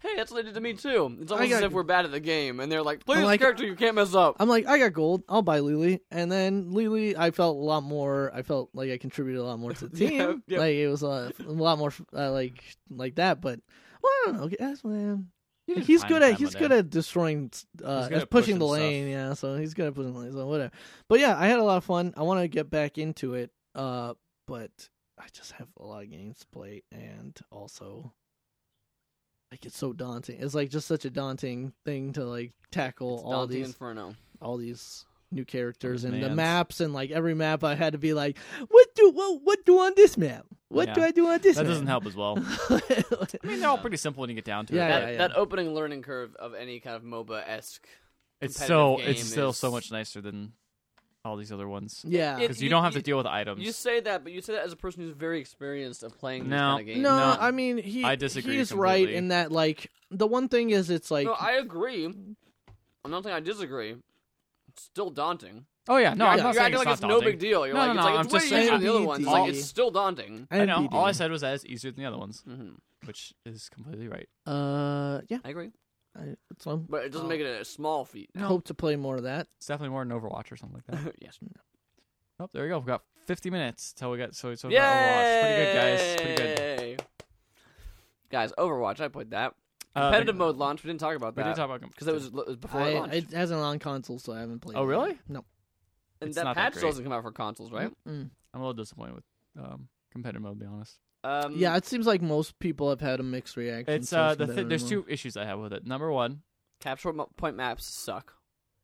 Speaker 2: Hey, that's what they did to me too. It's almost as
Speaker 3: got-
Speaker 2: if we're bad at the game, and they're like, "Play
Speaker 3: I'm
Speaker 2: this
Speaker 3: like-
Speaker 2: character, you can't mess up."
Speaker 3: I'm like, I got gold. I'll buy Lily. And then Lily, I felt a lot more. I felt like I contributed a lot more
Speaker 2: [LAUGHS]
Speaker 3: to the
Speaker 2: Yeah,
Speaker 3: team.
Speaker 2: yeah.
Speaker 3: Like it was a, a lot more uh, like like that. But well, I don't know. Asmodan.
Speaker 1: You did
Speaker 3: he's
Speaker 1: fine
Speaker 3: good
Speaker 1: with
Speaker 3: at he's
Speaker 1: Asmodan.
Speaker 3: good at destroying uh
Speaker 2: He's good
Speaker 3: at
Speaker 2: at
Speaker 3: pushing the
Speaker 2: pushing stuff.
Speaker 3: lane yeah so he's good at pushing the lane so whatever but yeah i had a lot of fun i want to get back into it uh but i just have a lot of games to play and also like it's so daunting it's like just such a daunting thing to like tackle
Speaker 2: It's
Speaker 3: oh, all
Speaker 2: Dante
Speaker 3: these
Speaker 2: Inferno.
Speaker 3: all these new characters and the
Speaker 1: mans.
Speaker 3: maps and like every map i had to be like what do what what do on this map what do
Speaker 1: Yeah.
Speaker 3: i do on this
Speaker 1: That
Speaker 3: map?
Speaker 1: doesn't
Speaker 3: [LAUGHS]
Speaker 1: help as
Speaker 2: [LAUGHS]
Speaker 1: well. I mean, they're [LAUGHS] all pretty simple when you get down to it.
Speaker 3: Yeah,
Speaker 1: but
Speaker 2: that, that opening learning curve of any kind of MOBA esque.
Speaker 1: it's
Speaker 2: competitive
Speaker 1: so
Speaker 2: game
Speaker 1: it's still so
Speaker 2: is-
Speaker 1: much nicer than all these other ones
Speaker 3: yeah
Speaker 2: It-
Speaker 1: because you,
Speaker 2: you-
Speaker 1: don't have to
Speaker 2: you-
Speaker 1: deal with items.
Speaker 2: You say that, but you say that as a person who's very experienced of playing these
Speaker 1: No.
Speaker 2: kind of games.
Speaker 3: No,
Speaker 1: No,
Speaker 3: I mean he.
Speaker 1: I disagree
Speaker 3: He's right
Speaker 1: completely.
Speaker 3: in that like the one thing is it's like
Speaker 2: no, I agree. I'm not saying I disagree. It's still daunting.
Speaker 1: oh yeah, no,
Speaker 2: you're,
Speaker 1: I'm not
Speaker 2: act- you're
Speaker 1: saying
Speaker 2: acting
Speaker 1: it's
Speaker 2: like
Speaker 1: not
Speaker 2: it's no
Speaker 1: daunting.
Speaker 2: big deal. You're
Speaker 1: No,
Speaker 2: like,
Speaker 1: no,
Speaker 2: it's
Speaker 1: no,
Speaker 2: like
Speaker 1: I'm
Speaker 2: it's
Speaker 1: just
Speaker 2: way
Speaker 1: saying-
Speaker 2: easier than the other ones. Like
Speaker 3: NBD.
Speaker 2: it's still daunting.
Speaker 1: I know.
Speaker 3: NBD.
Speaker 1: All I said was that it's easier than the other ones,
Speaker 2: Mm-hmm.
Speaker 1: which is completely right.
Speaker 3: Uh, yeah,
Speaker 2: I agree,
Speaker 3: I, so I'm-
Speaker 2: but it doesn't
Speaker 3: I'll
Speaker 2: make it a small feat.
Speaker 3: Hope to play more of that.
Speaker 1: It's definitely more than Overwatch or something like that.
Speaker 2: yes.
Speaker 1: oh, there we go. We got 50 minutes till we got so it's over Overwatch. Pretty good, guys. Pretty good.
Speaker 2: Yay! Guys, Overwatch. I played that.
Speaker 1: Uh, the-
Speaker 2: Competitive mode launch. We didn't talk about
Speaker 1: We
Speaker 2: that.
Speaker 1: did talk about
Speaker 2: because it was, it was before it
Speaker 3: I,
Speaker 2: launched.
Speaker 3: it hasn't on console, so I haven't played.
Speaker 1: Oh,
Speaker 3: it.
Speaker 1: really?
Speaker 3: No.
Speaker 2: and
Speaker 1: it's
Speaker 2: that
Speaker 1: not that
Speaker 2: patch
Speaker 1: great.
Speaker 2: doesn't come out for consoles, right?
Speaker 1: I'm
Speaker 3: Mm-mm.
Speaker 1: a little disappointed with um, competitive mode. To be honest,
Speaker 2: Um,
Speaker 3: Yeah, it seems like most people have had a mixed reaction.
Speaker 1: it's
Speaker 3: to
Speaker 1: uh
Speaker 3: this
Speaker 1: the th-
Speaker 3: competitive
Speaker 1: there's
Speaker 3: mode.
Speaker 1: two issues I have with it. Number one,
Speaker 2: Capture mo- point maps suck.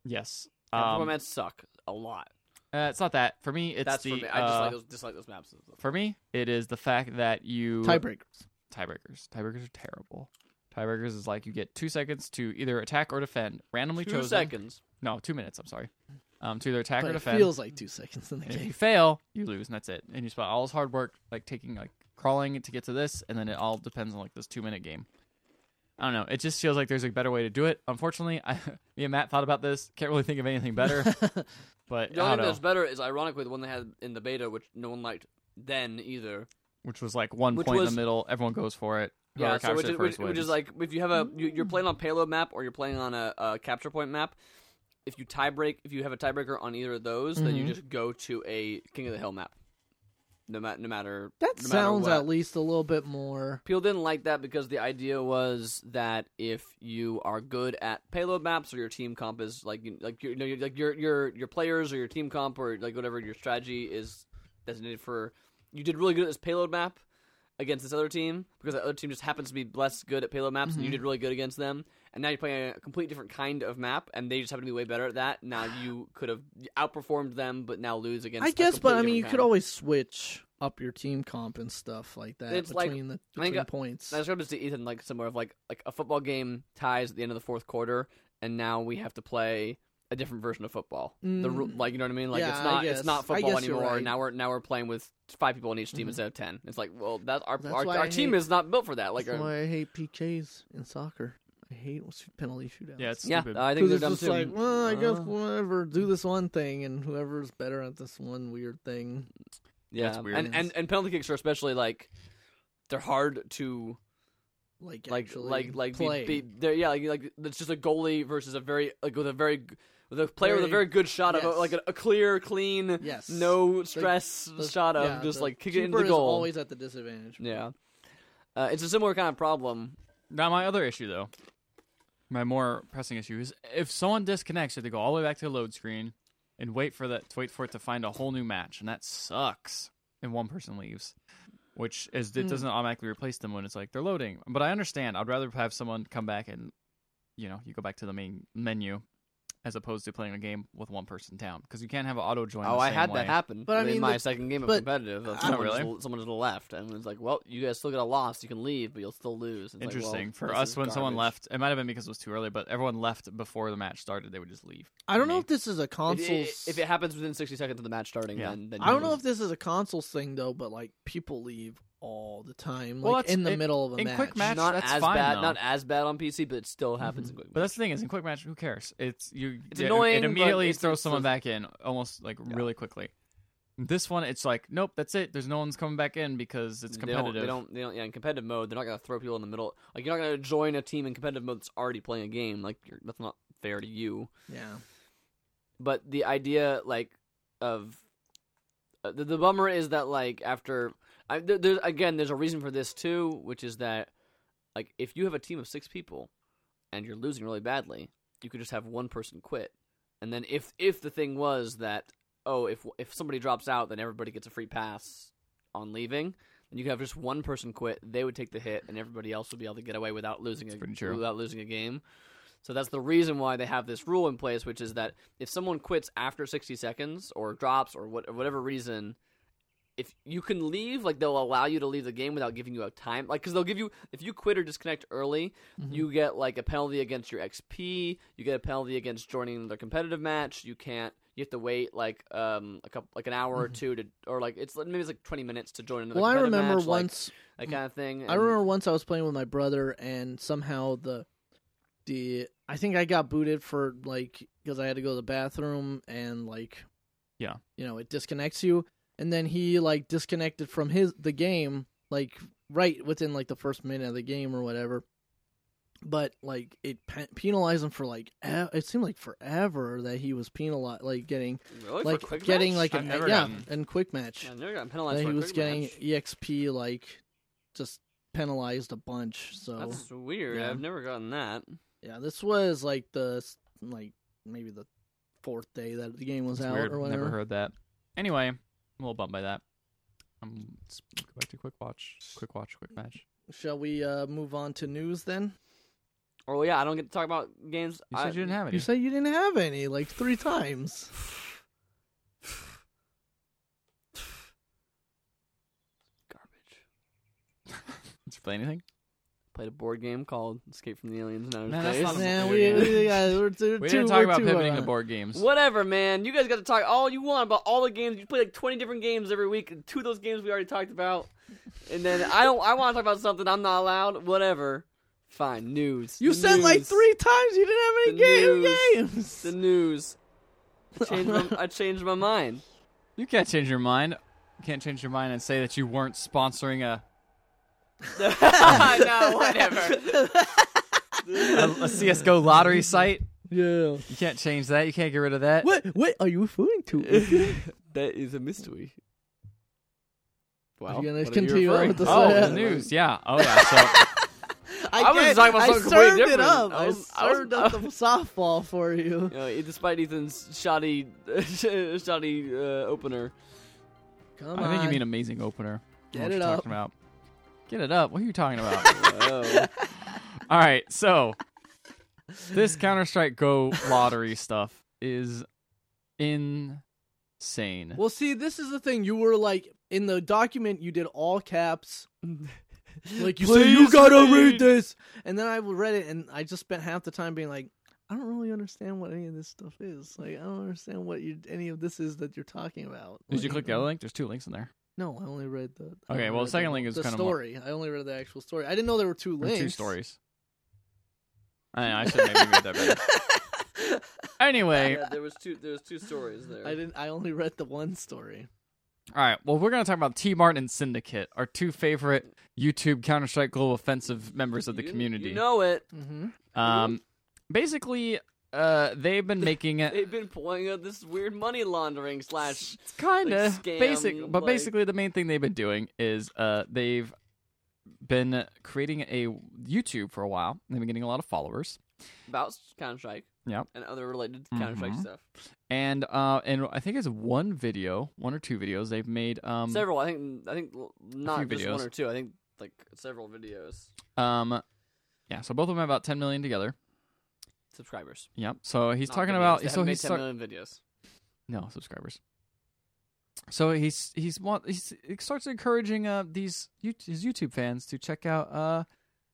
Speaker 1: yes,
Speaker 2: Capture
Speaker 1: um,
Speaker 2: point
Speaker 1: uh,
Speaker 2: maps suck a lot.
Speaker 1: it's not that for me. It's
Speaker 2: That's
Speaker 1: the
Speaker 2: for me. I just
Speaker 1: uh,
Speaker 2: like those, dislike those maps.
Speaker 1: for me it is the fact that you
Speaker 3: tiebreakers.
Speaker 1: tiebreakers. Tiebreakers are terrible. Tiebreakers is like you get two seconds to either attack or defend, randomly
Speaker 2: Two
Speaker 1: chosen.
Speaker 2: seconds.
Speaker 1: No, two minutes. I'm sorry. Um, to either attack or
Speaker 3: But it
Speaker 1: defend.
Speaker 3: feels like two seconds in the
Speaker 1: and if
Speaker 3: game.
Speaker 1: you fail, you lose, and that's it. And you spend all this hard work, like taking like crawling to get to this, and then it all depends on like this two minute game. I don't know. It just feels like there's a better way to do it. Unfortunately, [LAUGHS] I, me and Matt thought about this. Can't really think of anything better. but
Speaker 2: [LAUGHS] The
Speaker 1: I
Speaker 2: only
Speaker 1: don't
Speaker 2: thing
Speaker 1: know.
Speaker 2: that's better is ironically the one they had in the beta, which no one liked then either.
Speaker 1: Which was like one
Speaker 2: Which
Speaker 1: point in
Speaker 2: was-
Speaker 1: the middle. Everyone goes for it. Whoever
Speaker 2: Yeah, so
Speaker 1: captures
Speaker 2: which
Speaker 1: it
Speaker 2: is, which,
Speaker 1: first
Speaker 2: which is
Speaker 1: wins.
Speaker 2: like if you have a you, you're playing on payload map or you're playing on a, a capture point map. If you tie break, if you have a tiebreaker on either of those, then you
Speaker 1: Mm-hmm.
Speaker 3: Mhm.
Speaker 2: just go to a king of the hill map. No, ma- no matter
Speaker 3: that
Speaker 2: no matter
Speaker 3: sounds
Speaker 2: what.
Speaker 3: at least a little bit more.
Speaker 2: People didn't like that because the idea was that if you are good at payload maps or your team comp is like you, like you know you like your your your players or your team comp or like whatever your strategy is designated for, you did really good at this payload map against this other team because that other team just happens to be less good at payload maps and
Speaker 3: Mm-hmm.
Speaker 2: you did really good against them and now you're playing a complete different kind of map and they just happen to be way better at that. Now you could have outperformed them but now lose against.
Speaker 3: I
Speaker 2: a
Speaker 3: guess, but I
Speaker 2: completely
Speaker 3: mean, you
Speaker 2: different
Speaker 3: could
Speaker 2: kind.
Speaker 3: always switch up your team comp and stuff like that
Speaker 2: It's like-
Speaker 3: between the
Speaker 2: I think
Speaker 3: between
Speaker 2: I-
Speaker 3: points.
Speaker 2: I described this to Ethan like somewhere of like like a football game ties at the end of the fourth quarter, and now we have to play a different version of football. The ru-
Speaker 3: Mm.
Speaker 2: like you know what I mean? Like
Speaker 3: Yeah,
Speaker 2: it's
Speaker 3: I
Speaker 2: not
Speaker 3: guess.
Speaker 2: it's not
Speaker 3: I
Speaker 2: football
Speaker 3: guess you're
Speaker 2: anymore.
Speaker 3: right.
Speaker 2: Now we're now we're playing with five people on each team
Speaker 3: Mhm.
Speaker 2: instead of ten. It's like well that our
Speaker 3: That's
Speaker 2: our,
Speaker 3: why
Speaker 2: our
Speaker 3: I
Speaker 2: team
Speaker 3: hate-
Speaker 2: is not built for that. Like
Speaker 3: That's
Speaker 2: our-
Speaker 3: why I hate PKs in soccer. I hate penalty shootouts.
Speaker 1: yeah, it's
Speaker 2: yeah,
Speaker 1: stupid.
Speaker 2: I think
Speaker 3: because
Speaker 2: they're
Speaker 3: it's
Speaker 2: dumb
Speaker 3: just
Speaker 2: too.
Speaker 3: like,
Speaker 1: Uh-huh.
Speaker 3: well, I guess
Speaker 2: Uh.
Speaker 3: whatever. Do this one thing, and whoever's better at this one weird thing
Speaker 2: Yeah,
Speaker 1: That's weird.
Speaker 2: and and and penalty kicks are especially like they're hard to
Speaker 3: Like,
Speaker 2: like
Speaker 3: actually
Speaker 2: like like
Speaker 3: play.
Speaker 2: be, be there yeah like, like it's just a goalie versus a very like with a very g- with a player with a
Speaker 3: Very-
Speaker 2: very good shot of
Speaker 3: yes.
Speaker 2: a, like a, a clear clean
Speaker 3: Yes.
Speaker 2: no stress
Speaker 3: the-
Speaker 2: shot of
Speaker 3: yeah,
Speaker 2: just
Speaker 3: the
Speaker 2: like kick it into
Speaker 3: keeper
Speaker 2: the
Speaker 3: is
Speaker 2: goal
Speaker 3: always at the disadvantage.
Speaker 2: yeah uh, it's a similar kind of problem
Speaker 1: Now, my other issue, though, my more pressing issue is if someone disconnects, you have to go all the way back to the load screen and wait for that, to wait for it to find a whole new match, and that sucks. And one person leaves, which is it
Speaker 2: Mm.
Speaker 3: Hmm.
Speaker 1: doesn't automatically replace them when it's like they're loading. But I understand. I'd rather have someone come back and, you know, you go back to the main menu. As opposed to playing a game with one person down, because you can't have an auto join. the
Speaker 2: oh I
Speaker 1: same
Speaker 2: had
Speaker 1: way.
Speaker 2: that happen
Speaker 3: But I
Speaker 2: in
Speaker 3: mean,
Speaker 2: my
Speaker 3: the-
Speaker 2: second game of
Speaker 3: but-
Speaker 2: competitive of
Speaker 3: Oh,
Speaker 2: someone,
Speaker 1: really?
Speaker 2: just, someone just left and it's like well you guys still got a loss you can leave but you'll still lose It's like, well,
Speaker 1: Interesting for
Speaker 2: this
Speaker 1: us
Speaker 2: is
Speaker 1: when someone
Speaker 2: garbage.
Speaker 1: left. It might have been because it was too early, but everyone left before the match started. They would just leave.
Speaker 3: I don't know
Speaker 1: Me.
Speaker 3: if this is a
Speaker 2: If-
Speaker 3: console.
Speaker 2: if, it happens within 60 seconds of the match starting
Speaker 1: Yeah.
Speaker 2: then, then
Speaker 3: I don't
Speaker 2: you
Speaker 3: know
Speaker 2: lose.
Speaker 3: if this is a console thing though, but like people leave all the time,
Speaker 1: Well,
Speaker 3: like
Speaker 1: that's-
Speaker 3: in the
Speaker 1: it-
Speaker 3: middle of a
Speaker 1: in
Speaker 3: match.
Speaker 1: quick match-
Speaker 2: not
Speaker 1: that's
Speaker 2: as
Speaker 1: fine,
Speaker 2: bad
Speaker 1: though. Mm-hmm.
Speaker 2: not as bad on PC but it still happens in quick
Speaker 1: But that's the thing is in quick match, who cares? It's you.
Speaker 2: It's
Speaker 1: it-
Speaker 2: annoying,
Speaker 1: It
Speaker 2: but
Speaker 1: immediately
Speaker 2: it's-
Speaker 1: throws
Speaker 2: it's
Speaker 1: someone
Speaker 2: a-
Speaker 1: back in almost like
Speaker 2: Yeah.
Speaker 1: really quickly. This one, it's like nope, that's it. There's no one's coming back in because it's
Speaker 2: They don't-
Speaker 1: competitive.
Speaker 2: They don't, they don't, yeah, in competitive mode, they're not gonna throw people in the middle. Like you're not gonna join a team in competitive mode that's already playing a game. Like you're, that's not fair to you.
Speaker 3: Yeah,
Speaker 2: But the idea, like, of uh, the, the bummer is that like after I, there, there's again, there's a reason for this too, which is that like if you have a team of six people and you're losing really badly, you could just have one person quit, and then if if the thing was that oh if if somebody drops out, then everybody gets a free pass on leaving. Then you could have just one person quit; they would take the hit, and everybody else would be able to get away without losing
Speaker 1: That's pretty
Speaker 2: a
Speaker 1: true.
Speaker 2: without losing a game. So that's the reason why they have this rule in place, which is that if someone quits after 60 seconds or drops or what, whatever reason, if you can leave, like they'll allow you to leave the game without giving you a time, like because they'll give you if you quit or disconnect early,
Speaker 3: Mm-hmm.
Speaker 2: you get like a penalty against your XP, you get a penalty against joining another competitive match. You can't, you have to wait like um a couple like an hour or two to or like it's maybe it's like 20 minutes to join another.
Speaker 3: Mm-hmm. well, I
Speaker 2: competitive
Speaker 3: remember
Speaker 2: match, like,
Speaker 3: once
Speaker 2: that kind of thing.
Speaker 3: I
Speaker 2: and-
Speaker 3: remember once I was playing with my brother, and somehow the the I think I got booted for like because I had to go to the bathroom and like
Speaker 1: Yeah.
Speaker 3: you know it disconnects you, and then he like disconnected from his the game like right within like the first minute of the game or whatever. But like it pe- penalized him for like e- it seemed like forever that he was penalized like getting
Speaker 2: Really? For
Speaker 3: like
Speaker 2: quick
Speaker 3: getting
Speaker 2: match?
Speaker 3: like
Speaker 1: I've
Speaker 3: an
Speaker 1: never
Speaker 3: yeah
Speaker 1: gotten-
Speaker 3: and quick match
Speaker 2: I never got penalized
Speaker 3: that
Speaker 2: for
Speaker 3: he
Speaker 2: a
Speaker 3: was
Speaker 2: quick
Speaker 3: getting
Speaker 2: match.
Speaker 3: exp like just penalized a bunch so
Speaker 2: That's weird.
Speaker 3: yeah.
Speaker 2: I've never gotten that.
Speaker 3: yeah this was like the s- like maybe the fourth day that the game was
Speaker 1: It's
Speaker 3: out
Speaker 1: weird.
Speaker 3: or whatever
Speaker 1: Never heard that. Anyway, I'm a little bummed by that. Um, let's go back to quick watch, quick watch, quick match.
Speaker 3: shall we uh move on to news then
Speaker 2: Or yeah, I don't get to talk about games.
Speaker 1: You said
Speaker 2: I,
Speaker 1: you didn't have any.
Speaker 3: you said you didn't have any like three times
Speaker 2: garbage.
Speaker 1: Did you play anything?
Speaker 2: Played a board game called Escape from the Aliens and
Speaker 1: No,
Speaker 2: Outer
Speaker 1: that's
Speaker 2: Space.
Speaker 1: not a-
Speaker 3: yeah
Speaker 1: video
Speaker 3: we,
Speaker 1: game.
Speaker 3: we, yeah, we're too,
Speaker 1: We
Speaker 3: too,
Speaker 1: didn't talk
Speaker 3: we're
Speaker 1: about
Speaker 3: too,
Speaker 1: pivoting
Speaker 3: uh,
Speaker 1: to board games.
Speaker 2: Whatever, man. You guys got to talk all you want about all the games. You play like twenty different games every week. and Two of those games we already talked about, and then I don't. I want to talk about something I'm not allowed. Whatever. Fine. News.
Speaker 3: you
Speaker 2: The
Speaker 3: said like
Speaker 2: news.
Speaker 3: three times you didn't have any
Speaker 2: The
Speaker 3: game games
Speaker 2: The
Speaker 3: [LAUGHS]
Speaker 2: news. I changed my, I changed my mind. [LAUGHS]
Speaker 1: You can't change your mind. You can't change your mind and say that you weren't sponsoring a
Speaker 2: no, whatever.
Speaker 1: a, a CS:GO lottery site.
Speaker 3: yeah
Speaker 1: You can't change that. You can't get rid of that.
Speaker 3: what what are you referring to
Speaker 2: [LAUGHS] that is a mystery. Well,
Speaker 3: gonna
Speaker 2: what are
Speaker 3: continue
Speaker 2: referring
Speaker 3: on with
Speaker 2: to?
Speaker 3: the
Speaker 1: Oh,
Speaker 3: Yeah.
Speaker 1: the news. Yeah. Oh, yeah. So
Speaker 3: I,
Speaker 2: [LAUGHS] I was
Speaker 3: get-
Speaker 2: talking about
Speaker 3: I
Speaker 2: something completely
Speaker 3: served it
Speaker 2: different.
Speaker 3: up.
Speaker 2: I
Speaker 3: I,
Speaker 2: was- I was-
Speaker 3: served up the softball for you.
Speaker 2: You know, e- despite Ethan's shoddy, [LAUGHS] shoddy uh, opener.
Speaker 3: [LAUGHS] Come on.
Speaker 1: I think you mean amazing opener.
Speaker 3: Get
Speaker 1: What
Speaker 3: it
Speaker 1: you
Speaker 3: up.
Speaker 1: Talking about. Get it up. What are you talking about? [LAUGHS]
Speaker 2: Oh.
Speaker 1: All right. So this Counter Strike Go lottery stuff is insane.
Speaker 3: Well, see, this is the thing. You were like in the document. You did all caps.
Speaker 1: [LAUGHS]
Speaker 3: Like you said, you
Speaker 2: Please
Speaker 3: gotta
Speaker 2: read."
Speaker 3: read this. And then I read it, and I just spent half the time being like, I don't really understand what any of this stuff is. Like, I don't understand what you any of this is that you're talking about.
Speaker 1: Did you
Speaker 3: Like,
Speaker 1: click the other link? There's two links in there.
Speaker 3: No, I only read the. I
Speaker 1: Okay,
Speaker 3: only
Speaker 1: well,
Speaker 3: read
Speaker 1: the second link is
Speaker 3: the
Speaker 1: kinda more-
Speaker 3: story. I only read the actual story. I didn't know there were two
Speaker 1: There's
Speaker 3: links.
Speaker 1: two stories. I know. I should maybe
Speaker 3: [LAUGHS]
Speaker 1: read that better. Anyway,
Speaker 2: yeah, there was two. There was two stories there.
Speaker 3: I didn't. I only read the one story.
Speaker 1: All right. Well, we're going to talk about T Mart and Syndicate, our two favorite YouTube Counter Strike Global Offensive members of the
Speaker 2: You-
Speaker 1: community.
Speaker 2: You
Speaker 1: [LAUGHS]
Speaker 2: know it.
Speaker 3: Mm-hmm.
Speaker 1: um, basically, uh, they've
Speaker 2: [LAUGHS]
Speaker 1: been making it
Speaker 2: They've been pulling out this weird money laundering slash.
Speaker 1: kind of
Speaker 2: like, scam,
Speaker 1: basic, but
Speaker 2: like-
Speaker 1: basically the main thing they've been doing is uh, they've been creating a YouTube for a while. They've been getting a lot of followers.
Speaker 2: about Counter Strike.
Speaker 1: Yep.
Speaker 2: And other related Counter Strike
Speaker 1: Mhm.
Speaker 2: stuff.
Speaker 1: and uh and i think it's one video one or two videos they've made um
Speaker 2: several. I think. I think l- not just one
Speaker 1: videos.
Speaker 2: or two. I think like several videos.
Speaker 1: um yeah so both of them have about 10 million together
Speaker 2: Subscribers.
Speaker 1: yep so he's
Speaker 2: not
Speaker 1: talking
Speaker 2: videos.
Speaker 1: about
Speaker 2: They
Speaker 1: so
Speaker 2: haven't made
Speaker 1: he's
Speaker 2: 10
Speaker 1: tar-
Speaker 2: million videos.
Speaker 1: no subscribers so he's he's want he's, he starts encouraging uh these you- his youtube fans to check out uh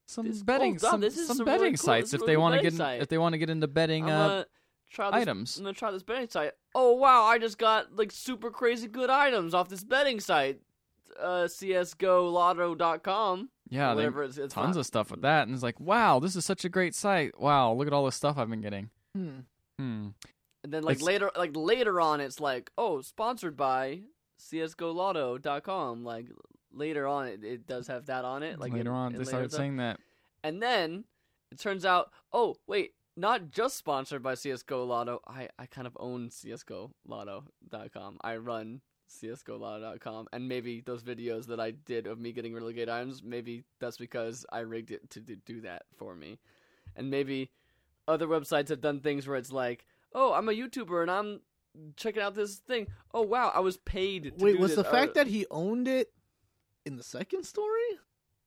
Speaker 1: some
Speaker 2: This- oh,
Speaker 1: betting
Speaker 2: wow,
Speaker 1: some,
Speaker 2: this is
Speaker 1: some
Speaker 2: some really
Speaker 1: betting
Speaker 2: cool-
Speaker 1: sites
Speaker 2: this
Speaker 1: if
Speaker 2: is a
Speaker 1: they
Speaker 2: really
Speaker 1: want to
Speaker 2: betting
Speaker 1: get in-
Speaker 2: site.
Speaker 1: if they want to get into betting
Speaker 2: I'm
Speaker 1: uh
Speaker 2: gonna try this.
Speaker 1: items
Speaker 2: I'm gonna try this betting site. Oh wow! I just got like super crazy good items off this betting site, uh, CS:GoLotto.com.
Speaker 1: yeah they-
Speaker 2: whatever it's, it's
Speaker 1: tons
Speaker 2: not-
Speaker 1: of stuff with that and it's like wow this is such a great site wow look at all this stuff i've been getting
Speaker 3: Hmm.
Speaker 1: hmm
Speaker 2: And then like
Speaker 1: It's-
Speaker 2: later, like later on, it's like, oh, sponsored by CS:GoLotto.com. Like later on, it, it does have that on it. Like
Speaker 1: later
Speaker 2: it-
Speaker 1: on
Speaker 2: it
Speaker 1: they started
Speaker 2: up.
Speaker 1: saying that
Speaker 2: and then it turns out, oh wait, not just sponsored by CS:GO Lotto. I I kind of own CS:GOLotto.com. I run CS:GOLotto.com, and maybe those videos that I did of me getting really good items, maybe that's because I rigged it to d- do that for me, and maybe other websites have done things where it's like, oh, I'm a YouTuber and I'm checking out this thing. Oh wow, I was paid. To
Speaker 3: Wait,
Speaker 2: do
Speaker 3: was
Speaker 2: this.
Speaker 3: the fact
Speaker 2: Or-
Speaker 3: that he owned it in the second story?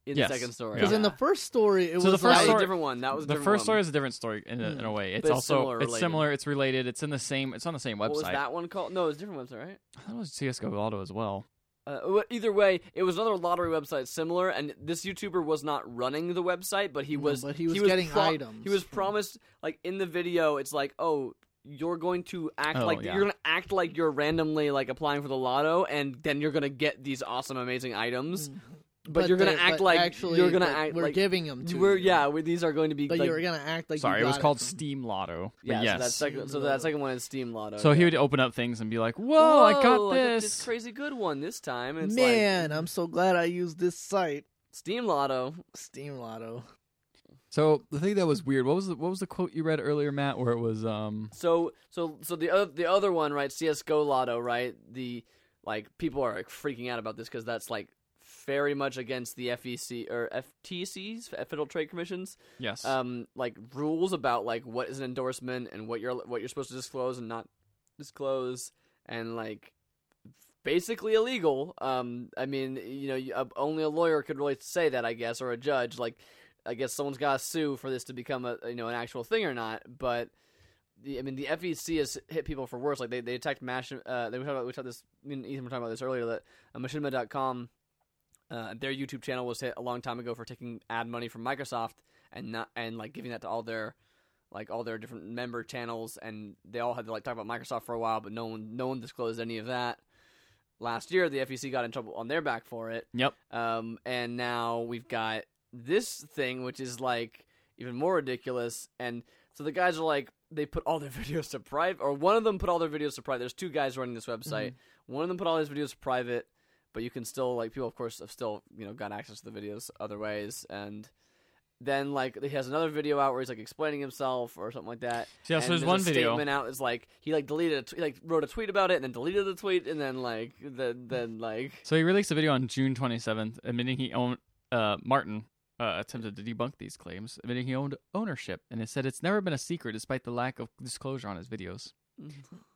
Speaker 2: in
Speaker 1: Yes.
Speaker 2: the second story?
Speaker 3: Because in the first story, it
Speaker 1: So the
Speaker 3: was
Speaker 1: first
Speaker 2: that was
Speaker 3: like,
Speaker 2: a
Speaker 1: story-
Speaker 2: different one. That was a
Speaker 1: the
Speaker 2: different
Speaker 1: first
Speaker 2: one.
Speaker 1: story is a different story in a, in a way. It's,
Speaker 2: But it's
Speaker 1: also
Speaker 2: similar,
Speaker 1: it's
Speaker 2: related.
Speaker 1: similar. It's related. It's in the same. It's on the same website.
Speaker 2: What was that one called? No, it was a different website, right?
Speaker 1: I thought it was CS:GO Auto as well.
Speaker 2: Uh, wh- either way, it was another lottery website similar, and this YouTuber was not running the website, but he
Speaker 3: No,
Speaker 2: was.
Speaker 3: but he was getting items
Speaker 2: He was
Speaker 3: from-
Speaker 2: promised, like in the video, it's like, oh, you're going to act
Speaker 1: Oh,
Speaker 2: like
Speaker 1: yeah.
Speaker 2: you're gonna act like you're randomly like applying for the lotto, and then you're gonna get these awesome, amazing items. But, you're gonna
Speaker 3: the-
Speaker 2: act
Speaker 3: Mm, but
Speaker 2: like
Speaker 3: actually,
Speaker 2: you're gonna
Speaker 3: but
Speaker 2: act
Speaker 3: we're
Speaker 2: like
Speaker 3: giving him to
Speaker 2: we're
Speaker 3: you.
Speaker 2: yeah, we, these are going to be.
Speaker 3: but
Speaker 2: like,
Speaker 3: you were gonna act like
Speaker 1: Sorry,
Speaker 3: you
Speaker 1: it was
Speaker 3: got
Speaker 1: called
Speaker 3: from-
Speaker 1: Steam Lotto. but
Speaker 2: yeah,
Speaker 1: yes.
Speaker 2: So that second, so that second one is Steam Lotto.
Speaker 1: So he
Speaker 2: yeah.
Speaker 1: would open up things and be like,
Speaker 3: oh,
Speaker 1: "Whoa, I got
Speaker 2: Whoa,
Speaker 1: this."
Speaker 2: crazy good one this time. And it's
Speaker 3: Man,
Speaker 2: like,
Speaker 3: I'm so glad I used this site,
Speaker 2: Steam Lotto.
Speaker 3: Steam Lotto.
Speaker 1: so the thing that was weird. What was the, what was the quote you read earlier, Matt? Where it was um.
Speaker 2: So so so the other the other one, right? CS:GO Lotto, right? The like people are like, freaking out about this because that's like very much against the FEC or FTC's Federal Trade Commission's
Speaker 1: Yes.
Speaker 2: um like rules about like what is an endorsement and what you're what you're supposed to disclose and not disclose and like basically illegal um i mean you know you, uh, only a lawyer could really say that i guess or a judge like i guess someone's got to sue for this to become a you know an actual thing or not but the, I mean, the FEC has hit people for worse. Like they, they attacked Mash. Uh, they we talked about we talked this. Me and Ethan were talking about this earlier. That uh, Machinima.com, uh, their YouTube channel was hit a long time ago for taking ad money from Microsoft and not and like giving that to all their like all their different member channels and they all had to like talk about Microsoft for a while, but no one no one disclosed any of that. Last year, the FEC got in trouble on their back for it.
Speaker 1: yep.
Speaker 2: Um, and now we've got this thing, which is like even more ridiculous. And so the guys are like, they put all their [LAUGHS] videos to private, or one of them put all their videos to private. There's two guys running this website. One of them put all his videos to private, but you can still like people, of course, have still you know got access to the videos other ways. And then like he has another video out where he's like explaining himself or something like that.
Speaker 1: Yeah. So
Speaker 2: And
Speaker 1: there's one
Speaker 2: a
Speaker 1: video.
Speaker 2: statement out is like he like deleted a t- like wrote a tweet about it and then deleted the tweet and then like then
Speaker 1: [LAUGHS]
Speaker 2: then like
Speaker 1: So he released a video on June 27th, admitting he owned. Uh, Martin uh, attempted to debunk these claims, admitting he owned ownership, and it said it's never been a secret, despite the lack of disclosure on his videos.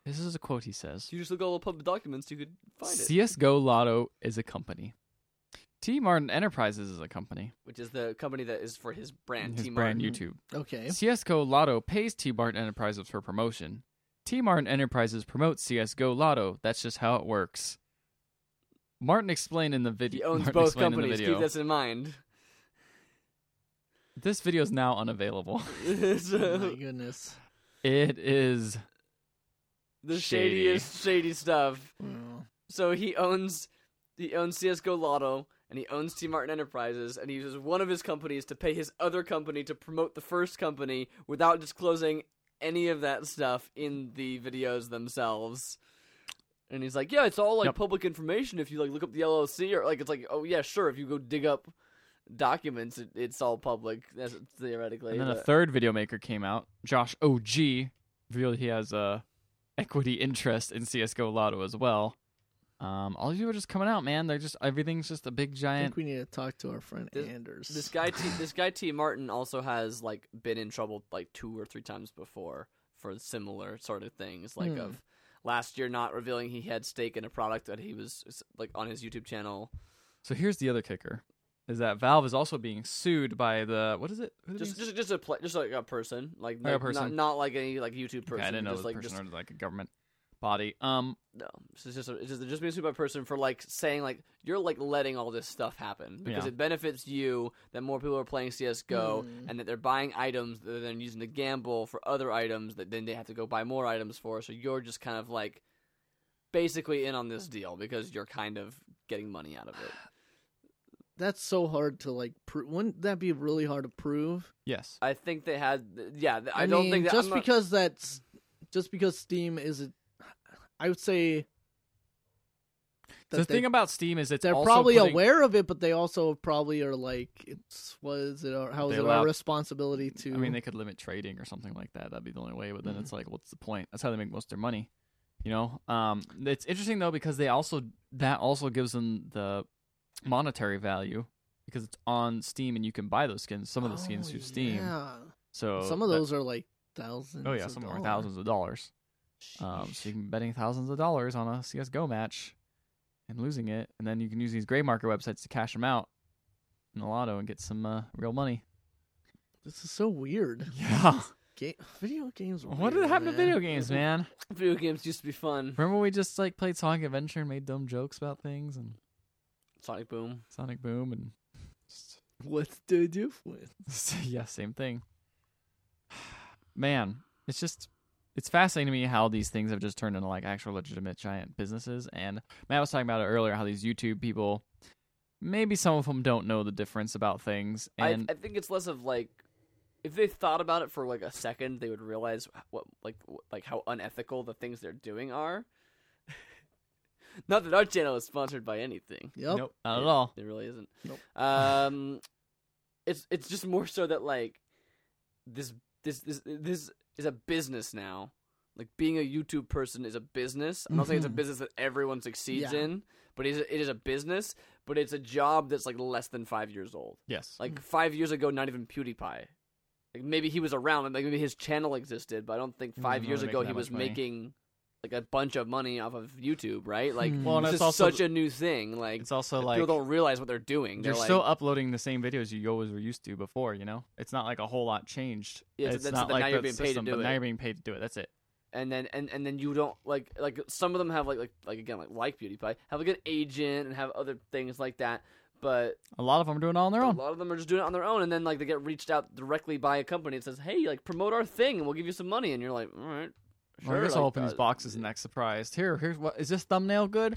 Speaker 1: This is a quote he says.
Speaker 2: You just look at all the public documents, you could find it.
Speaker 1: CSGO Lotto is a company. T Martin Enterprises is a company.
Speaker 2: Which is the company that is for his brand,
Speaker 1: his
Speaker 2: T
Speaker 1: brand
Speaker 2: Martin.
Speaker 1: YouTube.
Speaker 2: [LAUGHS]
Speaker 3: Okay,
Speaker 1: CSGO Lotto pays T Martin Enterprises for promotion. T Martin Enterprises promotes CSGO Lotto. That's just how it works. Martin explained in the video.
Speaker 2: He owns
Speaker 1: Martin
Speaker 2: both
Speaker 1: explained in the
Speaker 2: companies. Keep
Speaker 1: video,
Speaker 2: this in mind. [LAUGHS]
Speaker 1: This video is now unavailable. [LAUGHS]
Speaker 3: oh my
Speaker 2: So,
Speaker 3: goodness.
Speaker 1: It is
Speaker 2: the
Speaker 1: Shady.
Speaker 2: shadiest shady stuff.
Speaker 3: Wow.
Speaker 2: So he owns he owns CS:GO Lotto and he owns T Martin Enterprises and he uses one of his companies to pay his other company to promote the first company without disclosing any of that stuff in the videos themselves. And he's like, yeah, it's all like
Speaker 1: Yep.
Speaker 2: public information. If you like look up the LLC or like, it's like, oh yeah, sure. If you go dig up documents, it, it's all public. That's theoretically.
Speaker 1: And then a
Speaker 2: but-
Speaker 1: third video maker came out, Josh OG, revealed he has a equity interest in CS:GO Lotto as well. Um, all these people are just coming out, man. They're just everything's just a big
Speaker 3: I
Speaker 1: giant.
Speaker 3: think we need to talk to our friend
Speaker 2: This-
Speaker 3: Anders.
Speaker 2: This guy, T, this guy T Martin, also has like been in trouble like two or three times before for similar sort of things, like
Speaker 3: Hmm.
Speaker 2: of last year not revealing he had stake in a product that he was like on his YouTube channel.
Speaker 1: So here's the other kicker: is that Valve is also being sued by the what is it? Who are they
Speaker 2: Just,
Speaker 1: being
Speaker 2: just, just a pla just like a person, like
Speaker 1: Like a
Speaker 2: not-
Speaker 1: person.
Speaker 2: not, not like any like YouTube
Speaker 1: sued? Okay,
Speaker 2: person.
Speaker 1: I didn't know
Speaker 2: just,
Speaker 1: the
Speaker 2: like,
Speaker 1: person
Speaker 2: just,
Speaker 1: or like a government body. Um,
Speaker 2: no, it's just, it's just, they're just being sued by a person for like saying like you're like letting all this stuff happen because
Speaker 1: Yeah.
Speaker 2: it benefits you that more people are playing CS:GO
Speaker 3: Hmm.
Speaker 2: and that they're buying items that they're then using to gamble for other items that then they have to go buy more items for. So you're just kind of like basically in on this deal because you're kind of getting money out of it.
Speaker 3: That's so hard to like. Pro- wouldn't that be really hard to prove?
Speaker 1: yes,
Speaker 3: Uh,
Speaker 2: I think they had yeah. th- I, don't
Speaker 3: mean,
Speaker 2: think that,
Speaker 3: just
Speaker 2: I'm not-
Speaker 3: because that's just because Steam is a, I would say. that
Speaker 1: the
Speaker 3: they,
Speaker 1: thing about Steam is it's
Speaker 3: they're
Speaker 1: also
Speaker 3: probably
Speaker 1: putting-
Speaker 3: aware of it, but they also probably are like, it's what is it? Our, how is
Speaker 1: They
Speaker 3: it
Speaker 1: allow-
Speaker 3: our responsibility to? Mm-hmm.
Speaker 1: I mean, they could limit trading or something like that. That'd be the only way. But then it's like, what's the point? That's how they make most of their money. You know. Um, it's interesting though because they also that also gives them the monetary value because it's on Steam and you can buy those skins. Some of the skins
Speaker 3: Oh,
Speaker 1: through Steam.
Speaker 3: Yeah.
Speaker 1: So
Speaker 3: some of
Speaker 1: that-
Speaker 3: those are like thousands.
Speaker 1: oh yeah,
Speaker 3: of
Speaker 1: some of them are
Speaker 3: dollars.
Speaker 1: thousands of dollars. Um, so you can be betting thousands of dollars on a CS:GO match and losing it, and then you can use these gray market websites to cash them out in the lotto and get some uh, real money.
Speaker 3: This is so weird.
Speaker 1: Yeah.
Speaker 3: Game, video games.
Speaker 1: [LAUGHS]
Speaker 3: are
Speaker 1: What did
Speaker 3: weird,
Speaker 1: happen to
Speaker 3: man.
Speaker 1: video games, man?
Speaker 2: [LAUGHS] video games used to be fun.
Speaker 1: Remember when we just like played Sonic Adventure and made dumb jokes about things and
Speaker 2: Sonic Boom.
Speaker 1: Sonic Boom and just
Speaker 3: What's the difference?
Speaker 1: [LAUGHS] yeah, same thing. [SIGHS] Man, it's just it's fascinating to me how these things have just turned into like actual legitimate giant businesses. And Matt was talking about it earlier how these YouTube people, maybe some of them don't know the difference about things. And
Speaker 2: I, I think it's less of like if they thought about it for like a second, they would realize what like wh- like how unethical the things they're doing are. [LAUGHS] Not that our channel is sponsored by anything.
Speaker 3: Yep.
Speaker 1: nope, not at
Speaker 2: It-
Speaker 1: all.
Speaker 2: It really isn't.
Speaker 3: Nope.
Speaker 2: [LAUGHS] Um, it's it's just more so that like this this this this is a business now. Like being a YouTube person is a business. I'm not
Speaker 3: [LAUGHS]
Speaker 2: saying it's a
Speaker 3: Mhm.
Speaker 2: business that everyone succeeds
Speaker 3: Yeah.
Speaker 2: in, but it is, it is a business. But it's a job that's like less than five years old.
Speaker 1: Yes.
Speaker 2: Like five years ago, not even PewDiePie. Like maybe he was around, and like maybe his channel existed, but I don't think
Speaker 1: He
Speaker 2: five
Speaker 1: wasn't
Speaker 2: years
Speaker 1: Mm, really
Speaker 2: ago
Speaker 1: making
Speaker 2: he
Speaker 1: that
Speaker 2: was
Speaker 1: much money.
Speaker 2: making like a bunch of money off of YouTube, right? Like
Speaker 3: Hmm.
Speaker 1: Well, and
Speaker 2: this
Speaker 1: it's
Speaker 2: is
Speaker 1: also-
Speaker 2: such a new thing. Like,
Speaker 1: it's also like
Speaker 2: people don't realize what they're doing. They're
Speaker 1: you're
Speaker 2: like,
Speaker 1: still uploading the same videos you always were used to before, you know? It's not like a whole lot changed.
Speaker 2: Yeah, it's-
Speaker 1: it's
Speaker 2: that's-
Speaker 1: not
Speaker 2: that
Speaker 1: like
Speaker 2: now you're
Speaker 1: the
Speaker 2: being paid to
Speaker 1: system,
Speaker 2: do
Speaker 1: but now
Speaker 2: it.
Speaker 1: you're being paid to do it. That's it.
Speaker 2: and then and, and then you don't like like some of them have like like like again like like PewDiePie have like an agent and have other things like that. But
Speaker 1: A lot of them are doing it all on their
Speaker 2: a
Speaker 1: own.
Speaker 2: lot of them are just doing it on their own, and then like they get reached out directly by a company that says, "Hey, like promote our thing, and we'll give you some money." And you're like, "All right, sure."
Speaker 1: Well, I guess I'll
Speaker 2: like,
Speaker 1: open these
Speaker 2: uh,
Speaker 1: boxes and act surprised. Here, here's what is this thumbnail good?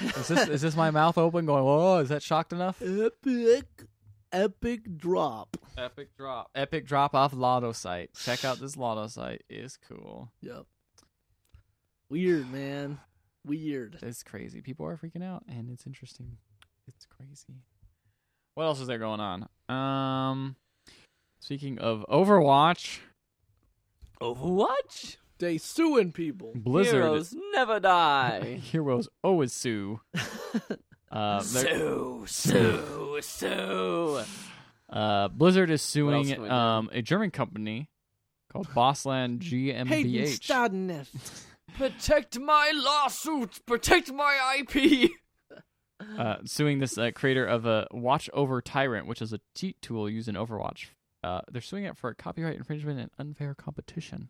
Speaker 1: Is this is this
Speaker 2: [LAUGHS]
Speaker 1: my mouth open going, Whoa, is that shocked enough?
Speaker 3: epic, epic drop?
Speaker 1: Epic drop. Epic drop off lotto site. Check out this lotto site. It's cool.
Speaker 3: Yep. Weird, man. Weird.
Speaker 1: It's crazy. People are freaking out and it's interesting. It's crazy. What else is there going on? Um speaking of Overwatch,
Speaker 2: Overwatch
Speaker 3: They suing people.
Speaker 1: Blizzard
Speaker 2: heroes never
Speaker 1: [LAUGHS]
Speaker 2: die.
Speaker 1: Heroes always
Speaker 2: [LAUGHS]
Speaker 1: sue. Uh, they're-
Speaker 2: so so so.
Speaker 1: Uh, Blizzard is
Speaker 2: else can
Speaker 1: suing
Speaker 2: we do?
Speaker 1: um, a German company called Bossland
Speaker 3: Hayden
Speaker 1: GmbH.
Speaker 3: Stadnest.
Speaker 2: Protect my lawsuits. Protect my [LAUGHS] IP.
Speaker 1: Uh, suing this uh, creator of a Watch Over Tyrant, which is a cheat tool used in Overwatch. Uh, they're suing it for copyright infringement and unfair competition.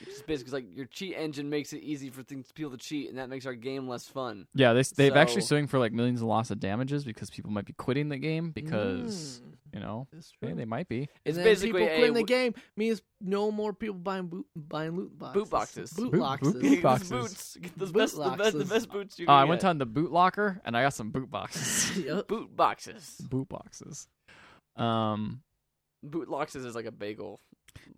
Speaker 2: It's basically like your cheat engine makes it easy for things people to cheat, and that makes our game less fun.
Speaker 1: Yeah, they, they've actually
Speaker 2: So-
Speaker 1: suing for like millions of loss of damages because people might be quitting the game because
Speaker 3: Mm,
Speaker 2: Hmm.
Speaker 1: you know
Speaker 3: that's
Speaker 1: hey,
Speaker 3: true.
Speaker 1: they might be.
Speaker 2: It's
Speaker 3: And then
Speaker 2: basically
Speaker 3: people
Speaker 2: a
Speaker 3: quitting the
Speaker 2: w-
Speaker 3: game means no more people buying boot, buying loot boxes.
Speaker 2: boxes.
Speaker 3: Boot
Speaker 1: Boot-
Speaker 3: boxes.
Speaker 1: boot
Speaker 2: Get
Speaker 1: boxes.
Speaker 2: those boots. Get those
Speaker 3: Boot
Speaker 2: best, the best, the
Speaker 3: boxes.
Speaker 2: best boots you
Speaker 1: Uh,
Speaker 2: can.
Speaker 1: I went
Speaker 2: get.
Speaker 1: on the Boot Locker and I got some boot boxes.
Speaker 2: [LAUGHS]
Speaker 3: [LAUGHS] Yep.
Speaker 2: boot boxes.
Speaker 1: boot boxes. Um,
Speaker 2: Boot boxes is like a bagel.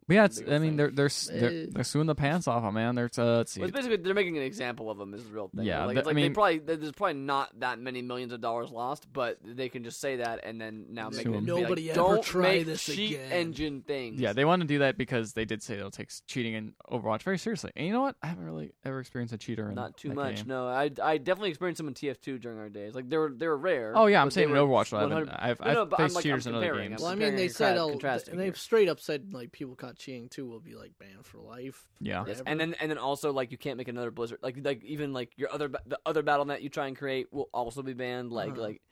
Speaker 1: But yeah, it's,
Speaker 2: Big
Speaker 1: I
Speaker 2: old
Speaker 1: mean,
Speaker 2: thing.
Speaker 1: they're they're s-
Speaker 3: Eh.
Speaker 1: they're, they're suing the pants off, of, man. There's uh, let's see,
Speaker 2: Well, it's basically they're making an example of them is the real thing.
Speaker 1: Yeah,
Speaker 2: like,
Speaker 1: the-
Speaker 2: it's like
Speaker 1: I mean-
Speaker 2: they probably th- there's probably not that many millions of dollars lost, but they can just say that and then now make it
Speaker 1: Sue
Speaker 2: be
Speaker 1: 'em.
Speaker 2: like,
Speaker 3: Nobody ever
Speaker 2: don't
Speaker 3: try
Speaker 2: make
Speaker 3: this
Speaker 2: cheat
Speaker 3: again."
Speaker 2: engine things.
Speaker 1: yeah, they want to do that because they did say they'll take s- cheating in Overwatch very seriously. And you know what? I haven't really ever experienced a cheater in
Speaker 2: not too
Speaker 1: that
Speaker 2: much.
Speaker 1: game.
Speaker 2: No, I I definitely experienced them in TF2 during our days. Like they were they were rare.
Speaker 1: Oh yeah, I'm
Speaker 2: but
Speaker 1: saying
Speaker 2: they
Speaker 1: in
Speaker 2: were
Speaker 1: Overwatch, I haven't.
Speaker 2: 100
Speaker 1: I've,
Speaker 2: No, no,
Speaker 1: I've
Speaker 2: but I'm
Speaker 1: faced
Speaker 2: like-
Speaker 1: cheaters
Speaker 2: I'm
Speaker 1: in other
Speaker 2: comparing, I'm
Speaker 1: games.
Speaker 3: Well, I mean,
Speaker 2: comparing
Speaker 3: they
Speaker 2: and
Speaker 3: said
Speaker 2: cra-
Speaker 3: all,
Speaker 2: contrasting
Speaker 3: they've
Speaker 2: here.
Speaker 3: straight up said like people caught cheating too will be like banned for life.
Speaker 1: Yeah,
Speaker 2: Yes,
Speaker 3: forever.
Speaker 2: and then and then also like you can't make another Blizzard like like even like your other ba- the other battle net you try and create will also be banned like
Speaker 3: Uh-huh.
Speaker 2: like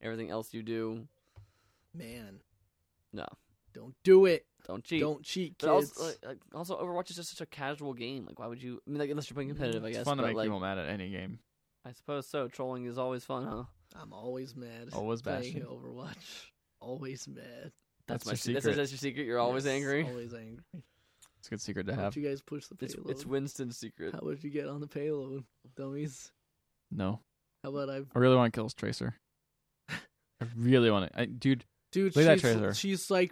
Speaker 2: everything else you do
Speaker 3: man,
Speaker 2: No.
Speaker 3: don't do it.
Speaker 2: don't cheat
Speaker 3: Don't cheat, kids.
Speaker 2: But also, like, like, also Overwatch is just such a casual game like why would you I mean like unless you're playing competitive I
Speaker 1: it's
Speaker 2: guess
Speaker 1: fun to
Speaker 2: but,
Speaker 1: make
Speaker 2: like,
Speaker 1: people mad at any game.
Speaker 2: I suppose so trolling is always fun huh
Speaker 3: I'm always mad.
Speaker 1: Always
Speaker 3: playing
Speaker 1: bashing.
Speaker 3: Overwatch. Always mad.
Speaker 1: That's
Speaker 2: my
Speaker 1: your
Speaker 2: se-
Speaker 1: secret.
Speaker 2: that's, that's your secret you're always
Speaker 3: Yes,
Speaker 2: angry [LAUGHS]
Speaker 3: Always angry.
Speaker 1: It's a good secret to
Speaker 3: How
Speaker 1: have.
Speaker 3: would you guys push the
Speaker 2: it's
Speaker 3: payload?
Speaker 2: it's Winston's secret
Speaker 3: How would you get on the payload, dummies?
Speaker 1: No,
Speaker 3: How about I,
Speaker 1: I really want to kill Tracer. [LAUGHS] I really want to, I, dude.
Speaker 3: dude?
Speaker 1: Look at that
Speaker 3: she's,
Speaker 1: trailer.
Speaker 3: she's like,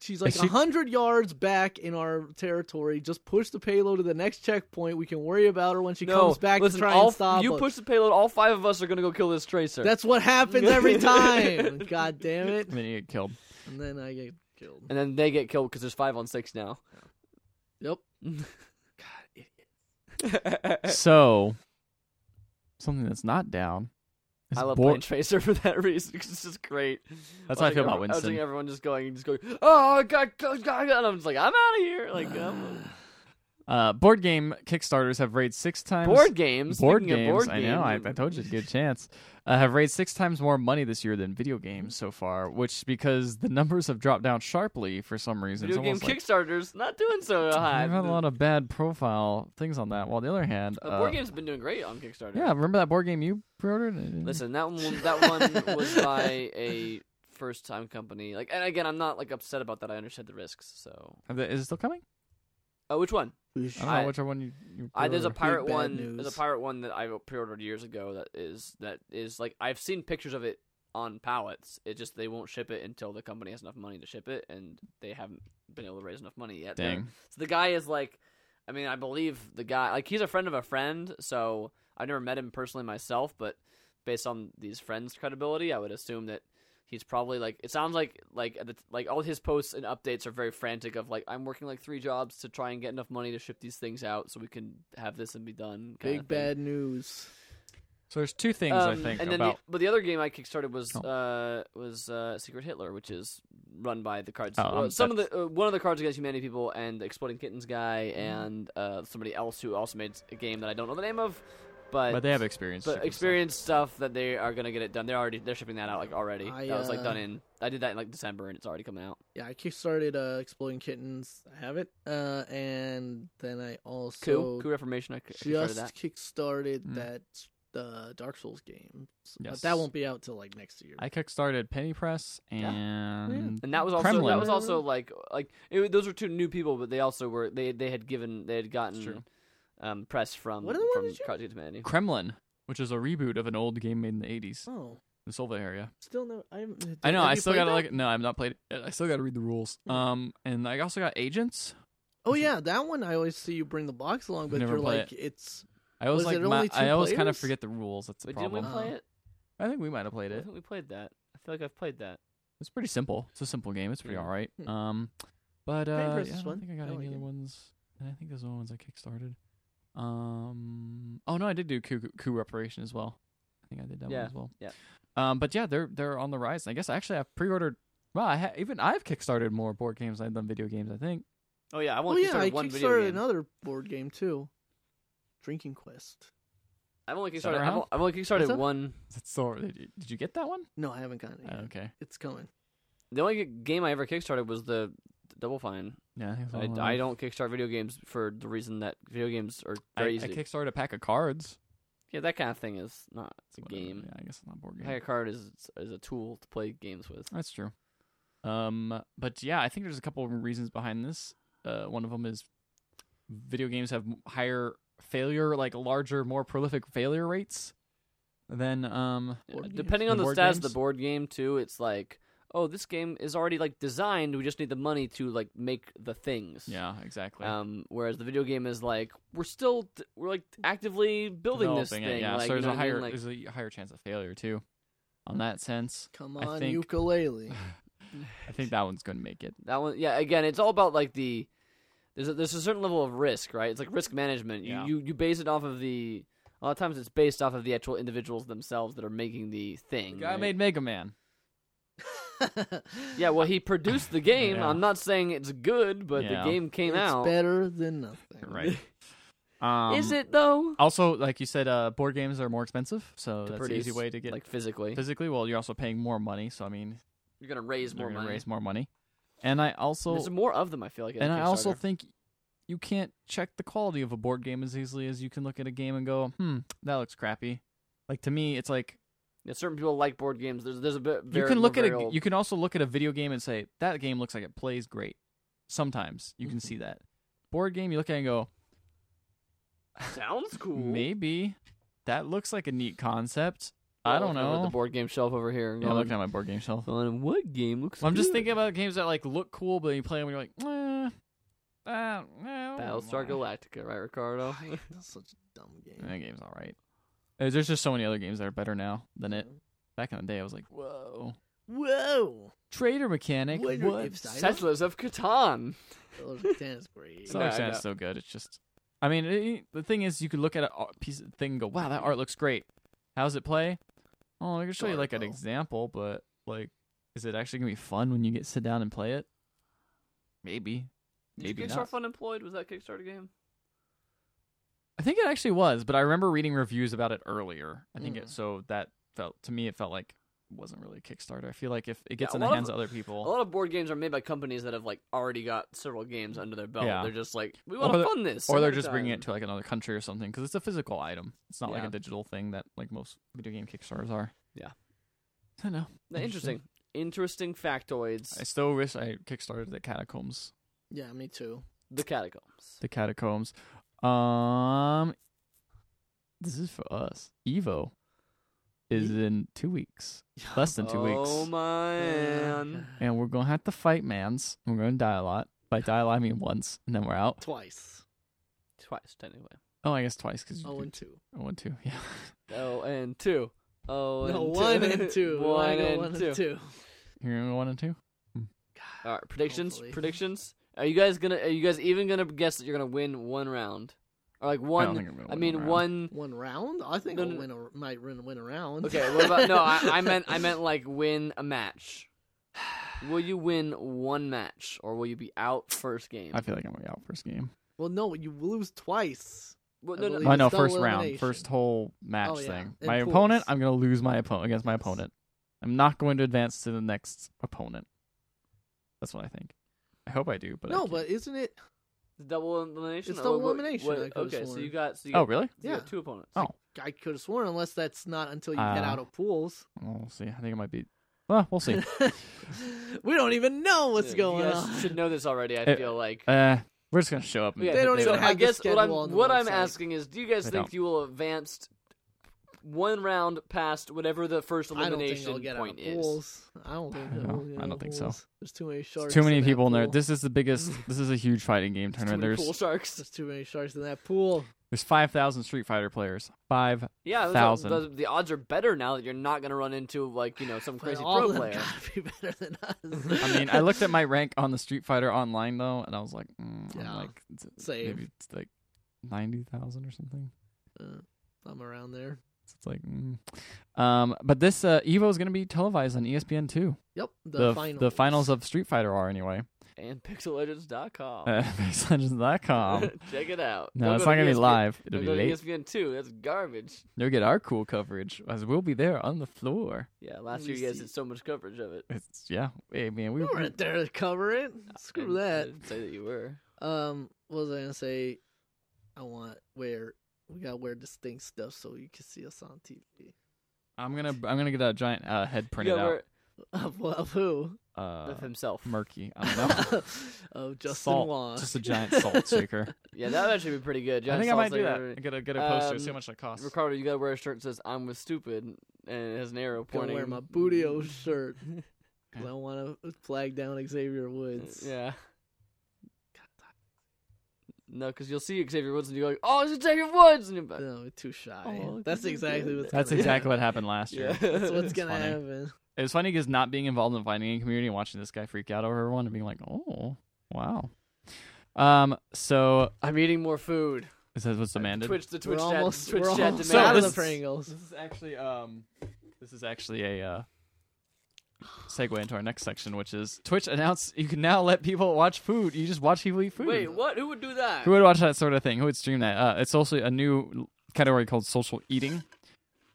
Speaker 3: she's like
Speaker 1: she-
Speaker 3: a hundred yards back in our territory. Just push the payload to the next checkpoint. We can worry about her when she
Speaker 2: no
Speaker 3: comes back
Speaker 2: listen
Speaker 3: to try
Speaker 2: all
Speaker 3: and stop
Speaker 2: you
Speaker 3: us.
Speaker 2: push the payload all five of us are gonna go kill this tracer
Speaker 3: That's what
Speaker 2: [LAUGHS]
Speaker 3: happens every time. God damn it!
Speaker 1: [LAUGHS] And then you get killed.
Speaker 3: And then I get killed.
Speaker 2: and then they get killed because there's five on six now [LAUGHS]
Speaker 3: Yep.
Speaker 2: Eh.
Speaker 1: So something that's not down. Is
Speaker 2: I love
Speaker 1: Bor-
Speaker 2: playing Tracer for that [LAUGHS] reason because it's just great.
Speaker 1: That's how I
Speaker 2: Watching
Speaker 1: feel about
Speaker 2: everyone- watching
Speaker 1: Winston.
Speaker 2: everyone just going, just going, oh, God, God, God, God," and I'm just like, I'm out of here. Like, um,
Speaker 1: [SIGHS]
Speaker 2: I'm
Speaker 1: Uh, board game Kickstarters have raised six times
Speaker 2: board games.
Speaker 1: board
Speaker 2: speaking of
Speaker 1: games.
Speaker 2: board
Speaker 1: I know. I,
Speaker 2: games,
Speaker 1: I told you, it's a good chance. Uh, have raised six times more money this year than video games so far, which because the numbers have dropped down sharply for some reason.
Speaker 2: Video
Speaker 1: it's
Speaker 2: game
Speaker 1: almost like,
Speaker 2: Kickstarters not
Speaker 1: [LAUGHS]
Speaker 2: doing so hot.
Speaker 1: I've had a lot of bad profile things on that. While the other hand,
Speaker 2: But board
Speaker 1: uh,
Speaker 2: games have been doing great on Kickstarter.
Speaker 1: yeah, remember that board game you pre-ordered?
Speaker 2: Listen,
Speaker 1: [LAUGHS]
Speaker 2: that one, that one was by a first time company. Like, and again, I'm not like upset about that. I understood the risks. So,
Speaker 1: Are they- is it still coming?
Speaker 2: oh, which one?
Speaker 1: I don't
Speaker 2: I-
Speaker 1: know which one you. you
Speaker 2: I, there's a
Speaker 1: pre-ordered.
Speaker 2: pirate
Speaker 3: bad
Speaker 2: one. There's
Speaker 3: news.
Speaker 2: a pirate one that I pre-ordered years ago. That is that is like I've seen pictures of it on pallets. It just they won't ship it until the company has enough money to ship it, and they haven't been able to raise enough money yet.
Speaker 1: Dang.
Speaker 2: So the guy is like, I mean, I believe the guy like he's a friend of a friend. So I've never met him personally myself, but based on these friends' credibility, I would assume that he's probably like it sounds like like at the, like all his posts and updates are very frantic of like I'm working like three jobs to try and get enough money to ship these things out so we can have this and be done. kinda
Speaker 3: Big
Speaker 2: thing.
Speaker 3: bad news.
Speaker 1: So there's two things I
Speaker 2: Um,
Speaker 1: think
Speaker 2: and then
Speaker 1: about.
Speaker 2: The, but the other game I kickstarted was
Speaker 1: Oh.
Speaker 2: uh, was uh, Secret Hitler, which is run by the cards.
Speaker 1: Oh,
Speaker 2: well,
Speaker 1: um,
Speaker 2: some of the uh, one of the Cards Against Humanity people and the Exploding Kittens guy
Speaker 1: Mm-hmm.
Speaker 2: and uh, somebody else who also made a game that I don't know the name of, but
Speaker 1: but they have experience.
Speaker 2: uh, but experienced stuff that they are gonna get it done. They're already they're shipping that out like already.
Speaker 3: I,
Speaker 2: that was like
Speaker 3: uh,
Speaker 2: done in. I did that in like December and it's already coming out.
Speaker 3: Yeah, I kickstarted uh, Exploding Kittens. I have it. Uh, and then I also
Speaker 2: Coup, Coup Reformation. I c- kickstarted
Speaker 3: just
Speaker 2: that.
Speaker 3: kickstarted
Speaker 1: Mm.
Speaker 3: that uh, Dark Souls game. So- But
Speaker 1: Yes.
Speaker 3: that won't be out till like next year.
Speaker 1: I kickstarted Penny Press
Speaker 2: Yeah.
Speaker 1: and
Speaker 2: And that was also that
Speaker 1: Kremlin.
Speaker 2: was also like like it, was- those were two new people, but they also were they they had given they had gotten
Speaker 1: true.
Speaker 2: um, press from
Speaker 3: What other one
Speaker 2: from
Speaker 3: did you-
Speaker 2: Cards Against Humanity.
Speaker 1: Kremlin, which is a reboot of an old game made in the 80s,
Speaker 3: oh,
Speaker 1: the Silva area.
Speaker 3: still no. I haven't. did-
Speaker 1: I know.
Speaker 3: have
Speaker 1: I
Speaker 3: you
Speaker 1: still
Speaker 3: played
Speaker 1: gotta
Speaker 3: that?
Speaker 1: look. No, I've not played it. yet. I still gotta read the rules.
Speaker 3: Hmm.
Speaker 1: Um, and I also got Agents.
Speaker 3: Oh yeah, that one. I always see you bring the box along, but
Speaker 1: Never
Speaker 3: you're
Speaker 1: play
Speaker 3: like it's.
Speaker 1: I always
Speaker 3: Was
Speaker 1: like.
Speaker 3: it
Speaker 1: my-
Speaker 3: only two
Speaker 1: I always kind of
Speaker 3: players?
Speaker 1: forget the rules. That's the
Speaker 2: Wait, didn't we
Speaker 1: problem.
Speaker 3: Uh-huh.
Speaker 2: play it?
Speaker 1: I think we might have played
Speaker 2: I
Speaker 1: it.
Speaker 2: think we played that. I feel like I've played that.
Speaker 1: It's pretty simple. It's a simple game. It's pretty
Speaker 2: Yeah.
Speaker 1: all right.
Speaker 3: Hmm.
Speaker 1: Um, but uh,
Speaker 3: Penny Press
Speaker 1: yeah,
Speaker 3: is
Speaker 1: I
Speaker 3: fun.
Speaker 1: don't think I got
Speaker 3: I like
Speaker 1: any other
Speaker 3: it.
Speaker 1: ones. And I think those are the ones I kickstarted. Um, oh no, I did do coup, coup reparation as well. I think I did that
Speaker 2: Yeah,
Speaker 1: one as well.
Speaker 2: yeah.
Speaker 1: Um, but yeah, they're they're on the rise. And I guess actually I've pre-ordered. Well, I ha- even I've kickstarted more board games than I've done video games. I think.
Speaker 2: Oh yeah, I
Speaker 3: Oh
Speaker 2: want
Speaker 3: yeah, I
Speaker 2: one video
Speaker 3: kickstarted
Speaker 2: game.
Speaker 3: another board game too. Drinking Quest.
Speaker 2: I've only
Speaker 1: Is that
Speaker 2: kickstarted. I've,
Speaker 1: around?
Speaker 2: o- I've only
Speaker 3: What's
Speaker 2: kickstarted
Speaker 3: up?
Speaker 2: one.
Speaker 1: That's so. Did you, did you get that one?
Speaker 3: No, I haven't gotten it.
Speaker 1: Oh,
Speaker 3: Yet.
Speaker 1: okay.
Speaker 3: It's coming.
Speaker 2: The only game I ever kickstarted was the Double Fine.
Speaker 1: Yeah. think it's
Speaker 2: I,
Speaker 1: on the
Speaker 2: I
Speaker 1: line.
Speaker 2: don't kickstart video games for the reason that video games are
Speaker 1: I, I
Speaker 2: very easy.
Speaker 1: kickstarted a pack of cards.
Speaker 2: yeah, that kind of thing is not it's a
Speaker 1: Whatever.
Speaker 2: game.
Speaker 1: Yeah, I guess it's not a board game.
Speaker 2: Pack a card is is a tool to play games with.
Speaker 1: That's true. Um, but yeah, I think there's a couple of reasons behind this. Uh, one of them is video games have m- higher failure, like larger, more prolific failure rates than um.
Speaker 2: Yeah,
Speaker 3: board games.
Speaker 2: Uh, Depending on
Speaker 1: The
Speaker 2: the
Speaker 1: board
Speaker 2: status of the
Speaker 1: games?
Speaker 2: board game too, it's like oh, this game is already like designed. We just need the money to like make the things.
Speaker 1: Yeah, exactly.
Speaker 2: Um, whereas the video game is like we're still t- we're like actively building this
Speaker 1: Developing
Speaker 2: thing.
Speaker 1: it, yeah.
Speaker 2: like,
Speaker 1: so
Speaker 2: you
Speaker 1: there's
Speaker 2: know
Speaker 1: a
Speaker 2: what I mean?
Speaker 1: higher
Speaker 2: Like,
Speaker 1: there's a higher chance of failure too. On that sense,
Speaker 3: Come
Speaker 1: I
Speaker 3: on,
Speaker 1: think- [LAUGHS]
Speaker 3: ukulele. [LAUGHS]
Speaker 1: I think that one's gonna make it.
Speaker 2: That one, yeah. Again, it's all about like the there's a, there's a certain level of risk, right? It's like risk management. You,
Speaker 1: Yeah.
Speaker 2: you you base it off of the a lot of times it's based off of the actual individuals themselves that are making the thing.
Speaker 1: The guy
Speaker 2: right?
Speaker 1: made Mega Man.
Speaker 2: yeah. Well, he produced the
Speaker 1: [LAUGHS]
Speaker 2: game.
Speaker 1: Yeah.
Speaker 2: I'm not saying it's good, but
Speaker 1: Yeah.
Speaker 2: the game came
Speaker 3: it's
Speaker 2: out.
Speaker 3: better than nothing.
Speaker 2: [LAUGHS]
Speaker 1: Right. Um,
Speaker 2: Is it though?
Speaker 1: Also, like you said, uh, board games are more expensive, so that's an easy
Speaker 2: produce,
Speaker 1: way to get
Speaker 2: like physically,
Speaker 1: physically. Well, you're also paying more money, so I mean,
Speaker 2: you're gonna raise
Speaker 1: they're
Speaker 2: more
Speaker 1: gonna
Speaker 2: money.
Speaker 1: raise more money. And I also
Speaker 2: There's more of them. I feel like. in
Speaker 1: and I also
Speaker 2: Kickstarter.
Speaker 1: think you can't check the quality of a board game as easily as you can look at a game and go, hmm, that looks crappy. Like to me, it's like
Speaker 2: Yeah, certain people like board games. There's there's a bit.
Speaker 1: you
Speaker 2: very-
Speaker 1: can
Speaker 2: we're
Speaker 1: look at
Speaker 2: very
Speaker 1: a,
Speaker 2: old.
Speaker 1: you can also look at a video game and say that game looks like it plays great. Sometimes you
Speaker 2: Mm-hmm.
Speaker 1: can see that board game you look at it and go,
Speaker 2: [LAUGHS] sounds cool.
Speaker 1: maybe that looks like a neat concept. I don't
Speaker 2: Looking over at
Speaker 1: know.
Speaker 2: The board game shelf over here. and
Speaker 1: Yeah,
Speaker 2: going,
Speaker 1: looking at my board game shelf.
Speaker 2: On what game looks?
Speaker 1: Well, I'm just
Speaker 2: good?
Speaker 1: thinking about games that like look cool, but you play them and you're like, eh, that,
Speaker 2: Battlestar Galactica, right, Ricardo?
Speaker 3: [LAUGHS] That's such a dumb game.
Speaker 1: That game's all right. Uh, There's just so many other games that are better now than it. Back in the day, I was like, whoa,
Speaker 3: Whoa.
Speaker 1: trader mechanic.
Speaker 2: [LAUGHS]
Speaker 3: Wonder
Speaker 1: what?
Speaker 3: if I don't-
Speaker 2: Settlers of Catan.
Speaker 3: Those are tennis great.
Speaker 2: So-
Speaker 1: Sonic
Speaker 2: No,
Speaker 1: Sand
Speaker 2: no.
Speaker 1: is [LAUGHS] so good. It's just, I mean, it, the thing is, you could look at a art piece of thing and go, wow, that art looks great. How's it play? Oh, I can show you like an
Speaker 3: Adorable.
Speaker 1: example, but like, is it actually gonna be fun when you get sit down and play it? Maybe. Maybe
Speaker 2: Did you
Speaker 1: not.
Speaker 2: Kickstarter Unemployed? Was that Kickstarter game?
Speaker 1: I think it actually was, but I remember reading reviews about it earlier. I think
Speaker 3: Mm.
Speaker 1: it so that felt to me it felt like it wasn't really a Kickstarter. I feel like if it gets
Speaker 2: a
Speaker 1: in the
Speaker 2: lot of-
Speaker 1: hands of, other
Speaker 2: A
Speaker 1: people,
Speaker 2: lot of board games are made by companies that have like already got several games under their belt.
Speaker 1: Yeah.
Speaker 2: They're just like, we
Speaker 1: Or
Speaker 2: want to
Speaker 1: they're-
Speaker 2: fund this,
Speaker 1: or they're
Speaker 2: ahead of
Speaker 1: just bringing
Speaker 2: time.
Speaker 1: it to like another country or something because it's a physical item. It's not like
Speaker 2: Yeah.
Speaker 1: a digital thing that like most video game Kickstarters are.
Speaker 2: Yeah.
Speaker 1: I don't know. [LAUGHS]
Speaker 2: Now, Interesting, interesting factoids.
Speaker 1: I still wish I kickstarted the catacombs.
Speaker 3: Yeah, me too.
Speaker 2: The catacombs.
Speaker 1: The catacombs. Um, this is for us. Evo is
Speaker 2: E
Speaker 1: in two
Speaker 2: [LAUGHS]
Speaker 1: weeks, less than two weeks.
Speaker 2: Oh man.
Speaker 1: and we're gonna have to fight mans. We're gonna die a lot. By die a lot, I mean once, and then we're out.
Speaker 3: Twice.
Speaker 2: Twice technically.
Speaker 1: Oh, I guess twice because
Speaker 3: Oh, and two.
Speaker 1: I won two. [LAUGHS] Yeah,
Speaker 2: Oh and two. Oh and
Speaker 3: no,
Speaker 2: two. [LAUGHS]
Speaker 3: one and two. We wanna
Speaker 2: one
Speaker 3: go
Speaker 2: and
Speaker 3: one
Speaker 2: two.
Speaker 3: and two.
Speaker 1: you're gonna go one and two.
Speaker 2: All right, predictions.
Speaker 3: Hopefully.
Speaker 2: Predictions. Are you guys gonna? Are you guys even gonna guess that you're gonna win one round? Or like
Speaker 1: I, don't think
Speaker 2: one?
Speaker 1: I'm gonna
Speaker 2: I
Speaker 1: win
Speaker 2: mean
Speaker 1: round.
Speaker 2: one.
Speaker 3: One round? I think
Speaker 2: No,
Speaker 3: I'll
Speaker 2: no,
Speaker 3: win a, might win, win a round.
Speaker 2: Okay. What about? No, I,
Speaker 1: [LAUGHS]
Speaker 2: I meant. I meant like win a match. Will you win one match, or will you be out first game?
Speaker 1: I feel like I'm gonna be out first game.
Speaker 3: [LAUGHS] Well, no, you lose twice.
Speaker 2: Well,
Speaker 3: I
Speaker 2: no, no,
Speaker 3: believe-
Speaker 1: I
Speaker 3: it's
Speaker 1: know,
Speaker 3: double
Speaker 1: first round,
Speaker 3: elimination.
Speaker 1: first whole match
Speaker 3: Oh, yeah.
Speaker 1: thing.
Speaker 3: In
Speaker 1: my
Speaker 3: pools.
Speaker 1: opponent, I'm gonna lose my opponent against my
Speaker 3: Yes.
Speaker 1: opponent. I'm not going to advance to the next opponent. That's what I think. I hope I do, but I
Speaker 3: no,
Speaker 1: can't.
Speaker 3: but isn't it?
Speaker 2: double elimination.
Speaker 3: It's
Speaker 2: or
Speaker 3: double
Speaker 2: what-
Speaker 3: elimination,
Speaker 2: what-
Speaker 3: I could've
Speaker 2: okay, so
Speaker 3: sworn.
Speaker 2: you got. So you
Speaker 1: oh
Speaker 2: got,
Speaker 1: really?
Speaker 2: so you got
Speaker 3: Yeah.
Speaker 2: two opponents.
Speaker 1: Oh.
Speaker 3: I could have sworn, unless that's not until you get
Speaker 1: Uh,
Speaker 3: out of pools. [LAUGHS]
Speaker 1: We'll see. I think it might be. Well, we'll see.
Speaker 3: we don't even know what's
Speaker 2: Yeah,
Speaker 3: going
Speaker 2: You guys
Speaker 3: on.
Speaker 2: should know this already. I
Speaker 1: Uh,
Speaker 2: feel like.
Speaker 1: uh, we're just gonna show up. And
Speaker 2: Okay,
Speaker 3: They don't
Speaker 2: so
Speaker 3: even
Speaker 2: I
Speaker 3: have the
Speaker 2: guess what I'm
Speaker 3: schedule on the
Speaker 2: what I'm
Speaker 3: website.
Speaker 2: asking is, do you guys
Speaker 1: They
Speaker 2: think
Speaker 1: don't.
Speaker 2: you will advance one round past whatever the first
Speaker 3: I don't think
Speaker 2: elimination
Speaker 3: they'll get out of
Speaker 2: point is?
Speaker 3: pools. I don't think.
Speaker 1: I don't
Speaker 3: they'll
Speaker 1: know.
Speaker 3: get
Speaker 1: I
Speaker 3: out
Speaker 1: don't
Speaker 3: of
Speaker 1: think so.
Speaker 3: pools. There's too many sharks.
Speaker 1: There's too many
Speaker 3: that
Speaker 1: people in there.
Speaker 3: pool.
Speaker 1: This is the
Speaker 2: [LAUGHS]
Speaker 1: biggest. this is a huge fighting game
Speaker 2: Too many
Speaker 1: tournament. There's
Speaker 2: pool sharks.
Speaker 3: There's too many sharks in that pool.
Speaker 1: there's five thousand Street Fighter players. Five.
Speaker 2: Yeah, those are-
Speaker 1: 1,000.
Speaker 2: those- the odds are better now that you're not going to run into like you know some
Speaker 3: but
Speaker 2: crazy
Speaker 3: all
Speaker 2: pro
Speaker 3: of them
Speaker 2: player.
Speaker 3: gotta be [LAUGHS] better than us.
Speaker 1: [LAUGHS] I mean, I looked at my rank on the Street Fighter online though, and I was like, mm, I'm
Speaker 3: Yeah.
Speaker 1: like it's-
Speaker 3: Same.
Speaker 1: maybe it's like ninety thousand or something.
Speaker 3: [LAUGHS] Uh, I'm around there.
Speaker 1: So it's like, mm. um, but this uh, Evo is gonna be televised on E ESPN two.
Speaker 3: Yep. The,
Speaker 1: the
Speaker 3: finals.
Speaker 1: the finals of Street Fighter are anyway.
Speaker 2: And
Speaker 1: [LAUGHS]
Speaker 2: pixellegends.com. [LAUGHS]
Speaker 1: Uh, BaseLegends.com.
Speaker 2: Check it out.
Speaker 1: No,
Speaker 2: Don't
Speaker 1: it's
Speaker 2: Oh. go
Speaker 1: not
Speaker 2: to
Speaker 1: gonna
Speaker 2: E
Speaker 1: be
Speaker 2: ESPN.
Speaker 1: live. It'll
Speaker 2: Don't
Speaker 1: be
Speaker 2: go to E
Speaker 1: late.
Speaker 2: ESPN two. That's garbage.
Speaker 1: You'll get our cool coverage as we'll be there on the floor.
Speaker 2: Yeah, last
Speaker 3: We
Speaker 2: year you guys
Speaker 3: see.
Speaker 2: did so much coverage of it.
Speaker 1: It's yeah. Hey man, we
Speaker 3: We weren't there to cover it. Screw
Speaker 2: I- I
Speaker 3: that.
Speaker 2: didn't say that you were.
Speaker 1: uh,
Speaker 3: Um, what was I gonna say? I want wear. We gotta wear distinct stuff so you can see us on TV.
Speaker 1: I'm gonna I'm gonna get a giant uh, head
Speaker 2: you
Speaker 1: printed
Speaker 2: got
Speaker 1: out.
Speaker 2: where-
Speaker 3: [LAUGHS] Of, of who?
Speaker 1: Uh,
Speaker 2: of himself.
Speaker 1: murky. I don't [LAUGHS] know.
Speaker 3: [LAUGHS] of Justin
Speaker 1: Salt.
Speaker 3: Wong.
Speaker 1: Just a giant
Speaker 3: [LAUGHS]
Speaker 1: salt shaker.
Speaker 2: Yeah, that would actually be pretty good.
Speaker 1: I
Speaker 2: Giant
Speaker 1: think I might
Speaker 2: Salsa,
Speaker 1: do that.
Speaker 2: you're-
Speaker 1: Get a get a poster. see
Speaker 2: Um,
Speaker 1: how much that costs.
Speaker 2: Ricardo, you gotta wear a shirt that says "I'm with stupid" and it has an arrow Mm. Uh,
Speaker 3: Gonna
Speaker 1: [LAUGHS]
Speaker 2: pointing.
Speaker 3: wear my bootio shirt. 'cause I want to flag down Xavier Woods.
Speaker 2: Yeah. No, because you'll see Xavier Woods and you go, "Oh, it's Xavier Woods!" and you're back.
Speaker 3: No, too shy.
Speaker 2: Oh, look
Speaker 3: That's
Speaker 2: at you
Speaker 3: exactly
Speaker 2: doing
Speaker 3: what's.
Speaker 1: That's
Speaker 3: gonna
Speaker 1: exactly what happened last year.
Speaker 2: [LAUGHS]
Speaker 3: happen. That's what's
Speaker 1: It's
Speaker 3: gonna
Speaker 1: funny.
Speaker 3: happen.
Speaker 1: It was funny because not being involved in finding a community and watching this guy freak out over everyone and being like, "Oh, wow." Um. So
Speaker 2: I'm eating more food.
Speaker 1: is that what's demanded?
Speaker 2: Twitch the
Speaker 3: we're
Speaker 2: Twitch chat.
Speaker 3: almost,
Speaker 2: Twitch
Speaker 3: we're
Speaker 2: chat
Speaker 3: almost
Speaker 1: demand.
Speaker 3: out of
Speaker 1: So
Speaker 3: the
Speaker 1: this-
Speaker 3: Pringles.
Speaker 1: This is actually um, this is actually a uh, segue into our next section, which is Twitch announced you can now let people watch food. You just watch people eat food.
Speaker 2: Wait, what? Who would do that?
Speaker 1: Who would watch that sort of thing? Who would stream that? Uh, it's also a new category called social eating.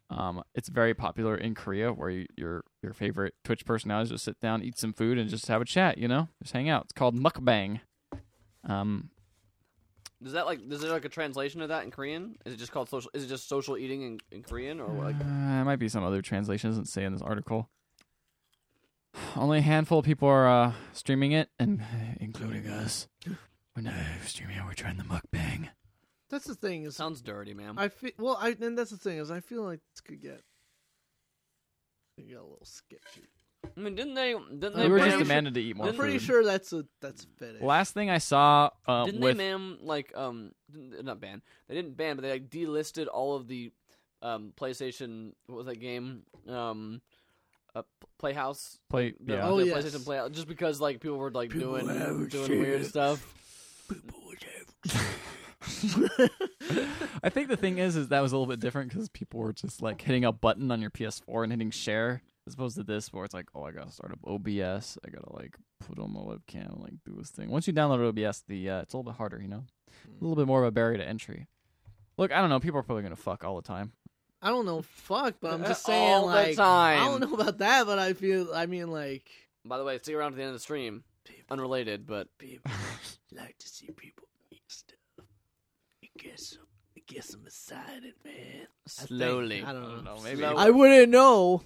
Speaker 1: Um, it's very popular in Korea, where you, your your favorite Twitch personalities just sit down, eat some food, and just have a chat. You know, just hang out. It's called mukbang. Um,
Speaker 2: Does that like? Is there like a translation of that in Korean? Is it just called social? Is it just social eating in, in Korean or
Speaker 3: [SIGHS]
Speaker 2: like?
Speaker 1: Uh, it might be some other translation. It doesn't say in this article. Only a handful of people are uh, streaming it, and [SIGHS] including us. We're not streaming it. We're trying the mukbang.
Speaker 3: That's the thing is,
Speaker 2: Sounds dirty, man.
Speaker 3: I feel well. I and that's the thing is, I feel like this could get, could get a little sketchy.
Speaker 2: I mean, didn't they? Didn't they?
Speaker 1: We were just
Speaker 2: ban-
Speaker 3: pretty sure-
Speaker 1: demanded to eat more
Speaker 3: I'm pretty
Speaker 1: food.
Speaker 3: sure that's a that's fetish.
Speaker 1: Last thing I saw uh,
Speaker 2: Didn't
Speaker 1: with
Speaker 2: they man like um didn't- not ban? They didn't ban, but they like delisted all of the um PlayStation. What was that game? Um, uh, P- Playhouse.
Speaker 1: play,
Speaker 2: The,
Speaker 1: yeah.
Speaker 3: Oh,
Speaker 2: the
Speaker 3: yes.
Speaker 2: PlayStation Playhouse. Just because like people were like
Speaker 3: People
Speaker 2: doing
Speaker 3: have
Speaker 2: doing
Speaker 3: shit.
Speaker 2: weird stuff.
Speaker 1: [LAUGHS] I think the thing is, is that was a little bit different because people were just like hitting a button on your PS4 and hitting share, as opposed to this where it's like, oh, I gotta start up OBS, I gotta like put on my webcam, like do this thing. Once you download OBS, the uh, it's a little bit harder, you know,
Speaker 2: Hmm.
Speaker 1: a little bit more of a barrier to entry. Look, I don't know. People are probably gonna fuck all the time.
Speaker 3: I don't know, fuck, but I'm just
Speaker 2: Uh, All
Speaker 3: saying,
Speaker 2: the
Speaker 3: like, I
Speaker 2: time.
Speaker 3: don't know about that, but I feel, I mean, like,
Speaker 2: By the way, stick around to the end of the stream. Unrelated, but
Speaker 3: people like to see people eat stuff. I guess, I guess I'm excited, man.
Speaker 2: slowly.
Speaker 3: I, don't know.
Speaker 1: maybe
Speaker 2: Slow-
Speaker 1: I,
Speaker 3: I wouldn't know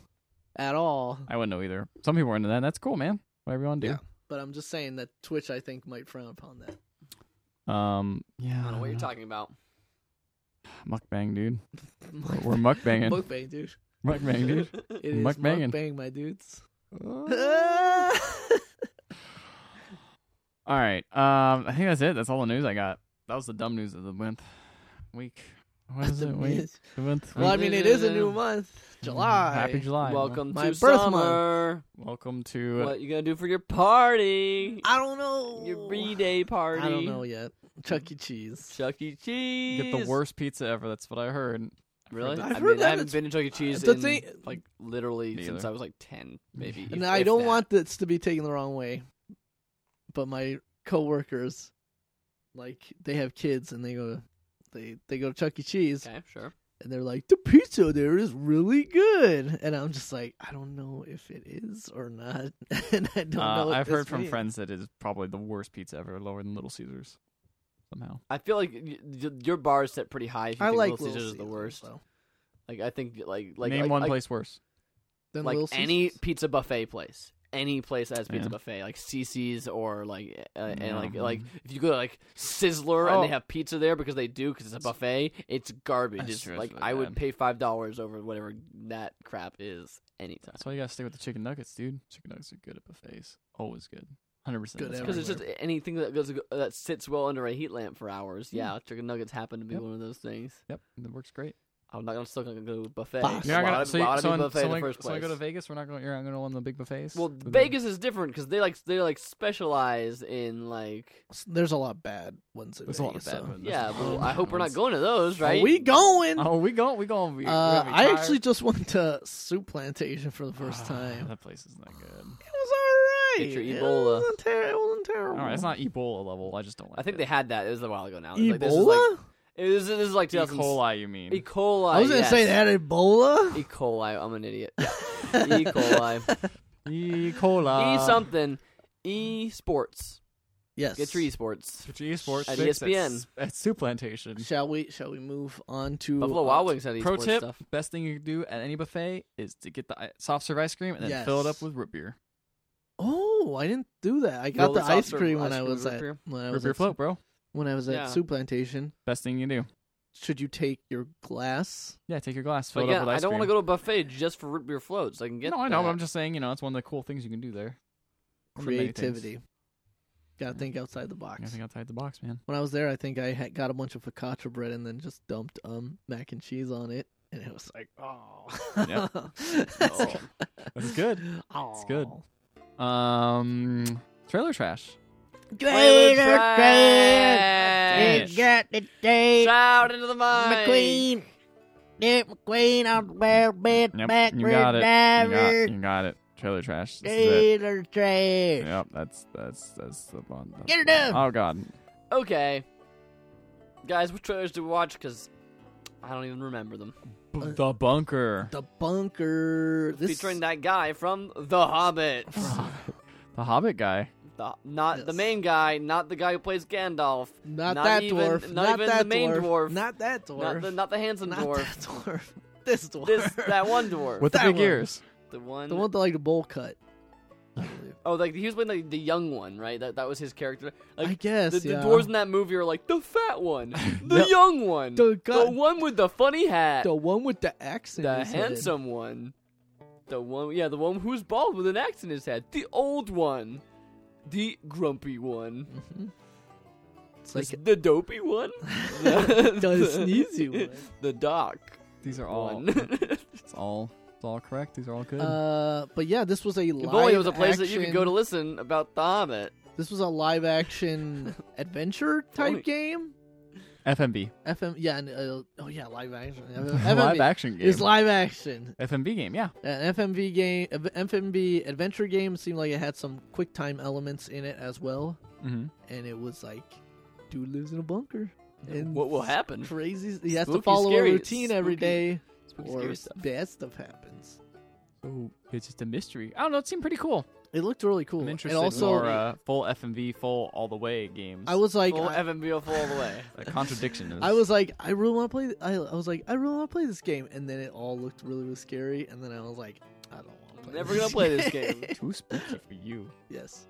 Speaker 3: at all,
Speaker 1: wouldn't know either. Some people are into that. That's cool, man. Whatever you want to do.
Speaker 3: but I'm just saying that Twitch, I think, might frown upon that.
Speaker 1: Um, yeah.
Speaker 2: I don't know what you're talking about.
Speaker 1: Mukbang, dude. We're
Speaker 2: [LAUGHS]
Speaker 1: mukbanging.
Speaker 3: Mukbang, dude.
Speaker 1: mukbang, dude.
Speaker 3: It is
Speaker 1: Mukbanging.
Speaker 3: mukbang,
Speaker 2: [LAUGHS]
Speaker 3: my dudes. [LAUGHS]
Speaker 1: All right. Um, I think that's it. That's all the news I got. That was the dumb news of the month. Week. What is it?
Speaker 3: [LAUGHS]
Speaker 1: Week. The month.
Speaker 3: well, I
Speaker 1: week?
Speaker 3: mean, it is a new month, July.
Speaker 1: Happy July.
Speaker 2: Welcome to
Speaker 3: My birth month.
Speaker 2: summer.
Speaker 1: Welcome to.
Speaker 2: What you gonna do for your party?
Speaker 3: I don't know.
Speaker 2: Your B-day party.
Speaker 3: I don't know yet. Chuck E. Cheese.
Speaker 2: Chuck E. Cheese.
Speaker 1: Get the worst pizza ever. That's what I heard.
Speaker 2: Really?
Speaker 1: I've
Speaker 2: I
Speaker 3: heard
Speaker 2: mean,
Speaker 3: that
Speaker 2: I haven't
Speaker 3: it's-
Speaker 2: been to Chuck E. Cheese
Speaker 3: the
Speaker 2: in,
Speaker 3: thing-
Speaker 2: like literally
Speaker 1: Me
Speaker 2: since
Speaker 1: either.
Speaker 2: I was like ten, maybe.
Speaker 3: And
Speaker 2: if-
Speaker 3: I
Speaker 2: if
Speaker 3: don't
Speaker 2: that.
Speaker 3: want this to be taken the wrong way, but my coworkers, like, they have kids and they go, they they go to Chuck E. Cheese
Speaker 2: Okay, sure.
Speaker 3: and they're like, the pizza there is really good, and I'm just like, I don't know if it is or not, [LAUGHS] and I don't know.
Speaker 1: Uh,
Speaker 3: what
Speaker 1: I've
Speaker 3: this
Speaker 1: heard from
Speaker 3: means.
Speaker 1: friends that it is probably the worst pizza ever, lower than Little Caesars. Somehow.
Speaker 2: I feel like y- y- your bar is set pretty high. If you
Speaker 3: I
Speaker 2: think
Speaker 3: like
Speaker 2: Little Caesars is the
Speaker 3: Caesars,
Speaker 2: worst.
Speaker 3: though.
Speaker 2: Like I think like like
Speaker 1: Name
Speaker 2: like,
Speaker 1: one
Speaker 2: like,
Speaker 1: place worse.
Speaker 3: Then
Speaker 2: like
Speaker 3: Little
Speaker 2: any
Speaker 3: Caesars.
Speaker 2: pizza buffet place. Any place that has pizza
Speaker 1: Yeah.
Speaker 2: buffet, like CC's or like uh, and like
Speaker 1: Yeah.
Speaker 2: like if you go to like Sizzler and
Speaker 1: Oh.
Speaker 2: they have pizza there because they do because it's a buffet, it's garbage.
Speaker 1: That's
Speaker 2: It's
Speaker 1: true, it's
Speaker 2: like
Speaker 1: really
Speaker 2: I would
Speaker 1: bad.
Speaker 2: pay five dollars over whatever that crap is anytime.
Speaker 1: That's why you gotta stay with the chicken nuggets, dude. Chicken nuggets are good at buffets. Always good. Hundred percent.
Speaker 3: Good
Speaker 2: Because it's just
Speaker 3: everywhere.
Speaker 2: anything that goes that sits well under a heat lamp for hours.
Speaker 3: Mm.
Speaker 2: Yeah, chicken nuggets happen to be
Speaker 1: Yep.
Speaker 2: one of those things.
Speaker 1: Yep, it works great.
Speaker 2: I'm not gonna still gonna go to a buffet.
Speaker 3: Fuck.
Speaker 1: You're not
Speaker 2: Why
Speaker 1: gonna.
Speaker 2: would-
Speaker 1: So,
Speaker 2: why
Speaker 1: you,
Speaker 2: would I
Speaker 1: so,
Speaker 2: be
Speaker 1: when,
Speaker 2: buffet
Speaker 1: so,
Speaker 2: in the
Speaker 1: when,
Speaker 2: first
Speaker 1: so when I go to
Speaker 2: place?
Speaker 1: Vegas, Mm-hmm. we're not going. You're not going to one of the big buffets.
Speaker 2: Well,
Speaker 1: With the-
Speaker 2: Vegas is different because they like they like specialize in like
Speaker 3: [LAUGHS] There's a lot of bad ones. in
Speaker 1: There's a lot of
Speaker 3: Vegas,
Speaker 1: bad
Speaker 3: so.
Speaker 1: ones.
Speaker 2: yeah.
Speaker 1: There's-
Speaker 2: Well, I hope we're not
Speaker 1: Ones.
Speaker 2: going to those, right?
Speaker 3: Are we going?
Speaker 1: Oh, we going. We going. We,
Speaker 3: Uh, I actually just went to Soup
Speaker 2: [SIGHS]
Speaker 3: Plantation for the first time.
Speaker 1: Ah, That place is not good.
Speaker 3: It was alright.
Speaker 2: Get your
Speaker 3: It
Speaker 2: Ebola.
Speaker 3: wasn't ter- it wasn't
Speaker 1: All
Speaker 3: terrible.
Speaker 1: right, it's not Ebola level. I just don't like.
Speaker 2: I think
Speaker 1: it.
Speaker 2: they had that. It was a while ago now. It was Like, this is
Speaker 3: Ebola?
Speaker 2: like it was- this is like
Speaker 1: E.
Speaker 2: 2000.
Speaker 1: coli. You
Speaker 3: [LAUGHS]
Speaker 1: mean?
Speaker 2: E. coli.
Speaker 3: I was gonna
Speaker 2: yes.
Speaker 3: say they had Ebola.
Speaker 2: E. coli. I'm an idiot. Yeah. e. coli.
Speaker 1: E. coli.
Speaker 3: Uh,
Speaker 2: e. something. E. Sports.
Speaker 3: [LAUGHS] Yes.
Speaker 2: Get your e. Sports.
Speaker 1: Which E Sports
Speaker 2: At
Speaker 1: fix
Speaker 2: ESPN.
Speaker 1: At, at Soup Plantation.
Speaker 3: Shall we? Shall we move on to
Speaker 2: Buffalo
Speaker 3: uh,
Speaker 2: Wild Wings had e.
Speaker 1: Pro
Speaker 2: Sports
Speaker 1: tip:
Speaker 2: stuff.
Speaker 1: best thing you can do at any buffet is to get the i- soft serve ice cream and then fill it up
Speaker 3: Yes.
Speaker 1: with root beer.
Speaker 3: Oh, I didn't do that. I
Speaker 2: Roll
Speaker 3: got the
Speaker 2: the soft
Speaker 3: ice
Speaker 2: serve
Speaker 3: cream when
Speaker 2: ice
Speaker 3: I
Speaker 2: cream
Speaker 3: was
Speaker 2: root
Speaker 3: at
Speaker 2: beer.
Speaker 3: when I
Speaker 1: Root
Speaker 3: was
Speaker 1: beer
Speaker 3: at,
Speaker 1: float, bro.
Speaker 3: when I was at
Speaker 2: Yeah.
Speaker 3: Soup Plantation.
Speaker 1: Best thing you do.
Speaker 3: should you take your glass?
Speaker 1: Yeah, take your glass, fill
Speaker 2: But
Speaker 1: it
Speaker 2: yeah,
Speaker 1: up with
Speaker 2: I
Speaker 1: ice
Speaker 2: don't
Speaker 1: cream.
Speaker 2: want to go to a buffet just for root beer floats. I can get
Speaker 1: no, I know.
Speaker 2: that.
Speaker 1: But I'm just saying, you know, it's one of the cool things you can do there. One of the many things.
Speaker 3: Creativity. Got to
Speaker 1: Yeah.
Speaker 3: think outside the box.
Speaker 1: You gotta think outside the box, man.
Speaker 3: When I was there, I think I had got a bunch of focaccia bread and then just dumped um mac and cheese on it, and it was like, oh, [LAUGHS]
Speaker 1: Yep.
Speaker 2: [LAUGHS] Oh.
Speaker 1: That's good.
Speaker 3: oh,
Speaker 1: It's good. Um, trailer trash.
Speaker 2: Trailer
Speaker 1: Damn
Speaker 2: trash.
Speaker 1: it.
Speaker 4: got the day,
Speaker 2: Shout into the mine.
Speaker 4: McQueen. Dick McQueen on the well bed,
Speaker 1: Yep,
Speaker 4: back
Speaker 1: you
Speaker 4: room
Speaker 1: got it. You
Speaker 4: diver,
Speaker 1: got, you got it. Trailer trash. This is it.
Speaker 4: dealer trash.
Speaker 1: Yep, that's that's that's the one. that's
Speaker 4: Get it
Speaker 1: the one.
Speaker 4: done.
Speaker 1: Oh god,
Speaker 2: Okay, guys, which trailers did we watch? Because I don't even remember them.
Speaker 1: B- the bunker.
Speaker 3: The bunker. This
Speaker 2: Featuring that guy from The Hobbit.
Speaker 1: [LAUGHS] The Hobbit guy.
Speaker 2: The, not the
Speaker 3: Yes.
Speaker 2: main guy, not the guy who plays Gandalf,
Speaker 3: not,
Speaker 2: not
Speaker 3: that
Speaker 2: even-
Speaker 3: dwarf.
Speaker 2: not
Speaker 3: Not,
Speaker 2: even
Speaker 3: that
Speaker 2: the main dwarf.
Speaker 3: Not that dwarf.
Speaker 2: not the not the handsome
Speaker 3: Not
Speaker 2: dwarf,
Speaker 3: that dwarf. This dwarf.
Speaker 2: this that one dwarf,
Speaker 1: With the
Speaker 3: That
Speaker 1: big
Speaker 3: one. [LAUGHS]
Speaker 1: ears.
Speaker 2: the one,
Speaker 3: The one with the, like the bowl cut.
Speaker 2: oh like he was playing like, the young one, right? That that was his character. Like
Speaker 3: I guess
Speaker 2: the, the
Speaker 3: yeah.
Speaker 2: dwarves in that movie are like the fat one, the
Speaker 1: No.
Speaker 2: young one,
Speaker 3: The
Speaker 2: the
Speaker 3: guy-
Speaker 2: one with the funny hat,
Speaker 3: The one with the axe. in
Speaker 2: the
Speaker 3: his head.
Speaker 2: handsome one, the one yeah, the one who's bald with an axe in his head, the old one, the grumpy one,
Speaker 3: Mhm. It's
Speaker 2: Like,
Speaker 3: like
Speaker 2: the dopey one, [LAUGHS] the,
Speaker 3: [LAUGHS] the sneezy one. Oh,
Speaker 2: the doc
Speaker 1: These are all.
Speaker 2: one.
Speaker 1: it's
Speaker 3: [LAUGHS]
Speaker 1: all. It's all correct. These are all good.
Speaker 3: Uh, but yeah, this was a
Speaker 2: [LAUGHS] If
Speaker 3: live
Speaker 2: only it was a place that you could
Speaker 3: action-
Speaker 2: go to listen about the Hobbit.
Speaker 3: This was a live
Speaker 2: [LAUGHS]
Speaker 3: action adventure
Speaker 2: Only-
Speaker 3: type game.
Speaker 1: FMB.
Speaker 3: FM, yeah, and, uh, oh yeah,
Speaker 2: [LAUGHS]
Speaker 3: live action.
Speaker 1: [LAUGHS] Live
Speaker 3: FMV
Speaker 1: action game.
Speaker 3: It's live action. Uh,
Speaker 1: FMB game. Yeah.
Speaker 3: An FMV game, uh, a FMV adventure game seemed like it had some quick time elements in it as well,
Speaker 1: Mm-hmm.
Speaker 3: and it was like, dude lives in a bunker. And
Speaker 2: What will happen?
Speaker 3: Crazy. He has
Speaker 2: Spooky,
Speaker 3: to follow
Speaker 2: scary,
Speaker 3: a routine every
Speaker 2: spooky,
Speaker 3: day,
Speaker 2: spooky,
Speaker 3: or
Speaker 2: scary stuff.
Speaker 3: bad stuff happens.
Speaker 1: Oh, it's just a mystery. I don't know. It seemed pretty cool.
Speaker 3: It looked really cool.
Speaker 1: I'm
Speaker 3: And
Speaker 1: interested
Speaker 3: also,
Speaker 1: more uh, full FMV, full all the way games.
Speaker 3: I was like,
Speaker 2: full
Speaker 3: I-
Speaker 2: Evan Beal full all the
Speaker 3: [LAUGHS]
Speaker 2: way.
Speaker 1: a contradiction. Is,
Speaker 3: I was like, I really want to play. th- I, I was like, I really want to play this game, and then it all looked really, really scary. And then I was like, I don't want to play.
Speaker 2: Never
Speaker 3: this
Speaker 2: gonna play
Speaker 3: [LAUGHS]
Speaker 2: this game.
Speaker 1: too spooky for you.
Speaker 3: yes,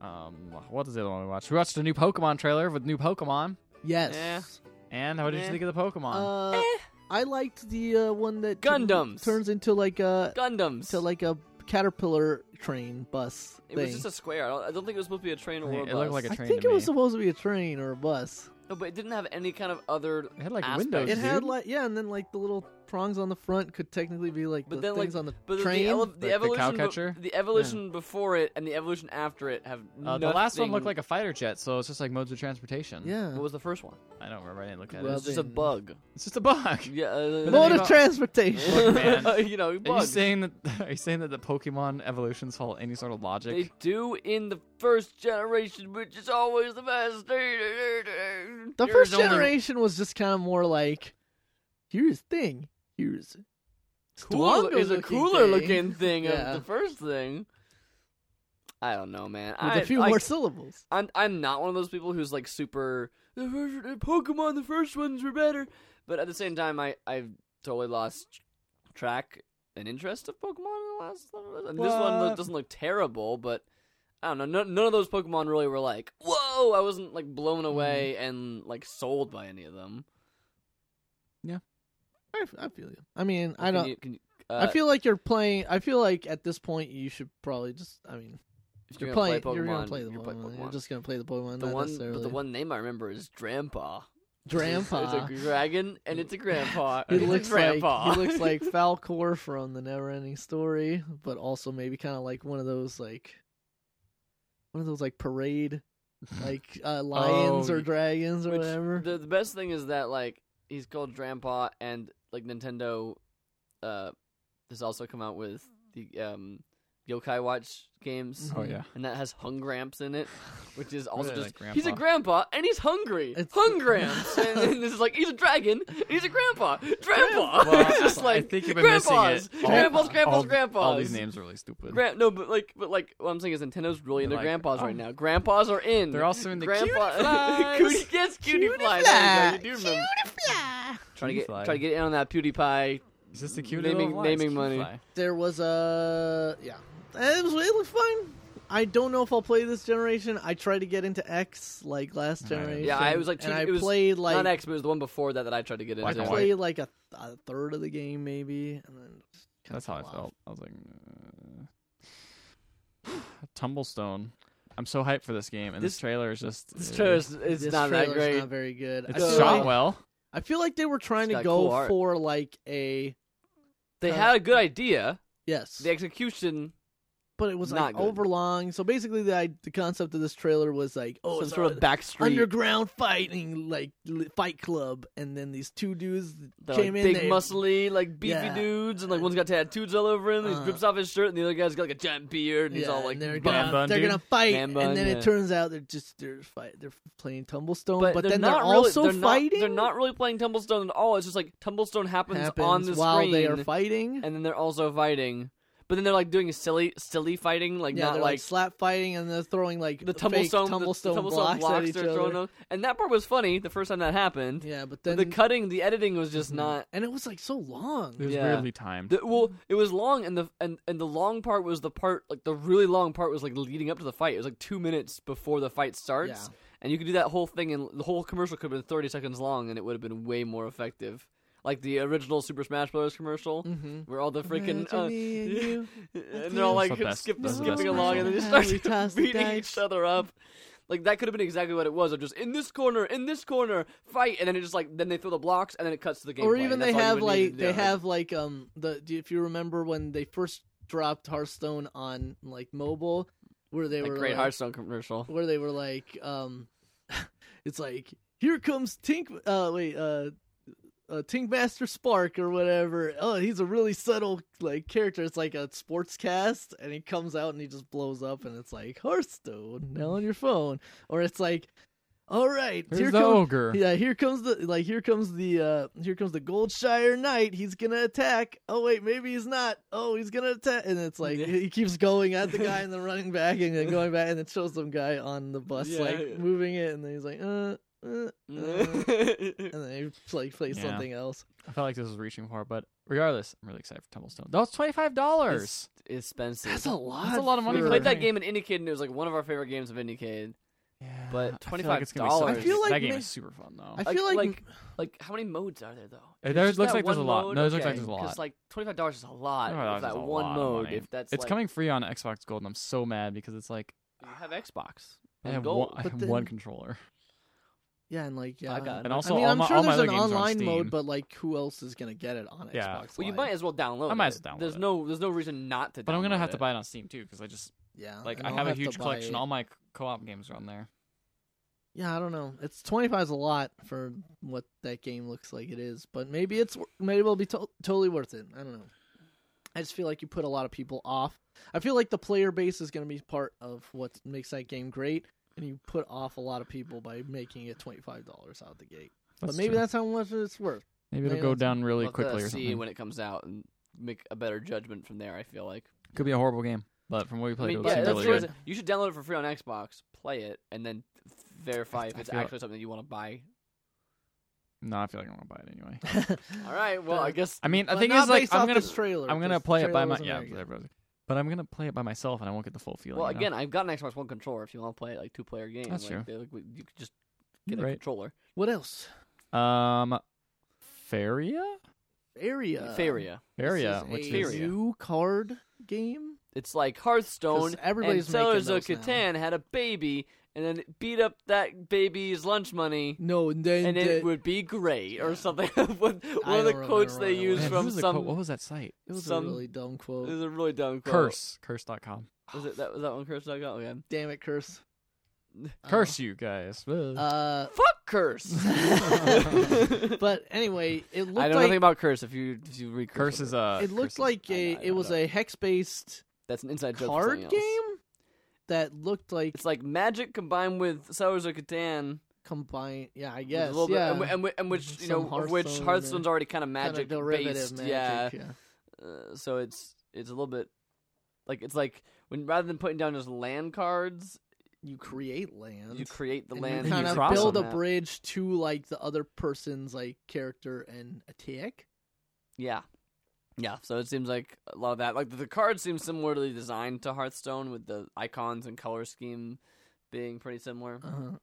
Speaker 1: Um, what is the other one we watched? We watched a new Pokemon trailer with new Pokemon.
Speaker 3: yes.
Speaker 1: And how did
Speaker 2: Eh.
Speaker 1: you think of the Pokemon?
Speaker 3: Uh, I liked the uh, one that turn-
Speaker 2: Gundams.
Speaker 3: turns into like a
Speaker 2: Gundams.
Speaker 3: to like a caterpillar train bus
Speaker 2: it
Speaker 3: thing.
Speaker 2: was just a square. I don't, I don't think it was supposed to be a train or
Speaker 1: Yeah,
Speaker 2: a
Speaker 1: it
Speaker 2: bus.
Speaker 1: looked like a
Speaker 3: I
Speaker 1: train
Speaker 3: think
Speaker 1: to
Speaker 3: it was
Speaker 1: me.
Speaker 3: supposed to be a train or a bus.
Speaker 2: No, but it didn't have any kind of other.
Speaker 1: it had like
Speaker 2: aspect.
Speaker 1: windows.
Speaker 3: It had
Speaker 1: dude.
Speaker 3: like yeah, and then like the little prongs on the front could technically be like
Speaker 2: But
Speaker 3: the
Speaker 2: then, like,
Speaker 3: things on the
Speaker 2: But
Speaker 3: train.
Speaker 2: the, ele- the
Speaker 1: the
Speaker 2: evolution, be-
Speaker 1: cowcatcher?
Speaker 2: the evolution before it and the evolution after it have
Speaker 1: Uh,
Speaker 2: nothing.
Speaker 1: the last one looked like a fighter jet, so it's just like modes of transportation.
Speaker 3: yeah,
Speaker 2: What was the first one?
Speaker 1: I don't remember. I didn't look at
Speaker 2: It
Speaker 3: Well,
Speaker 1: it.
Speaker 2: was just a
Speaker 3: then-
Speaker 2: bug.
Speaker 1: It's just a bug.
Speaker 2: Yeah. Uh,
Speaker 1: Mode
Speaker 3: mode
Speaker 1: of
Speaker 3: of transportation.
Speaker 1: Look,
Speaker 2: [LAUGHS]
Speaker 1: man.
Speaker 2: you
Speaker 1: [LAUGHS]
Speaker 2: know,
Speaker 1: Are you
Speaker 2: bugs.
Speaker 1: saying that? [LAUGHS] Are you saying that the Pokemon evolutions follow any sort of logic?
Speaker 2: They do in the first generation, which is always the best.
Speaker 3: The
Speaker 2: The
Speaker 3: first generation was just kind of more like, here's thing, here's
Speaker 2: cooler
Speaker 3: stronger
Speaker 2: is a
Speaker 3: looking
Speaker 2: cooler
Speaker 3: thing.
Speaker 2: looking thing
Speaker 3: Yeah.
Speaker 2: of the first thing. I don't know, man.
Speaker 3: with
Speaker 2: I,
Speaker 3: a few
Speaker 2: like,
Speaker 3: more syllables.
Speaker 2: I'm I'm not one of those people who's like super the first, Pokemon. The first ones were better, but at the same time, I I've totally lost track and interest of Pokemon in the last. And this one lo-
Speaker 1: What?
Speaker 2: doesn't look terrible, but I don't know. None, none of those Pokemon really were like whoa. I wasn't like blown
Speaker 3: Hmm.
Speaker 2: away and like sold by any of them.
Speaker 3: I, I feel you. I mean, I
Speaker 2: Can
Speaker 3: don't.
Speaker 2: you- can you- uh,
Speaker 3: I feel like you're playing. I feel like at this point you should probably just. I mean,
Speaker 2: if
Speaker 3: you're,
Speaker 2: gonna
Speaker 3: playing. you're gonna play the
Speaker 2: you're
Speaker 3: Pokemon.
Speaker 2: playing
Speaker 3: You're just gonna play the Pokemon.
Speaker 2: the
Speaker 3: not
Speaker 2: one,
Speaker 3: necessarily.
Speaker 2: but the one name I remember is Grandpa.
Speaker 3: [LAUGHS] grandpa.
Speaker 2: it's a dragon and
Speaker 3: [LAUGHS]
Speaker 2: it's a grandpa.
Speaker 3: he
Speaker 2: and [LAUGHS] it's a
Speaker 3: looks like
Speaker 2: grandpa.
Speaker 3: he
Speaker 2: [LAUGHS]
Speaker 3: looks like Falcor from the Neverending Story, but also maybe kind of like one of those like one of those like parade like
Speaker 2: [LAUGHS]
Speaker 3: uh, lions
Speaker 1: Oh,
Speaker 3: or
Speaker 1: y-
Speaker 3: dragons or
Speaker 2: Which,
Speaker 3: whatever.
Speaker 2: The, the best thing is that like he's called Grandpa, and like Nintendo, uh, has also come out with the um, Yokai Watch
Speaker 1: [LAUGHS]
Speaker 2: games,
Speaker 1: oh
Speaker 2: [LAUGHS]
Speaker 1: yeah.
Speaker 2: and that has Hungramps in it, which is also
Speaker 1: Really
Speaker 2: just
Speaker 1: like
Speaker 2: he's a
Speaker 1: Grandpa.
Speaker 2: grandpa and he's hungry.
Speaker 3: It's-
Speaker 2: Hungramps, and, and this is like he's a dragon, and he's a grandpa, grandpa.
Speaker 1: Well,
Speaker 2: [LAUGHS] it's just
Speaker 1: I
Speaker 2: like
Speaker 1: think you've been missing
Speaker 2: grandpas,
Speaker 1: it. All-
Speaker 2: grandpas, grandpas,
Speaker 1: all,
Speaker 2: grandpas.
Speaker 1: All these names are really stupid.
Speaker 2: Gran- no, but like, but like, what I'm saying is Nintendo's really into
Speaker 1: They're like,
Speaker 2: grandpas right
Speaker 1: oh.
Speaker 2: now. Grandpas are in.
Speaker 1: They're also in the
Speaker 2: grandpa. [LAUGHS]
Speaker 1: cutie flies.
Speaker 2: cutie, yes, cutie,
Speaker 3: Cutie
Speaker 2: flies.
Speaker 3: fly.
Speaker 2: There you go. You do remember. Trying to get,
Speaker 1: Fly.
Speaker 2: trying to get in on that PewDiePie.
Speaker 1: Is this the cute
Speaker 2: Naming-
Speaker 1: little lines?
Speaker 2: naming
Speaker 1: Cute
Speaker 2: money.
Speaker 1: fly.
Speaker 3: there was a yeah, it was it looked fine. I don't know if I'll play this generation. I tried to get into X like last
Speaker 1: Yeah, I
Speaker 3: generation.
Speaker 2: I was like
Speaker 3: and
Speaker 2: two-
Speaker 3: I
Speaker 2: it was
Speaker 3: played
Speaker 2: Not
Speaker 3: like
Speaker 2: X, but it was the one before that that I tried to get
Speaker 1: Black
Speaker 2: into.
Speaker 1: and
Speaker 3: played like a, a third of the game maybe, and then just kinda
Speaker 1: That's how I
Speaker 3: fell off.
Speaker 1: felt. I was like, uh, [SIGHS] Tumblestone. I'm so hyped for this game, and this,
Speaker 2: This-
Speaker 1: trailer is just
Speaker 2: This
Speaker 1: uh,
Speaker 2: trailer is it's
Speaker 3: This
Speaker 2: not that
Speaker 3: trailer's
Speaker 2: great.
Speaker 3: Not very good.
Speaker 1: It's
Speaker 3: I feel
Speaker 1: shot
Speaker 3: like,
Speaker 1: well.
Speaker 3: I feel like they were trying
Speaker 2: It's got
Speaker 3: to
Speaker 2: cool
Speaker 3: go
Speaker 2: art.
Speaker 3: for like a
Speaker 2: they
Speaker 3: uh,
Speaker 2: had a good idea.
Speaker 3: yes,
Speaker 2: The execution,
Speaker 3: but it was
Speaker 2: not
Speaker 3: like
Speaker 2: good.
Speaker 3: overlong. So basically, the I, the concept of this trailer was like, oh,
Speaker 2: some
Speaker 3: it's
Speaker 2: sort
Speaker 3: a-
Speaker 2: of backstreet.
Speaker 3: underground fighting like li- fight club and then these two dudes
Speaker 2: they're, like,
Speaker 3: came in
Speaker 2: big,
Speaker 3: they,
Speaker 2: muscly, like beefy
Speaker 3: Yeah.
Speaker 2: dudes, and like one's got tattoos all over him. and
Speaker 3: Uh.
Speaker 2: he rips off his shirt, and the other guy's got like a giant beard, and he's
Speaker 3: yeah,
Speaker 2: all like
Speaker 3: and they're
Speaker 1: man
Speaker 3: gonna,
Speaker 1: bun,
Speaker 3: they're
Speaker 1: dude.
Speaker 3: gonna fight
Speaker 2: Man bun,
Speaker 3: and then
Speaker 2: yeah.
Speaker 3: it turns out they're just they're fight they're playing tumblestone but,
Speaker 2: they're
Speaker 3: then they're
Speaker 2: not really-
Speaker 3: also
Speaker 2: they're not-
Speaker 3: fighting
Speaker 2: they're not really playing Tumblestone at all. It's just like Tumblestone happens,
Speaker 3: happens
Speaker 2: on the
Speaker 3: while
Speaker 2: screen,
Speaker 3: they are fighting
Speaker 2: and then they're also fighting. But then they're like doing silly, silly fighting, like
Speaker 3: yeah
Speaker 2: not
Speaker 3: they're like, slap fighting and they're throwing like
Speaker 2: the Tumblestone,
Speaker 3: fake
Speaker 2: the-
Speaker 3: tumblestone,
Speaker 2: the, Tumblestone
Speaker 3: blocks, at each
Speaker 2: they're
Speaker 3: other
Speaker 2: throwing those- And that part was funny the first time that happened.
Speaker 3: yeah but
Speaker 2: But
Speaker 3: then Mm-hmm.
Speaker 2: the cutting, the editing was just not.
Speaker 3: and it was like so long
Speaker 1: It was
Speaker 2: Yeah.
Speaker 1: weirdly timed.
Speaker 2: The, well,
Speaker 3: Mm.
Speaker 2: it was long, and the and, and the long part was the part like the really long part was like leading up to the fight. It was like two minutes before the fight starts,
Speaker 3: Yeah.
Speaker 2: and you could do that whole thing, and the whole commercial could have been thirty seconds long, and it would have been way more effective. Like the original Super Smash Bros. commercial,
Speaker 3: Mhm.
Speaker 2: where all the freaking
Speaker 3: Imagine
Speaker 2: uh,
Speaker 3: me and you.
Speaker 2: [LAUGHS] and they're all
Speaker 1: That's
Speaker 2: like
Speaker 1: the best-
Speaker 2: skip,
Speaker 1: that's the
Speaker 2: skipping
Speaker 1: best
Speaker 2: along, and they
Speaker 3: commercial.
Speaker 2: just
Speaker 3: [LAUGHS]
Speaker 2: [LAUGHS]
Speaker 3: We
Speaker 2: start
Speaker 3: toss the
Speaker 2: beating
Speaker 3: dice.
Speaker 2: each other up. Like that could have been exactly what it was. Or just in this corner, in this corner, fight, and then it just like then they throw the blocks, and then it cuts to the game.
Speaker 3: or even they have like they have like um the do- if you remember when they first dropped Hearthstone on like mobile where they
Speaker 2: a
Speaker 3: were
Speaker 2: great
Speaker 3: like,
Speaker 2: Hearthstone commercial.
Speaker 3: where they were like um [LAUGHS] it's like here comes Tink uh wait uh uh, Tinkmaster Spark or whatever. Oh, he's a really subtle like character. It's like a sports cast, and he comes out and he just blows up, and it's like Hearthstone now on your phone, or it's like, all right,
Speaker 1: There's
Speaker 3: here
Speaker 1: the
Speaker 3: comes
Speaker 1: ogre.
Speaker 3: yeah, here comes the like here comes the uh here comes the Goldshire Knight. He's gonna attack. Oh wait, maybe he's not. Oh, he's gonna attack and it's like
Speaker 2: Yeah.
Speaker 3: he keeps going at
Speaker 2: [LAUGHS]
Speaker 3: the guy and then running back and then going back and it shows some guy on the bus
Speaker 2: Yeah,
Speaker 3: like
Speaker 2: yeah.
Speaker 3: moving it and then he's like uh, uh uh, [LAUGHS] and then he like plays
Speaker 1: Yeah.
Speaker 3: something else.
Speaker 1: I felt like this was reaching for, it, but regardless, I'm really excited for Tumblestone. That was twenty five dollars.
Speaker 2: expensive.
Speaker 3: That's a lot.
Speaker 1: That's a lot of money
Speaker 2: we
Speaker 1: for-
Speaker 2: played that game in Indiecade, and it was like one of our favorite games of Indiecade. But
Speaker 3: I feel like
Speaker 1: that game
Speaker 3: may-
Speaker 1: is super fun though.
Speaker 3: I feel like,
Speaker 2: like like how many modes are there though?
Speaker 1: Uh,
Speaker 2: If
Speaker 1: there-
Speaker 2: it's just
Speaker 1: looks
Speaker 2: that
Speaker 1: like there's
Speaker 2: one
Speaker 1: a lot.
Speaker 2: Mode,
Speaker 1: No, it looks like
Speaker 2: okay,
Speaker 1: there's a lot.
Speaker 2: 'cause, like twenty five dollars is a lot.
Speaker 1: $25
Speaker 2: if
Speaker 1: is
Speaker 2: that
Speaker 1: a
Speaker 2: one
Speaker 1: lot of
Speaker 2: mode,
Speaker 1: money.
Speaker 2: if that's
Speaker 1: it's
Speaker 2: like,
Speaker 1: coming free on Xbox Gold, and I'm so mad because it's like
Speaker 2: You have Xbox.
Speaker 1: I
Speaker 2: and
Speaker 1: have
Speaker 2: Gold.
Speaker 1: one, I
Speaker 3: But
Speaker 1: have one
Speaker 3: then-
Speaker 1: controller.
Speaker 3: yeah, and like yeah.
Speaker 2: I got it.
Speaker 1: And also
Speaker 3: I mean,
Speaker 1: all
Speaker 3: I'm
Speaker 1: my-
Speaker 3: sure
Speaker 1: all my
Speaker 3: there's
Speaker 1: other
Speaker 3: an
Speaker 1: games are on
Speaker 3: online mode,
Speaker 1: Steam.
Speaker 3: but like who else is gonna get it on
Speaker 1: Yeah.
Speaker 3: Xbox?
Speaker 2: Well, you
Speaker 3: Live?
Speaker 2: might as well download.
Speaker 1: I might
Speaker 2: it.
Speaker 1: as well download
Speaker 2: There's
Speaker 1: it.
Speaker 2: no, there's no reason not to.
Speaker 1: But I'm gonna
Speaker 2: download
Speaker 1: have to
Speaker 2: it.
Speaker 1: buy it on Steam too because I just
Speaker 3: yeah.
Speaker 1: like
Speaker 3: and
Speaker 1: I
Speaker 3: I'll
Speaker 1: have a
Speaker 3: to
Speaker 1: huge
Speaker 3: buy
Speaker 1: collection.
Speaker 3: it.
Speaker 1: All my co-op games are on there.
Speaker 3: Yeah, I don't know. It's twenty five is a lot for what that game looks like it is, but maybe it's wor- maybe it'll be to- totally worth it. I don't know. I just feel like you put a lot of people off. I feel like the player base is going to be part of what makes that game great, and you put off a lot of people by making it twenty five dollars out the gate. but maybe that's how much it's worth.
Speaker 1: maybe it'll
Speaker 3: maybe
Speaker 1: go
Speaker 3: that's-
Speaker 1: down really
Speaker 2: We'll have to
Speaker 1: quickly or
Speaker 2: see
Speaker 1: something.
Speaker 2: when it comes out and make a better judgment from there. I feel like.
Speaker 1: Could be a horrible game, but from what we
Speaker 2: I
Speaker 1: played,
Speaker 2: mean,
Speaker 1: it
Speaker 2: yeah,
Speaker 1: seemed
Speaker 2: that's
Speaker 1: really
Speaker 2: the
Speaker 1: good.
Speaker 2: reason- You should download it for free on Xbox, play it, and then verify if
Speaker 1: I
Speaker 2: it's
Speaker 1: feel-
Speaker 2: actually something you want to buy.
Speaker 1: No, [LAUGHS] I feel like I'm gonna buy it anyway.
Speaker 2: All right. Well, I guess
Speaker 1: I mean, I
Speaker 3: But
Speaker 1: think
Speaker 3: not
Speaker 1: it's like
Speaker 3: based
Speaker 1: I'm
Speaker 3: off
Speaker 1: gonna
Speaker 3: this trailer.
Speaker 1: I'm gonna
Speaker 3: because the
Speaker 1: play it by
Speaker 3: trailer
Speaker 1: my
Speaker 3: wasn't
Speaker 1: yeah,
Speaker 3: very good.
Speaker 1: everybody- but I'm gonna play it by myself and I won't get the full feeling.
Speaker 2: Well,
Speaker 1: you know?
Speaker 2: again, I've got an Xbox One controller. If you want to play it like two player game,
Speaker 1: That's
Speaker 2: like, they- like, you could just get a
Speaker 1: Right.
Speaker 2: controller.
Speaker 3: What else?
Speaker 1: Um, Faria,
Speaker 3: Area.
Speaker 2: Faria.
Speaker 3: This
Speaker 1: Faria,
Speaker 3: is
Speaker 1: which
Speaker 3: a
Speaker 1: is
Speaker 2: Faria.
Speaker 3: new card game.
Speaker 2: It's like Hearthstone.
Speaker 3: 'Cause everybody's
Speaker 2: and Sellers
Speaker 3: making
Speaker 2: of
Speaker 3: those now.
Speaker 2: Catan had a baby and then it beat up that baby's lunch money.
Speaker 3: No, and then
Speaker 2: And
Speaker 3: the-
Speaker 2: it would be great, or
Speaker 3: Yeah.
Speaker 2: something. [LAUGHS] one one
Speaker 3: don't
Speaker 2: of the
Speaker 3: remember
Speaker 2: quotes
Speaker 3: what
Speaker 2: they
Speaker 3: it
Speaker 1: Man,
Speaker 2: used
Speaker 3: was.
Speaker 1: what
Speaker 2: from
Speaker 1: was the
Speaker 2: some.
Speaker 1: quote? What was that site?
Speaker 3: it was
Speaker 2: some-
Speaker 3: a really dumb
Speaker 2: It
Speaker 3: quote.
Speaker 2: was a really dumb quote.
Speaker 1: Curse, curse.com.
Speaker 2: Was it that? Was that one curse? I got
Speaker 1: [LAUGHS]
Speaker 2: okay.
Speaker 3: Damn
Speaker 2: [LAUGHS]
Speaker 3: it, curse.
Speaker 1: Curse you guys. Ugh.
Speaker 3: Uh-huh. Uh,
Speaker 2: Fuck [LAUGHS]
Speaker 3: [LAUGHS]
Speaker 2: curse.
Speaker 3: but anyway, it looked
Speaker 2: I know
Speaker 3: like
Speaker 2: nothing about curse. If you if you read
Speaker 1: [LAUGHS] curse is
Speaker 2: a
Speaker 1: a.
Speaker 3: it
Speaker 1: curse
Speaker 3: looked
Speaker 1: is-
Speaker 3: like
Speaker 2: I know, I
Speaker 3: a
Speaker 2: know,
Speaker 3: it was
Speaker 2: I
Speaker 3: a hex based
Speaker 2: that's an inside joke. for something
Speaker 3: card
Speaker 2: else.
Speaker 3: game that looked like
Speaker 2: It's like magic combined with Sellers of Catan.
Speaker 3: combined. Yeah, I
Speaker 2: There's a
Speaker 3: guess.
Speaker 2: little bit-
Speaker 3: yeah,
Speaker 2: and, whi- and, whi- and
Speaker 3: [LAUGHS]
Speaker 2: which you
Speaker 3: Some
Speaker 2: know, of which
Speaker 3: Hearthstone in
Speaker 2: Hearthstone's
Speaker 3: there.
Speaker 2: already kind of
Speaker 3: Kinda
Speaker 2: magic
Speaker 3: derivative
Speaker 2: based,
Speaker 3: magic,
Speaker 2: yeah. Uh, so it's it's a little bit like it's like when rather than putting down just land cards,
Speaker 3: You create land.
Speaker 2: you create the
Speaker 3: and
Speaker 2: land.
Speaker 3: You kind
Speaker 1: you
Speaker 3: of
Speaker 1: cross
Speaker 3: build a
Speaker 1: them.
Speaker 3: bridge to like the other person's like character and attack.
Speaker 2: Yeah, Yeah, so it seems like a lot of that. Like the card seems similarly designed to Hearthstone, with the icons and color scheme being pretty similar.
Speaker 3: Uh,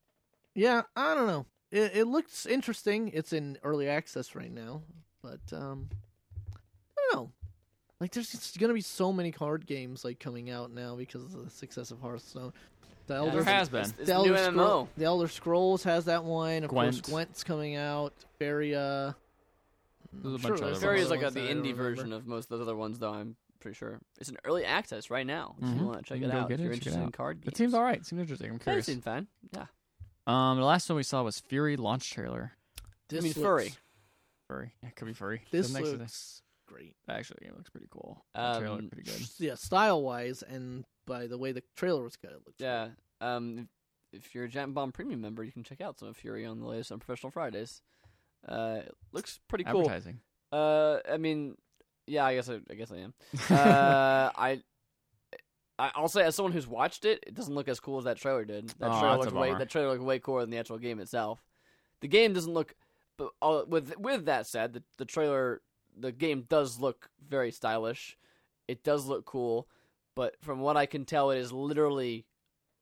Speaker 3: yeah, I don't know. It, it looks interesting. It's in early access right now, but um, I don't know. Like, there's just gonna be so many card games like coming out now because of the success of Hearthstone. The
Speaker 1: There
Speaker 2: Yeah,
Speaker 3: Elder,
Speaker 2: it's-
Speaker 1: has been.
Speaker 2: It's, it's
Speaker 3: the
Speaker 2: the new
Speaker 3: Elder
Speaker 2: MMO.
Speaker 3: Scroll- the Elder Scrolls has that one. Of course,
Speaker 1: Gwent.
Speaker 3: Gwent's coming out. Faria.
Speaker 1: There's a
Speaker 3: I'm
Speaker 1: bunch of
Speaker 3: there's
Speaker 1: other
Speaker 2: Fairy
Speaker 1: ones.
Speaker 2: is like a,
Speaker 3: ones
Speaker 2: the
Speaker 3: that I
Speaker 2: indie
Speaker 3: don't remember.
Speaker 2: version of most of those other ones, though. I'm pretty sure it's an early access right now. If
Speaker 1: Mhm.
Speaker 2: you want to check
Speaker 1: You
Speaker 2: it
Speaker 1: can go
Speaker 2: out,
Speaker 1: get
Speaker 2: if
Speaker 1: it,
Speaker 2: you're
Speaker 1: check it
Speaker 2: interested in
Speaker 1: out.
Speaker 2: card games.
Speaker 1: It seems all right. It seems interesting. I'm
Speaker 2: Yeah, It
Speaker 1: curious.
Speaker 2: seemed fine. Yeah,
Speaker 1: Um, the last one we saw was Fury launch trailer.
Speaker 2: I
Speaker 3: This
Speaker 2: mean
Speaker 3: looks-
Speaker 2: furry.
Speaker 1: Furry. [LAUGHS] Yeah, it could be furry.
Speaker 3: This
Speaker 1: The next is-
Speaker 3: looks great.
Speaker 1: that actually game looks pretty cool. The trailer
Speaker 2: Um,
Speaker 1: looked pretty good.
Speaker 3: Yeah, style wise, and by the way the trailer was cut, it looked
Speaker 2: Yeah. Um, if, if you're a Giant Bomb Premium member, you can check out some of Fury on the latest on Professional Fridays. Uh, it looks [LAUGHS] pretty cool.
Speaker 1: Advertising.
Speaker 2: Uh, I mean, yeah, I guess I, I guess I am. Uh, I. I- I'll say, as someone who's watched it, it doesn't look as cool as that trailer did. That
Speaker 1: Aw,
Speaker 2: trailer
Speaker 1: that's a
Speaker 2: looked way
Speaker 1: bummer.
Speaker 2: that trailer looked way cooler than the actual game itself. The game doesn't look, but all, with with that said, the, the trailer, the game does look very stylish. It does look cool, but from what I can tell, it is literally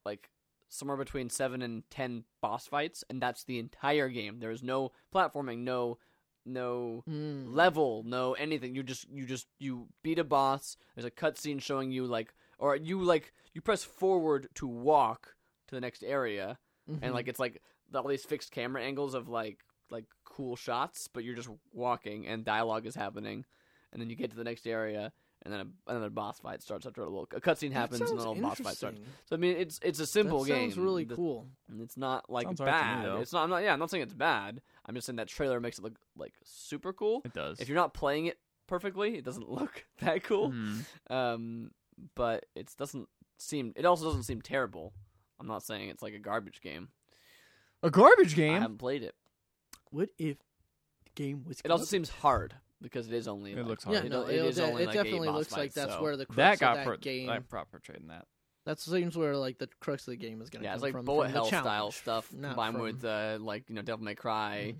Speaker 2: like somewhere between seven and ten boss fights, and that's the entire game. There is no platforming, no no
Speaker 3: Mm.
Speaker 2: level, no anything. You just you just you beat a boss. There's a cutscene showing you like or you like you press forward to walk to the next area, and
Speaker 3: Mhm.
Speaker 2: like it's like the- all these fixed camera angles of like like cool shots, but you're just walking and dialogue is happening, and then you get to the next area, and then a, another boss fight starts after a little a cutscene
Speaker 3: That
Speaker 2: happens, and then a little
Speaker 3: sounds
Speaker 2: boss fight starts.
Speaker 3: interesting.
Speaker 2: So I mean, it's it's a simple
Speaker 3: that
Speaker 2: game.
Speaker 3: Sounds really
Speaker 2: The-
Speaker 3: cool.
Speaker 2: and it's not like
Speaker 1: Sounds alright to me,
Speaker 2: bad.
Speaker 1: though.
Speaker 2: it's not. I'm not. Yeah, I'm not saying it's bad. I'm just saying that trailer makes it look like super cool
Speaker 1: [LAUGHS] It does.
Speaker 2: if you're not playing it perfectly, it doesn't [LAUGHS] look that cool.
Speaker 1: Mhm.
Speaker 2: Um, but it doesn't seem. It also doesn't seem terrible. I'm not saying it's like a garbage game.
Speaker 1: a garbage
Speaker 2: I
Speaker 1: game.
Speaker 2: haven't played it.
Speaker 3: What if the game was?
Speaker 2: It also seems hard because it is only.
Speaker 1: It
Speaker 2: like-
Speaker 1: looks hard.
Speaker 3: Yeah,
Speaker 1: It
Speaker 3: no,
Speaker 2: it
Speaker 3: it,
Speaker 2: is
Speaker 3: de-
Speaker 2: only
Speaker 3: it
Speaker 2: like eight
Speaker 3: definitely
Speaker 2: boss
Speaker 3: looks like
Speaker 2: fights,
Speaker 3: that's
Speaker 2: so-
Speaker 3: where the crux
Speaker 1: that
Speaker 3: of
Speaker 1: got
Speaker 3: that
Speaker 1: pro-
Speaker 3: game.
Speaker 1: I proper trading that.
Speaker 3: That seems where like the crux of the game is going to
Speaker 2: Yeah,
Speaker 3: come
Speaker 2: it's like
Speaker 3: from.
Speaker 2: bullet
Speaker 3: from
Speaker 2: hell
Speaker 3: the challenge,
Speaker 2: style stuff
Speaker 3: not
Speaker 2: combined
Speaker 3: from- Mm-hmm.
Speaker 2: with uh, like you know Devil May Cry,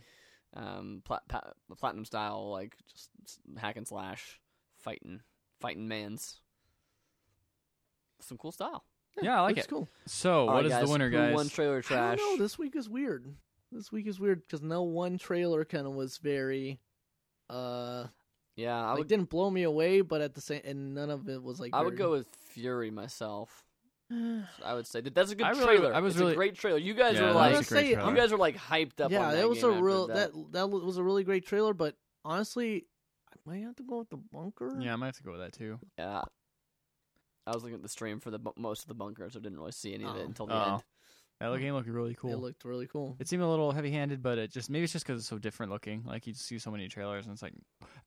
Speaker 2: um, plat- pa- platinum style like just s- hack and slash fighting, fighting man's. Some cool style.
Speaker 1: Yeah, I like
Speaker 3: looks
Speaker 1: it.
Speaker 3: Cool.
Speaker 1: So,
Speaker 2: All
Speaker 1: what
Speaker 2: right,
Speaker 1: is
Speaker 2: guys,
Speaker 1: the winner,
Speaker 2: who
Speaker 1: guys?
Speaker 2: Won trailer
Speaker 3: I
Speaker 2: trash.
Speaker 3: don't know. This week is weird. This week is weird because no one trailer kind of was very. Uh,
Speaker 2: yeah, I
Speaker 3: like,
Speaker 2: would
Speaker 3: didn't blow me away, but at the same, and none of it was like.
Speaker 2: I would
Speaker 3: very-
Speaker 2: go with Fury myself.
Speaker 3: [SIGHS] I
Speaker 2: I would say that that's a good
Speaker 1: I really-
Speaker 2: trailer.
Speaker 1: I was
Speaker 2: It's
Speaker 1: really-
Speaker 2: a great trailer. You guys
Speaker 1: Yeah,
Speaker 2: were
Speaker 1: that
Speaker 3: was
Speaker 2: like,
Speaker 1: a great
Speaker 3: say,
Speaker 1: trailer.
Speaker 2: you guys were like hyped up.
Speaker 3: yeah,
Speaker 2: on that
Speaker 3: that was
Speaker 2: game
Speaker 3: a
Speaker 2: after
Speaker 3: real
Speaker 2: that.
Speaker 3: that that was a really great trailer, but honestly, I might have to go with the bunker.
Speaker 1: yeah, I might have to go with that too.
Speaker 2: Yeah, I was looking at the stream for the bu- most of the bunkers. I didn't really see any of
Speaker 3: Oh.
Speaker 2: it until the
Speaker 1: Oh.
Speaker 2: end.
Speaker 1: That game looked really cool.
Speaker 3: it looked really cool. [LAUGHS]
Speaker 1: It seemed a little heavy-handed, but it just maybe it's just because it's so different looking. Like you just see so many trailers, and it's like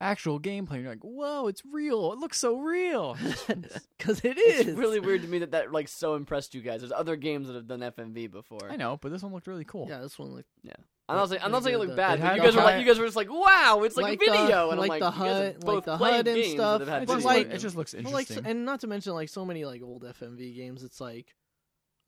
Speaker 1: actual gameplay. And you're like, whoa, it's real. It looks so
Speaker 2: [LAUGHS]
Speaker 1: real.
Speaker 3: Because it is [LAUGHS]
Speaker 2: It's really weird to me that that like so impressed you guys. There's other games that have done FMV before.
Speaker 1: I know, but this one looked really cool.
Speaker 3: Yeah, this one looked
Speaker 2: I'm not saying I'm not saying it looked
Speaker 3: It
Speaker 2: bad. But
Speaker 1: had
Speaker 2: you guys
Speaker 1: the
Speaker 2: were like
Speaker 1: HUD-
Speaker 2: you guys were just like wow, it's like,
Speaker 3: Like
Speaker 2: a
Speaker 3: the-
Speaker 2: video, and I'm
Speaker 3: like
Speaker 2: like
Speaker 3: the
Speaker 2: you guys have
Speaker 3: HUD like
Speaker 2: both
Speaker 3: the
Speaker 2: played
Speaker 3: HUD and
Speaker 2: games that
Speaker 3: stuff,
Speaker 2: have
Speaker 1: It
Speaker 2: had
Speaker 3: but
Speaker 1: just,
Speaker 2: video
Speaker 3: like-
Speaker 2: in
Speaker 1: look-
Speaker 2: them.
Speaker 1: it just looks
Speaker 3: well, like,
Speaker 1: interesting.
Speaker 3: s- and not to mention like so many like old FMV games. It's like,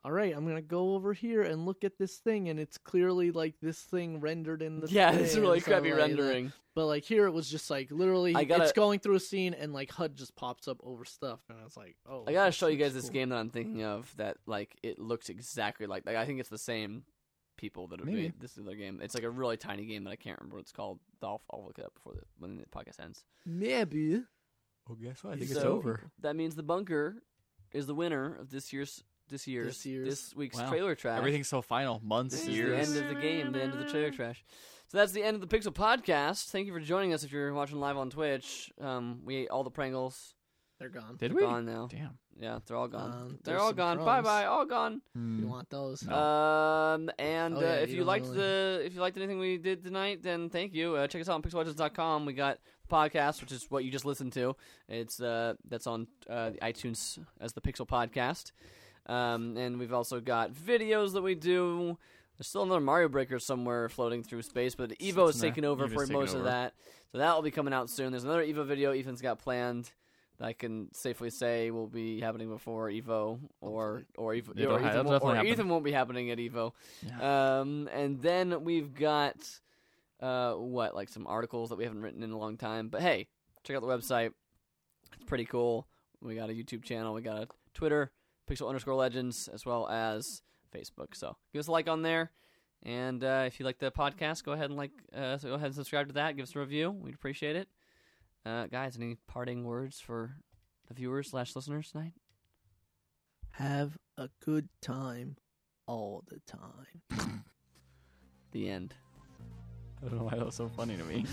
Speaker 3: all right, I'm gonna go over here and look at this thing, and it's clearly like this thing rendered in
Speaker 2: [LAUGHS]
Speaker 3: the
Speaker 2: yeah, it's
Speaker 3: thing,
Speaker 2: really
Speaker 3: so,
Speaker 2: crappy
Speaker 3: like,
Speaker 2: rendering.
Speaker 3: But like here, it was just like literally,
Speaker 2: I gotta-
Speaker 3: it's going through a scene, and like HUD just pops up over stuff, and I was like, oh,
Speaker 2: I gotta
Speaker 3: this
Speaker 2: show you
Speaker 3: looks
Speaker 2: guys this
Speaker 3: cool.
Speaker 2: game that I'm thinking of that like it looks exactly like like I think it's the same people that have
Speaker 1: Maybe.
Speaker 2: made this other game. It's like a really tiny game that I can't remember what it's called. I'll, I'll look it up before the when the podcast ends.
Speaker 3: Maybe
Speaker 1: well, guess what? I
Speaker 3: think
Speaker 2: it's So- over. That means the bunker is the winner of this year's this year's
Speaker 3: This year's-
Speaker 2: week's
Speaker 1: Wow.
Speaker 2: trailer trash.
Speaker 1: Everything's so final. Months,
Speaker 2: this
Speaker 1: years.
Speaker 2: is the end of the game, the end of the trailer trash. So that's the end of the Pixel podcast. Thank you for joining us. If you're watching live on Twitch, um, we ate all the Pringles.
Speaker 3: they're gone.
Speaker 1: Did
Speaker 2: They're
Speaker 1: we?
Speaker 2: gone now.
Speaker 1: Damn.
Speaker 2: Yeah, they're all gone.
Speaker 3: Um,
Speaker 2: they're
Speaker 3: there's
Speaker 2: all
Speaker 3: some
Speaker 2: gone.
Speaker 3: crumbs.
Speaker 2: Bye bye. All gone.
Speaker 3: You
Speaker 1: Hmm.
Speaker 3: want those?
Speaker 1: No.
Speaker 2: Um, and
Speaker 3: Oh,
Speaker 2: uh,
Speaker 3: yeah,
Speaker 2: if
Speaker 3: you
Speaker 2: you
Speaker 3: don't
Speaker 2: liked
Speaker 3: really-
Speaker 2: the if you liked anything we did tonight, then thank you. Uh, check us out on pixelwatches.com. We got the podcast, which is what you just listened to. It's uh that's on uh, the iTunes as the Pixel Podcast. Um, and we've also got videos that we do. There's still another Mario Breaker somewhere floating through space, but Evo
Speaker 1: It's
Speaker 2: is
Speaker 1: in there.
Speaker 2: taking over
Speaker 1: Evo's
Speaker 2: for
Speaker 1: taking
Speaker 2: most of
Speaker 1: over.
Speaker 2: that. So that will be coming out soon. There's another Evo video Ethan's got planned that I can safely say will be happening before Evo or or Evo
Speaker 1: It'll
Speaker 2: or
Speaker 1: ha-
Speaker 2: Ethan,
Speaker 1: it'll
Speaker 2: won't, or
Speaker 1: definitely
Speaker 2: Ethan won't be happening at Evo. Um, and then we've got uh, what like some articles that we haven't written in a long time. But hey, check out the website. It's pretty cool. We got a YouTube channel. We got a Twitter, Pixel underscore Legends, as well as Facebook. So give us a like on there. And uh, if you like the podcast, go ahead and like. Uh, so go ahead and subscribe to that. Give us a review. We'd appreciate it. Uh, guys, any parting words for the viewers slash listeners tonight?
Speaker 3: Have a good time all the time.
Speaker 2: The end.
Speaker 1: I don't know why that was so funny to me.